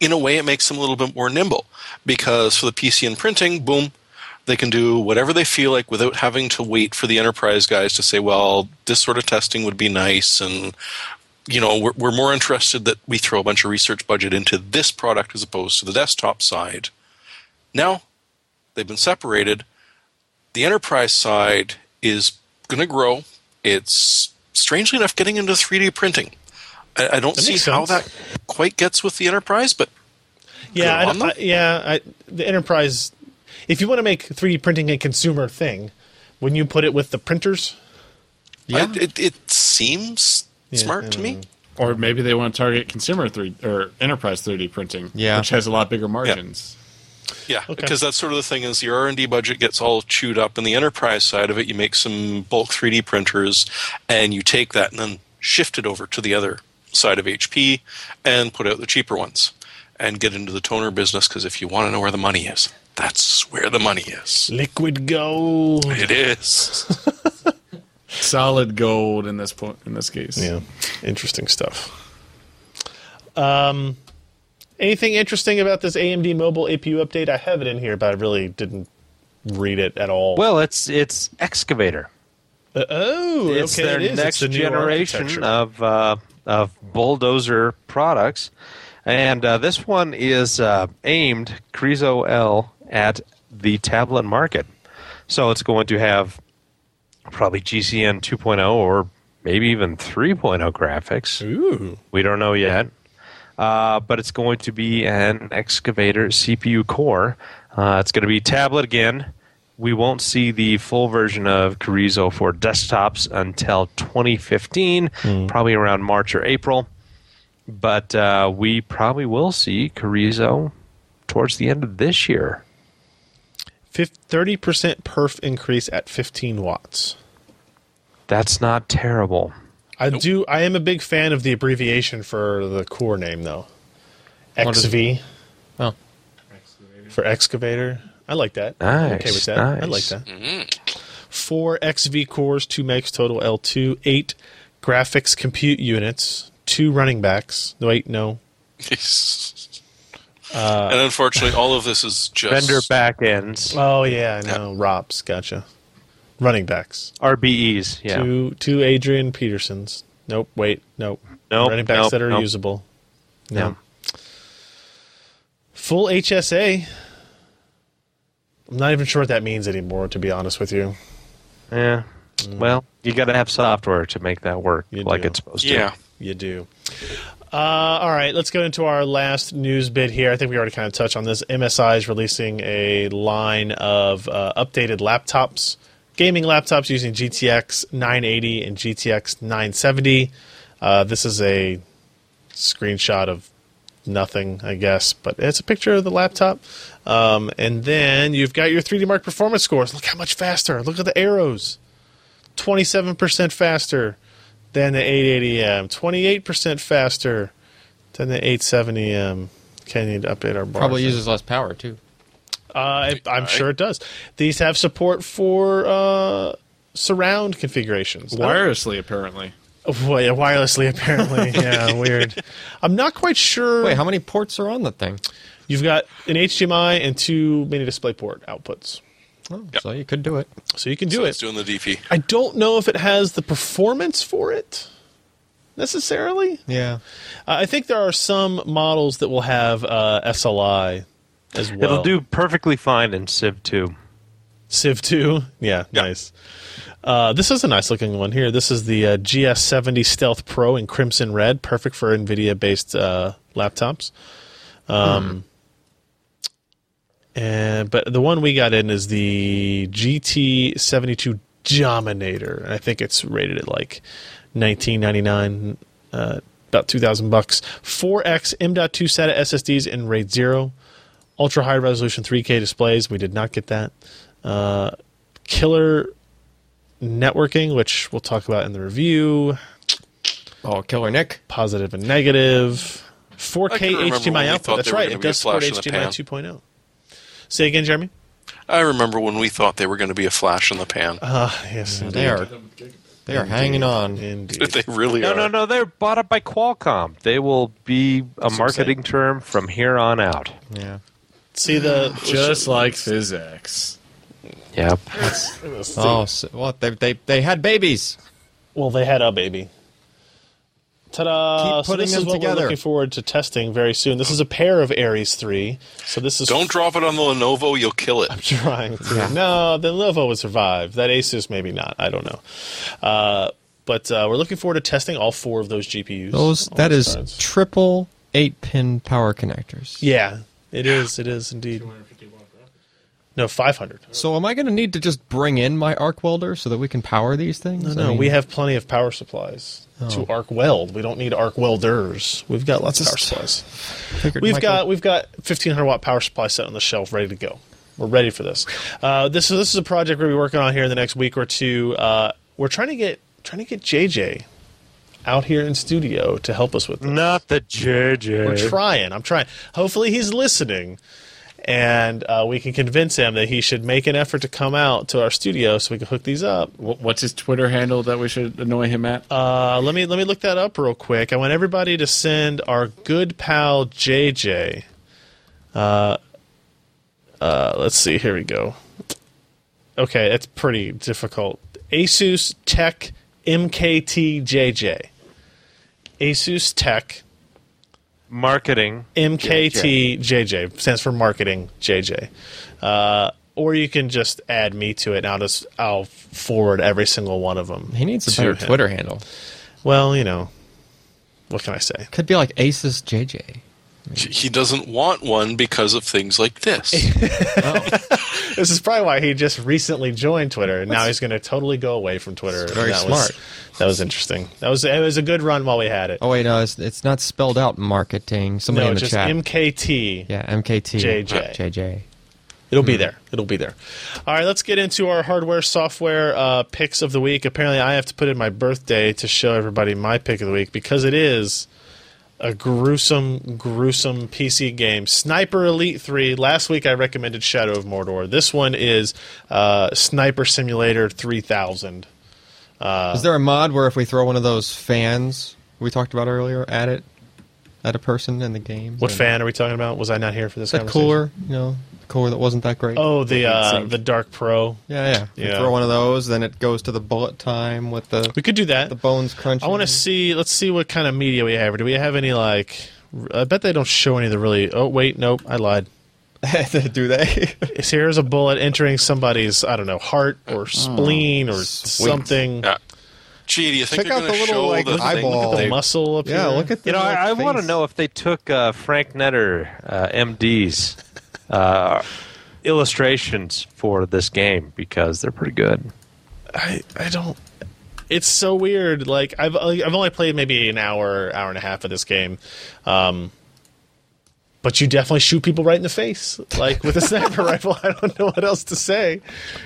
Speaker 3: in a way, it makes them a little bit more nimble because for the PC and printing, boom, they can do whatever they feel like without having to wait for the enterprise guys to say, well, this sort of testing would be nice and you know we're, we're more interested that we throw a bunch of research budget into this product as opposed to the desktop side now they've been separated the enterprise side is going to grow it's strangely enough getting into 3d printing i, I don't
Speaker 1: That
Speaker 3: see
Speaker 1: makes
Speaker 3: how
Speaker 1: sense.
Speaker 3: that quite gets with the enterprise but
Speaker 1: Yeah, I,
Speaker 3: Go on,
Speaker 1: don't- I,
Speaker 3: though.
Speaker 1: yeah. I, the enterprise. If you want to make 3D printing a consumer thing, wouldn't you put it with the printers?
Speaker 3: I- it, it seems
Speaker 1: Yeah, I
Speaker 3: smart to
Speaker 1: don't
Speaker 3: me
Speaker 1: know.
Speaker 5: Or maybe they want to target consumer three or enterprise 3D printing,
Speaker 4: Yeah.
Speaker 5: which has a lot bigger margins.
Speaker 3: Yeah,
Speaker 1: Okay.
Speaker 3: because that's sort of the thing is your R and D budget gets all chewed up, and the enterprise side of it, you make some bulk 3D printers, and you take that and then shift it over to the other side of HP and put out the cheaper ones, and get into the toner business because if you want to know where the money is, that's where the money is.
Speaker 1: Liquid gold.
Speaker 3: It is.
Speaker 5: Solid gold in this point in this case.
Speaker 1: Yeah, interesting stuff. Um, anything interesting about this AMD mobile APU update? I have it in here, but I really didn't read it at all.
Speaker 2: Well, it's it's excavator.
Speaker 1: Uh, oh,
Speaker 2: It's
Speaker 1: okay,
Speaker 2: their
Speaker 1: it is. It's
Speaker 2: next
Speaker 1: the new
Speaker 2: generation
Speaker 1: architecture.
Speaker 2: of uh, of bulldozer products, and uh, this one is uh, aimed Crizo L at the tablet market. So it's going to have probably GCN 2.0 or maybe even 3.0 graphics.
Speaker 1: Ooh,
Speaker 2: We don't know yet. Uh, but it's going to be an excavator CPU core. Uh, it's going to be tablet again. We won't see the full version of Carrizo for desktops until 2015,
Speaker 1: Hmm.
Speaker 2: probably around March or April. But uh, we probably will see Carrizo towards the end of this year.
Speaker 1: thirty percent perf increase at fifteen watts.
Speaker 2: That's not terrible.
Speaker 1: I do. I am a big fan of the abbreviation for the core name, though.
Speaker 4: is-
Speaker 1: XV
Speaker 4: Oh,
Speaker 1: for excavator. I like that. I'm okay
Speaker 2: Nice,
Speaker 1: with that. I like
Speaker 2: nice.
Speaker 1: that. Four XV cores, two max total L2, eight graphics compute units, two running backs. No, wait, no.
Speaker 3: and unfortunately, all of this is just
Speaker 2: Uh, Vendor backends,
Speaker 1: Oh yeah, I know. Robs, gotcha. Running backs.
Speaker 2: RBEs. Yeah.
Speaker 1: Two two Adrian Petersons. Nope. Wait. Nope.
Speaker 2: Nope,
Speaker 1: Running backs
Speaker 2: nope,
Speaker 1: that are
Speaker 2: nope.
Speaker 1: usable.
Speaker 2: Yeah.
Speaker 1: Full HSA. I'm not even sure what that means anymore, to be honest with you.
Speaker 2: Yeah. Eh, Well, you got to have software to make that work
Speaker 1: You
Speaker 2: like
Speaker 1: do.
Speaker 2: it's supposed to.
Speaker 3: yeah.
Speaker 1: You do. Uh, all right, let's go into our last news bit here. I think we already kind of touched on this. MSI is releasing a line of uh, updated laptops, gaming laptops using GTX 980 and GTX 970. Uh, this is a screenshot of nothing, I guess, but it's a picture of the laptop. Um, and then you've got your 3D Mark performance scores. Look how much faster. Look at the arrows 27% faster than the 880M, 28% faster than the 870M. Okay, I need to update our bar.
Speaker 4: probably
Speaker 1: thing.
Speaker 4: uses less power too.
Speaker 1: Uh, I, I'm
Speaker 3: Aye.
Speaker 1: sure it does. These have support for uh, surround configurations. I don't-
Speaker 5: Wirelessly apparently.
Speaker 1: Wi- wirelessly, apparently. yeah, weird. I'm not quite sure.
Speaker 4: Wait, how many ports are on that thing?
Speaker 1: You've got an HDMI and two mini DisplayPort outputs,
Speaker 4: Oh, So you could do it.
Speaker 1: so you can do
Speaker 3: So
Speaker 1: it.
Speaker 3: it's doing the DP.
Speaker 1: I don't know if it has the performance for it necessarily.
Speaker 4: Yeah.
Speaker 1: Uh, I think there are some models that will have uh, SLI as well.
Speaker 2: It'll do perfectly fine in Civ 2.
Speaker 1: Civ 2. Yeah, nice. Uh, this is a nice looking one here. This is the uh, GS70 Stealth Pro in Crimson Red, perfect for NVIDIA based uh, laptops. Um, and, but the one we got in is the GT72 Dominator, and I think it's rated at like 1999 uh, about 2000 bucks. 4X M.2 SATA SSDs in RAID 0 ultra high resolution 3K displays. We did not get that. Uh, killer networking, which we'll talk about in the review.
Speaker 4: Oh, Killer Nick.
Speaker 1: Positive and negative.
Speaker 3: I couldn't
Speaker 1: 4K
Speaker 3: remember when
Speaker 1: HDMI
Speaker 3: we
Speaker 1: output.
Speaker 3: thought
Speaker 1: That's
Speaker 3: they were
Speaker 1: right.
Speaker 3: gonna
Speaker 1: It
Speaker 3: be a
Speaker 1: does support
Speaker 3: flash in the
Speaker 1: HDMI
Speaker 3: pan.
Speaker 1: 2.0. oh. Say again, Jeremy.
Speaker 2: Uh-huh.
Speaker 3: I remember when we thought they were going to be a flash in the pan.
Speaker 1: Uh, yes,
Speaker 4: They are They are hanging on.
Speaker 1: Indeed.
Speaker 3: They really
Speaker 2: No,
Speaker 3: are.
Speaker 2: no, no. They're bought up by Qualcomm. They will be a
Speaker 1: I'm
Speaker 2: marketing term from here on out.
Speaker 4: Yeah.
Speaker 1: See the
Speaker 5: Just like physics.
Speaker 2: Yep.
Speaker 4: Oh, so, well, they, they, they had babies.
Speaker 1: Well, they had a baby. Ta-da!
Speaker 4: Keep
Speaker 1: so
Speaker 4: putting
Speaker 1: this
Speaker 4: them
Speaker 1: is what
Speaker 4: together.
Speaker 1: we're looking forward to testing very soon. This is a pair of Aries three. So this is
Speaker 3: Don't drop it on the Lenovo, you'll kill it.
Speaker 1: trying to. No, the Lenovo would survive. That Asus maybe not. I don't know. Uh, but uh, we're looking forward to testing all four of those GPUs.
Speaker 4: Those
Speaker 1: All
Speaker 4: that
Speaker 1: those
Speaker 4: is
Speaker 1: cards.
Speaker 4: triple eight pin power connectors.
Speaker 1: Yeah, it is. It is indeed. No, five hundred.
Speaker 4: So am I going to need to just bring in my arc welder so that we can power these things?
Speaker 1: No,
Speaker 4: I
Speaker 1: no,
Speaker 4: mean, Oh.
Speaker 1: we have plenty of power supplies to arc weld. We don't need arc welders. We've got lots of power
Speaker 4: Just-
Speaker 1: supplies.
Speaker 4: figured
Speaker 1: We've
Speaker 4: Michael-
Speaker 1: got we've got 1500 watt power supply set on the shelf, ready to go. We're ready for this. Uh, this is this is a project we're gonna be working on here in the next week or two. Uh, we're trying to get trying to get JJ out here in studio to help us with this.
Speaker 2: Not the
Speaker 1: We're
Speaker 2: JJ.
Speaker 1: trying. I'm trying. Hopefully, he's listening, and uh, we can convince him that he should make an effort to come out to our studio so we can hook these up.
Speaker 5: Wh- What's his Twitter handle that we should annoy him at?
Speaker 1: Uh, let me let me look that up real quick. I want everybody to send our good pal JJ. Uh, uh, let's see. Here we go. Okay, that's pretty difficult. Asus Tech MKT JJ. Asus Tech
Speaker 2: Marketing.
Speaker 1: MKT JJ stands for marketing JJ. Uh, or you can just add me to it. And I'll just I'll forward every single one of them.
Speaker 4: He needs a
Speaker 1: to
Speaker 4: better
Speaker 1: him.
Speaker 4: Twitter handle.
Speaker 1: Well, you know, what can I say?
Speaker 4: Could be like Asus JJ.
Speaker 3: He doesn't want one because of things like this.
Speaker 1: This is probably why he just recently joined Twitter, and now he's going to totally go away from Twitter.
Speaker 4: very
Speaker 1: that
Speaker 4: smart.
Speaker 1: Was, that was interesting. That was it was a good run while we had it.
Speaker 4: Oh wait, no, it's, it's not spelled out. Marketing. Somebody
Speaker 1: no,
Speaker 4: in the
Speaker 1: just
Speaker 4: chat.
Speaker 1: MKT.
Speaker 4: yeah, Hmm. MKT
Speaker 1: JJ.
Speaker 4: JJ.
Speaker 1: It'll be there. It'll be there. All right, let's get into our hardware software uh, picks of the week. Apparently, I have to put in my birthday to show everybody my pick of the week because it is a gruesome, gruesome PC game. Sniper Elite 3. Last week I recommended Shadow of Mordor. This one is uh, Sniper Simulator 3000.
Speaker 4: Is there a mod where if we throw one of those fans we talked about earlier at it, at a person in the game?
Speaker 1: What
Speaker 4: then-
Speaker 1: fan are we talking about? Was I not here for this
Speaker 4: That
Speaker 1: conversation?
Speaker 4: cooler, you know, the cooler that wasn't that great.
Speaker 1: Oh, the uh,
Speaker 5: Sync.
Speaker 1: the Dark Pro.
Speaker 4: yeah, yeah. We
Speaker 1: Yeah.
Speaker 4: Throw one of those, then it goes to the bullet time with the
Speaker 1: We could do that.
Speaker 4: the bones crunching.
Speaker 1: I want to see. Let's see what kind of media we have. Do we have any like? r- I bet they don't show any of the really. Oh wait, nope, I lied.
Speaker 4: to do they?
Speaker 1: It's here's a bullet entering somebody's I don't know heart
Speaker 4: Oh,
Speaker 1: or spleen or something.
Speaker 3: Yeah. Gee, do you think
Speaker 4: Check
Speaker 3: they're
Speaker 4: out the
Speaker 3: going to
Speaker 4: little,
Speaker 3: show
Speaker 4: like,
Speaker 3: the thing
Speaker 4: eyeball.
Speaker 3: that
Speaker 1: The
Speaker 3: they-
Speaker 1: muscle up
Speaker 4: yeah,
Speaker 1: here.
Speaker 4: look at the
Speaker 2: You know,
Speaker 4: like,
Speaker 2: I, I
Speaker 4: face.
Speaker 2: want to know if they took uh, Frank Netter, uh, MD's uh, illustrations for this game because they're pretty good.
Speaker 1: I I don't. It's so weird. Like I've I've only played maybe an hour hour and a half of this game, um, but you definitely shoot people right in the face, like with a sniper rifle. I don't know what else to say.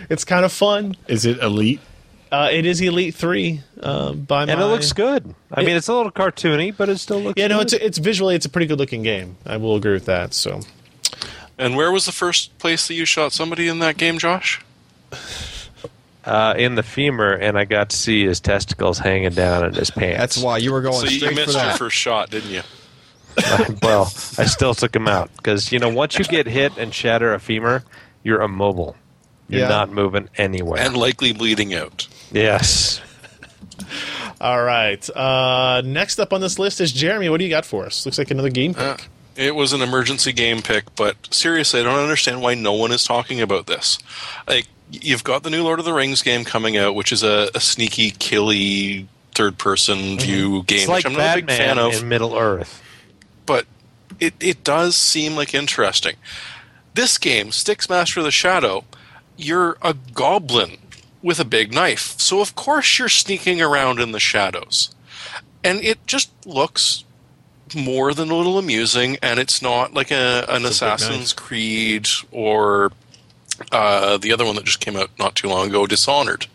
Speaker 1: It's kind of fun.
Speaker 5: Is it elite?
Speaker 1: Uh, it is Elite Three uh, by
Speaker 2: And
Speaker 1: my.
Speaker 2: it looks good. I mean, it's a little cartoony, but it still looks
Speaker 1: Yeah, no,
Speaker 2: good.
Speaker 1: it's it's visually it's a pretty good looking game. I will agree with that. So
Speaker 3: And where was the first place that you shot somebody in that game, Josh?
Speaker 2: uh, in the femur, and I got to see his testicles hanging down in his pants.
Speaker 4: That's why you were going
Speaker 3: so you
Speaker 4: straight for
Speaker 3: missed your
Speaker 4: that.
Speaker 3: first shot, didn't you?
Speaker 2: well, I still took him out because you know once you get hit and shatter a femur, you're immobile. You're
Speaker 4: Yeah.
Speaker 2: not moving anywhere.
Speaker 3: And likely bleeding out.
Speaker 2: yes.
Speaker 1: all right, uh, next up on this list is Jeremy. What do you got for us? Looks like another game
Speaker 3: Uh,
Speaker 1: pick.
Speaker 3: It was an emergency game pick, but seriously, I don't understand why no one is talking about this. Like, you've got the new Lord of the Rings game coming out, which is a, a sneaky, killy third-person
Speaker 4: Mm-hmm.
Speaker 3: view game,
Speaker 2: It's like
Speaker 3: which I'm not a big
Speaker 2: Batman
Speaker 3: fan of.
Speaker 2: in Middle Earth.
Speaker 3: but it, it does seem like interesting. This game, Styx Master of the Shadow, you're a goblin with a big knife. So, of course, you're sneaking around in the shadows. And it just looks more than a little amusing, and it's not like a, an Assassin's Creed or uh, the other one that just came out not too long ago, Dishonored.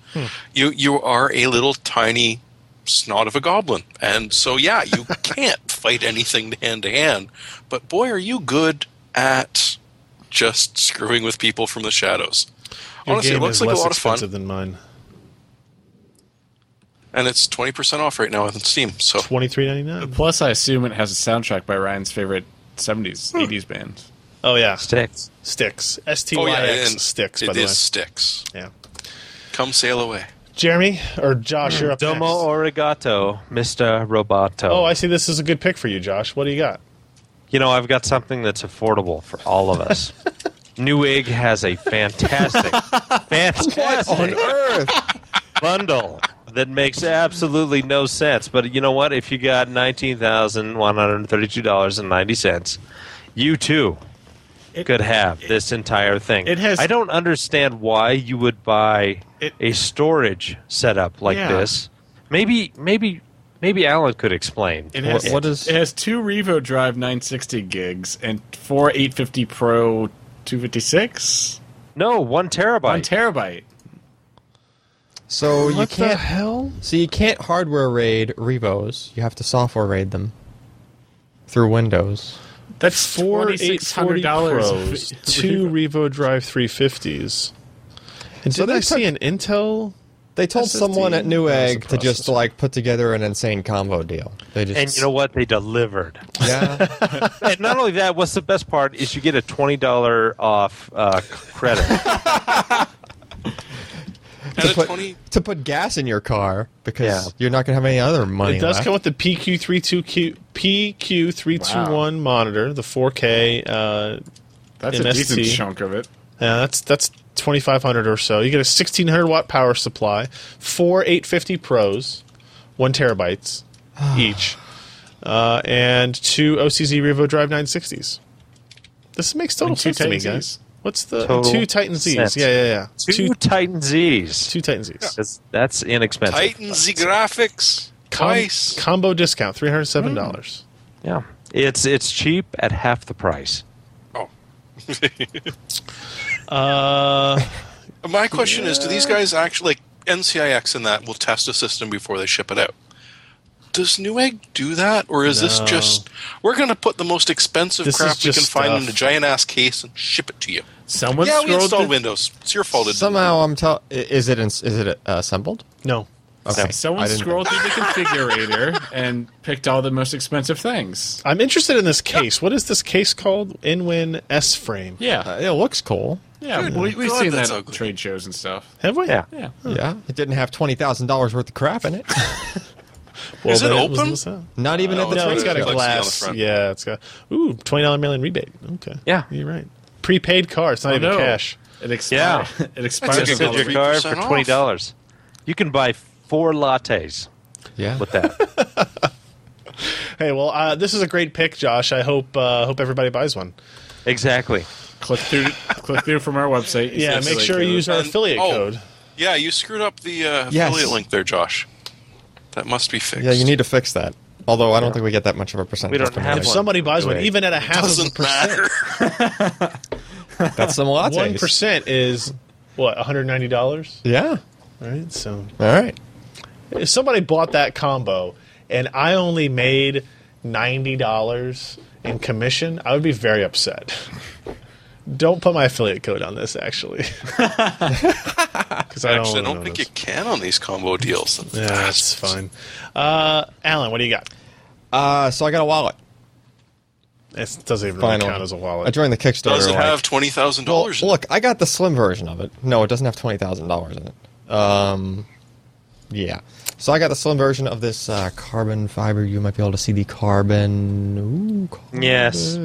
Speaker 3: You, you are a little tiny snot of a goblin. And so, yeah, you can't fight anything hand to hand. But boy, are you good at just screwing with people from the shadows.
Speaker 1: Your
Speaker 3: Honestly, it
Speaker 1: game
Speaker 3: looks
Speaker 1: is
Speaker 3: like a
Speaker 1: less
Speaker 3: lot of fun.
Speaker 1: expensive than mine.
Speaker 3: and it's twenty percent off right now on Steam. So
Speaker 1: Twenty three ninety nine.
Speaker 5: Plus, I assume it has a soundtrack by Ryan's favorite 70s, 80s band.
Speaker 1: Oh yeah,
Speaker 2: Sticks.
Speaker 1: sticks. S T
Speaker 3: oh
Speaker 1: Y
Speaker 3: yeah,
Speaker 1: X
Speaker 3: and
Speaker 1: sticks.
Speaker 3: It
Speaker 1: By the
Speaker 3: is sticks.
Speaker 1: way, yeah.
Speaker 3: Come sail away.
Speaker 1: Jeremy or Josh, you're up
Speaker 2: Domo
Speaker 1: next.
Speaker 2: Origato, Mr. Roboto.
Speaker 1: oh, I see. This is a good pick for you, Josh. What do you got?
Speaker 2: You know, I've got something that's affordable for all of us. Newegg has a fantastic, fantastic
Speaker 4: Earth.
Speaker 2: bundle that makes absolutely no sense. But you know what? If you got nineteen thousand one hundred thirty-two dollars and ninety cents, you too could have this entire thing.
Speaker 5: it has-
Speaker 2: I don't understand why you would buy
Speaker 5: It-
Speaker 2: a storage setup like
Speaker 5: Yeah.
Speaker 2: this. Maybe, maybe, maybe Alan could explain.
Speaker 5: It
Speaker 4: Wha-
Speaker 5: has,
Speaker 4: what is-
Speaker 5: it has two Revo Drive 960 gigs and four 850 Pro 256?
Speaker 2: No, one terabyte.
Speaker 5: One terabyte.
Speaker 4: So you can't.
Speaker 1: hell?
Speaker 4: So you can't hardware raid Revos. You have to software raid them through Windows.
Speaker 5: That's
Speaker 1: Four
Speaker 5: four
Speaker 1: eight
Speaker 5: eight
Speaker 1: forty
Speaker 5: hundred
Speaker 1: pros,
Speaker 5: dollars.
Speaker 1: two Revo Drive three fifties. And
Speaker 4: So
Speaker 1: did I
Speaker 4: they took-
Speaker 1: see an Intel?
Speaker 4: They told
Speaker 1: SSD
Speaker 4: someone at
Speaker 1: as a
Speaker 4: Newegg to just
Speaker 1: processor.
Speaker 4: like put together an insane combo deal. They just
Speaker 2: and you know what? They delivered.
Speaker 4: yeah.
Speaker 2: and not only that, what's the best part is you get a twenty dollar off uh, c- credit.
Speaker 3: And a
Speaker 4: put-
Speaker 3: twenty.
Speaker 4: to put gas in your car because
Speaker 2: Yeah.
Speaker 4: you're not going to have any other money.
Speaker 1: It does
Speaker 4: left.
Speaker 1: come with the PQ32Q PQ321 monitor, the 4K. Uh,
Speaker 5: That's a
Speaker 1: MST.
Speaker 5: decent chunk of it.
Speaker 1: yeah, that's that's 2500 or so. You get a 1600 watt power supply, four 850 Pros, one terabytes each, uh, and two OCZ Revo Drive 960s. This makes total
Speaker 5: And two
Speaker 1: sense to me,
Speaker 5: Titan
Speaker 1: guys.
Speaker 5: Zs.
Speaker 1: What's the
Speaker 2: Total
Speaker 1: two Titan Zs?
Speaker 2: sense.
Speaker 1: Yeah, yeah, yeah.
Speaker 2: Two
Speaker 1: two,
Speaker 2: Titan Z's.
Speaker 1: two Titan Zs.
Speaker 2: That's, that's inexpensive.
Speaker 3: Titan Z graphics.
Speaker 1: Com-
Speaker 3: Twice.
Speaker 1: combo discount, three hundred seven dollars.
Speaker 2: Yeah, it's it's cheap at half the price.
Speaker 3: Oh.
Speaker 1: Uh,
Speaker 3: My question is, do these guys actually like NCIX and that will test a system before they ship it out? Does Newegg do that, or is this
Speaker 1: No.
Speaker 3: just we're going to put the most expensive
Speaker 1: This
Speaker 3: crap
Speaker 1: is
Speaker 3: we can
Speaker 1: just
Speaker 3: find in
Speaker 1: stuff.
Speaker 3: a giant ass case and ship it to you?
Speaker 5: Someone
Speaker 3: yeah, we
Speaker 5: scrolled
Speaker 3: installed
Speaker 5: the-
Speaker 3: Windows. It's your fault. It didn't.
Speaker 4: Somehow I'm tell. i- Is it ins- is it uh, assembled?
Speaker 1: no,
Speaker 4: Okay.
Speaker 5: Someone
Speaker 4: I didn't-
Speaker 5: scrolled through the configurator and picked all the most expensive things.
Speaker 1: I'm interested in this case. What is this case called? Inwin S frame.
Speaker 5: Yeah,
Speaker 4: Uh, it looks cool.
Speaker 5: yeah.
Speaker 3: Good
Speaker 5: we, we've
Speaker 3: God,
Speaker 5: seen
Speaker 3: that's
Speaker 5: that at
Speaker 3: ugly.
Speaker 5: trade shows and stuff.
Speaker 1: Have we?
Speaker 2: Yeah.
Speaker 5: Yeah.
Speaker 4: Yeah, it didn't have twenty thousand dollars worth of crap in it.
Speaker 1: Well,
Speaker 3: Is it
Speaker 1: then
Speaker 3: open?
Speaker 1: was- uh,
Speaker 4: Not even
Speaker 3: No,
Speaker 4: at the
Speaker 3: it's
Speaker 1: no,
Speaker 4: trade
Speaker 1: it's got a
Speaker 3: Like, see on
Speaker 4: show.
Speaker 3: the
Speaker 1: glass.
Speaker 3: front.
Speaker 1: Yeah, it's got ooh twenty dollar mailing rebate. Okay.
Speaker 2: Yeah.
Speaker 1: you're right. Prepaid card. It's not even
Speaker 5: Oh, no.
Speaker 1: cash.
Speaker 5: It
Speaker 2: Yeah.
Speaker 5: expires. It
Speaker 3: That's
Speaker 5: expires.
Speaker 3: a
Speaker 2: Just
Speaker 3: good
Speaker 5: in
Speaker 2: send
Speaker 5: all
Speaker 2: your
Speaker 5: three-
Speaker 2: card for
Speaker 3: 3% off.
Speaker 2: twenty dollars. You can buy four lattes
Speaker 4: Yeah,
Speaker 2: with that.
Speaker 1: Hey, well, uh, this is a great pick, Josh. I hope uh, hope everybody buys one.
Speaker 2: exactly.
Speaker 5: click through. click through from our website.
Speaker 1: Yeah,
Speaker 5: It's
Speaker 1: make
Speaker 5: like
Speaker 1: sure
Speaker 5: a-
Speaker 1: you use our
Speaker 3: And-
Speaker 1: affiliate
Speaker 3: oh.
Speaker 1: code.
Speaker 3: Yeah, you screwed up the uh,
Speaker 4: Yes.
Speaker 3: affiliate link there, Josh. That must be fixed.
Speaker 4: yeah. You need to fix that. Although I don't think we get that much of a percentage.
Speaker 2: We don't
Speaker 4: from
Speaker 2: have
Speaker 1: If
Speaker 4: Newegg.
Speaker 2: one.
Speaker 1: somebody buys one,
Speaker 2: Wait.
Speaker 1: even at a half of a
Speaker 3: Doesn't
Speaker 1: percent,
Speaker 3: matter.
Speaker 4: That's some lattes.
Speaker 1: one percent is what 190 dollars,
Speaker 4: Yeah.
Speaker 1: right? So
Speaker 4: All right.
Speaker 1: if somebody bought that combo and I only made ninety dollars in commission, I would be very upset. Don't put my affiliate code on this, actually, because I
Speaker 3: Actually, I
Speaker 1: don't
Speaker 3: don't think you can on these combo deals.
Speaker 1: Yeah, that's fine. Uh, Alan, what do you got?
Speaker 4: Uh, so I got a wallet.
Speaker 1: It doesn't even really
Speaker 4: Finally,
Speaker 1: count as a
Speaker 4: I
Speaker 1: wallet.
Speaker 4: joined the Kickstarter.
Speaker 3: Does it
Speaker 4: like-
Speaker 3: have twenty thousand
Speaker 4: Well,
Speaker 3: dollars?
Speaker 4: look, I got the slim version of it. No, it doesn't have twenty thousand dollars in it. Um, yeah. So I got the slim version of this uh, carbon fiber. You might be able to see the carbon. Ooh, carbon.
Speaker 2: Yes.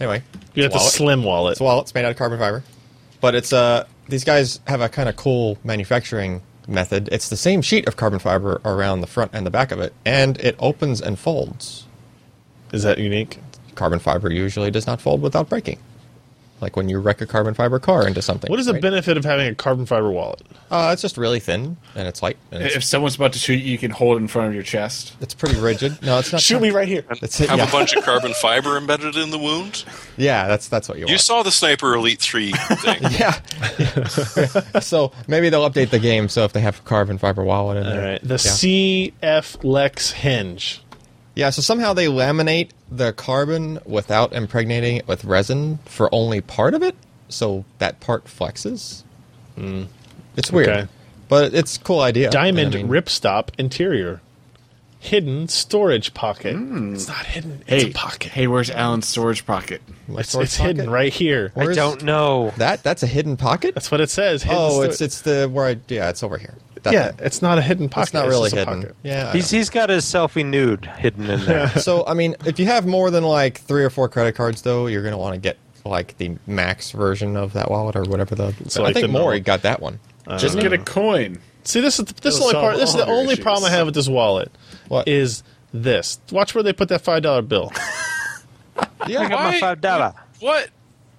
Speaker 4: Anyway,
Speaker 1: you got
Speaker 4: it's
Speaker 1: the
Speaker 4: a wallet.
Speaker 1: slim wallet.
Speaker 4: It's a wallet. It's made out of carbon fiber, but it's uh these guys have a kind of cool manufacturing method. It's the same sheet of carbon fiber around the front and the back of it, and it opens and folds.
Speaker 1: Is that unique?
Speaker 4: Carbon fiber usually does not fold without breaking, like when you wreck a carbon fiber car into something.
Speaker 1: What is the
Speaker 4: right?
Speaker 1: benefit of having a carbon fiber wallet?
Speaker 4: Uh, it's just really thin and it's light and
Speaker 5: If
Speaker 4: it's,
Speaker 5: someone's about to shoot you, you can hold it in front of your chest.
Speaker 4: it's pretty rigid. No, it's not.
Speaker 1: Shoot me right here.
Speaker 4: It's, yeah,
Speaker 3: Have a bunch of carbon fiber embedded in the wound.
Speaker 4: yeah, that's that's what you want.
Speaker 3: You saw the Sniper Elite Three thing.
Speaker 4: yeah. so maybe they'll update the game so if they have carbon fiber wallet in
Speaker 1: All
Speaker 4: there.
Speaker 1: right, the
Speaker 4: yeah.
Speaker 1: CF Lex hinge.
Speaker 4: yeah. So somehow they laminate the carbon without impregnating it with resin for only part of it, so that part flexes. Hmm. It's weird.
Speaker 1: Okay.
Speaker 4: But it's a cool idea.
Speaker 1: Diamond
Speaker 4: I mean,
Speaker 1: ripstop interior. Hidden storage pocket. It's not hidden.
Speaker 5: Hey,
Speaker 1: it's a pocket.
Speaker 5: hey, where's Alan's storage pocket?
Speaker 4: my
Speaker 1: it's
Speaker 4: sword
Speaker 1: it's
Speaker 4: pocket?
Speaker 1: hidden right here.
Speaker 2: I
Speaker 4: Where's-
Speaker 2: don't know.
Speaker 4: That that's a hidden pocket.
Speaker 1: That's what it says. hidden
Speaker 4: oh,
Speaker 1: sto-
Speaker 4: it's it's the where I yeah, it's over here. That
Speaker 1: yeah.
Speaker 4: thing.
Speaker 1: It's not a hidden pocket.
Speaker 4: it's not really
Speaker 1: just a
Speaker 4: hidden.
Speaker 1: pocket.
Speaker 4: Yeah. I
Speaker 2: He's, he's got his selfie nude hidden in there.
Speaker 4: know. so I mean, if you have more than like three or four credit cards, though, you're gonna want to get like the max version of that wallet or whatever the.
Speaker 1: So,
Speaker 4: I
Speaker 1: like,
Speaker 4: think
Speaker 1: the
Speaker 4: Maury
Speaker 1: normal-
Speaker 4: got that one.
Speaker 5: Just get a coin.
Speaker 1: See, this is the, this is
Speaker 5: It'll
Speaker 1: the only
Speaker 5: solve
Speaker 1: part. This is
Speaker 5: all
Speaker 1: the
Speaker 5: your
Speaker 1: only
Speaker 5: issues.
Speaker 1: problem I have with this wallet.
Speaker 4: What?
Speaker 1: is this? Watch where they put that five dollar bill.
Speaker 2: I got
Speaker 4: yeah.
Speaker 2: my
Speaker 3: Why-
Speaker 2: five dollar.
Speaker 3: What?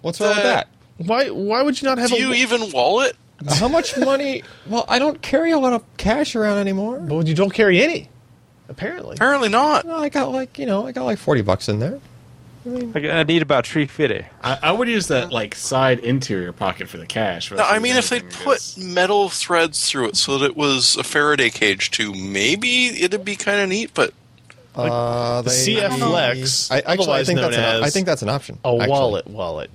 Speaker 4: What's wrong with that?
Speaker 1: Why? Why would you not have
Speaker 3: Do
Speaker 1: a?
Speaker 3: you even wallet?
Speaker 4: How much money? Well, I don't carry a lot of cash around anymore.
Speaker 1: well, you don't carry any. Apparently,
Speaker 3: Apparently not.
Speaker 4: Well, I got like you know, I got like forty bucks in there.
Speaker 2: I I need about three fifty.
Speaker 5: I, I would use that like side interior pocket for the cash. but
Speaker 3: No,
Speaker 5: that's
Speaker 3: I mean, if they
Speaker 5: anything
Speaker 3: put
Speaker 5: is-
Speaker 3: metal threads through it so that it was a Faraday cage too, maybe it'd be kind of neat. But
Speaker 4: Uh, they,
Speaker 1: CFLex,
Speaker 4: I, actually, I
Speaker 1: otherwise
Speaker 4: think
Speaker 1: known
Speaker 4: that's
Speaker 1: as
Speaker 4: an, I think that's an option.
Speaker 1: a
Speaker 4: actually.
Speaker 1: wallet. Wallet.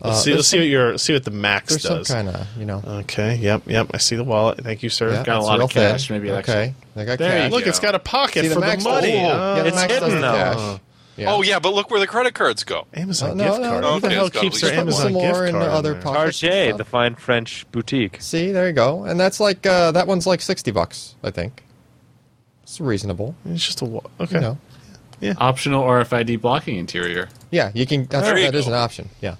Speaker 1: Let's
Speaker 4: Uh,
Speaker 1: see.
Speaker 4: there's
Speaker 1: Let's see what your see what the max
Speaker 4: There's
Speaker 1: does.
Speaker 4: some kind of you know.
Speaker 1: Okay. Yep. Yep. I see the wallet. Thank you, sir.
Speaker 4: yeah,
Speaker 5: Uh, got a
Speaker 4: it's
Speaker 5: lot of
Speaker 4: real thin.
Speaker 5: cash, maybe like-
Speaker 4: okay, I got
Speaker 5: There you
Speaker 4: cash.
Speaker 5: go.
Speaker 1: Look, it's got a pocket
Speaker 4: See,
Speaker 1: for the,
Speaker 4: max
Speaker 1: money.
Speaker 4: doesn't- yeah, the
Speaker 2: it's
Speaker 4: max
Speaker 2: hidden,
Speaker 4: doesn't
Speaker 2: though.
Speaker 4: cash. Yeah.
Speaker 3: oh yeah, but look where the credit cards go.
Speaker 1: Amazon
Speaker 4: Uh, no,
Speaker 1: gift
Speaker 4: no,
Speaker 1: card.
Speaker 4: no,
Speaker 1: Who the
Speaker 3: okay,
Speaker 1: hell
Speaker 3: it's got
Speaker 1: keeps
Speaker 3: at
Speaker 1: their
Speaker 3: least
Speaker 4: Put
Speaker 1: Amazon
Speaker 4: some
Speaker 1: gift
Speaker 4: more
Speaker 1: card?
Speaker 4: in the
Speaker 1: in
Speaker 4: other
Speaker 1: there?
Speaker 4: pocket.
Speaker 2: Target,
Speaker 4: Uh,
Speaker 2: the fine French boutique.
Speaker 4: See, there you go, and that's like uh, that one's like sixty bucks, I think. It's reasonable.
Speaker 1: It's just a wallet. Okay.
Speaker 4: You know,
Speaker 5: optional RFID blocking interior.
Speaker 4: yeah, you can. That's,
Speaker 3: There you
Speaker 4: that is
Speaker 3: go.
Speaker 4: an option. Yeah,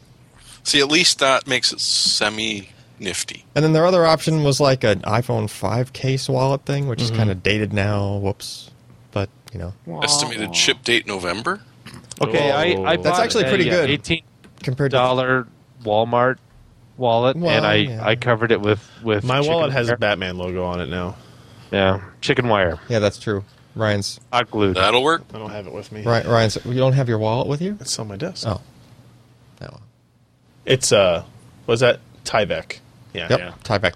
Speaker 3: See, at least that makes it semi nifty.
Speaker 4: and then their other option was like an iPhone five case wallet thing, which is kind of dated now. Whoops, but you know,
Speaker 3: Estimated ship date November.
Speaker 2: Okay,
Speaker 5: Oh.
Speaker 2: I, I
Speaker 5: That's
Speaker 2: bought
Speaker 4: actually
Speaker 2: a,
Speaker 4: pretty
Speaker 2: uh,
Speaker 4: good.
Speaker 2: Eighteen
Speaker 4: compared to
Speaker 2: dollar Walmart wallet,
Speaker 4: Well,
Speaker 2: and I,
Speaker 4: yeah.
Speaker 2: I covered it with with
Speaker 1: My
Speaker 2: chicken
Speaker 1: wallet has a
Speaker 2: wire.
Speaker 1: Batman logo on it now.
Speaker 2: yeah chicken wire
Speaker 4: yeah, that's true. Ryan's
Speaker 2: hot glued.
Speaker 3: That'll work.
Speaker 1: I don't have it with me.
Speaker 4: Ry- Ryan's. You don't have your wallet with you?
Speaker 1: It's on my desk.
Speaker 4: Oh, no.
Speaker 1: It's uh, was that Tyvek? Yeah.
Speaker 4: Yep,
Speaker 5: Yeah.
Speaker 4: Tyvek.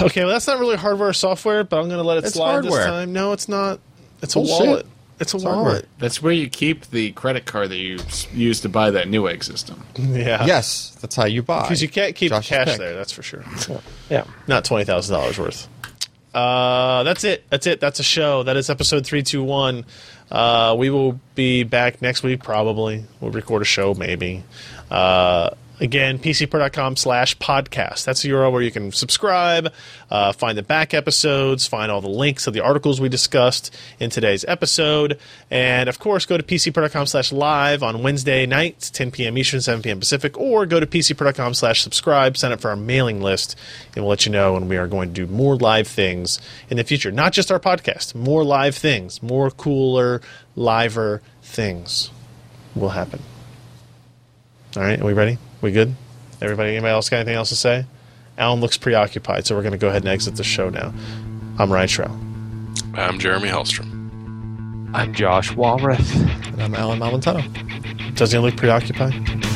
Speaker 1: Okay, well, that's not really hardware or software, but I'm going to let it
Speaker 4: It's
Speaker 1: slide
Speaker 4: hardware.
Speaker 1: this time. No, it's not. It's a
Speaker 4: Bullshit.
Speaker 1: wallet. It's a
Speaker 4: It's
Speaker 1: wallet.
Speaker 5: That's where you keep the credit card that you s- use to buy that Newegg system.
Speaker 1: Yeah.
Speaker 4: Yes, that's how you buy.
Speaker 1: Because you can't keep
Speaker 4: Josh's
Speaker 1: cash
Speaker 4: pick.
Speaker 1: there, that's for sure.
Speaker 2: Yeah,
Speaker 1: Not twenty thousand dollars worth. Uh, that's it. That's it. That's a show. That is episode three two one. Uh, we will be back next week probably. We'll record a show maybe. Uh, again, pcpro.com slash podcast. That's the URL where you can subscribe, uh, find the back episodes, find all the links of the articles we discussed in today's episode. And of course, go to pcpro.com slash live on Wednesday nights, 10 p.m. Eastern, 7 p.m. Pacific, or go to pcpro.com slash subscribe, sign up for our mailing list, and we'll let you know when we are going to do more live things in the future. Not just our podcast, more live things, more cooler, liver things will happen. All right, are we ready? We good? Everybody, anybody else got anything else to say? Alan looks preoccupied, so we're going to go ahead and exit the show now. I'm Ryan Schrow.
Speaker 3: I'm Jeremy Hellstrom.
Speaker 2: I'm Josh Walrath.
Speaker 4: And I'm Alan Malventano.
Speaker 1: Doesn't he look preoccupied?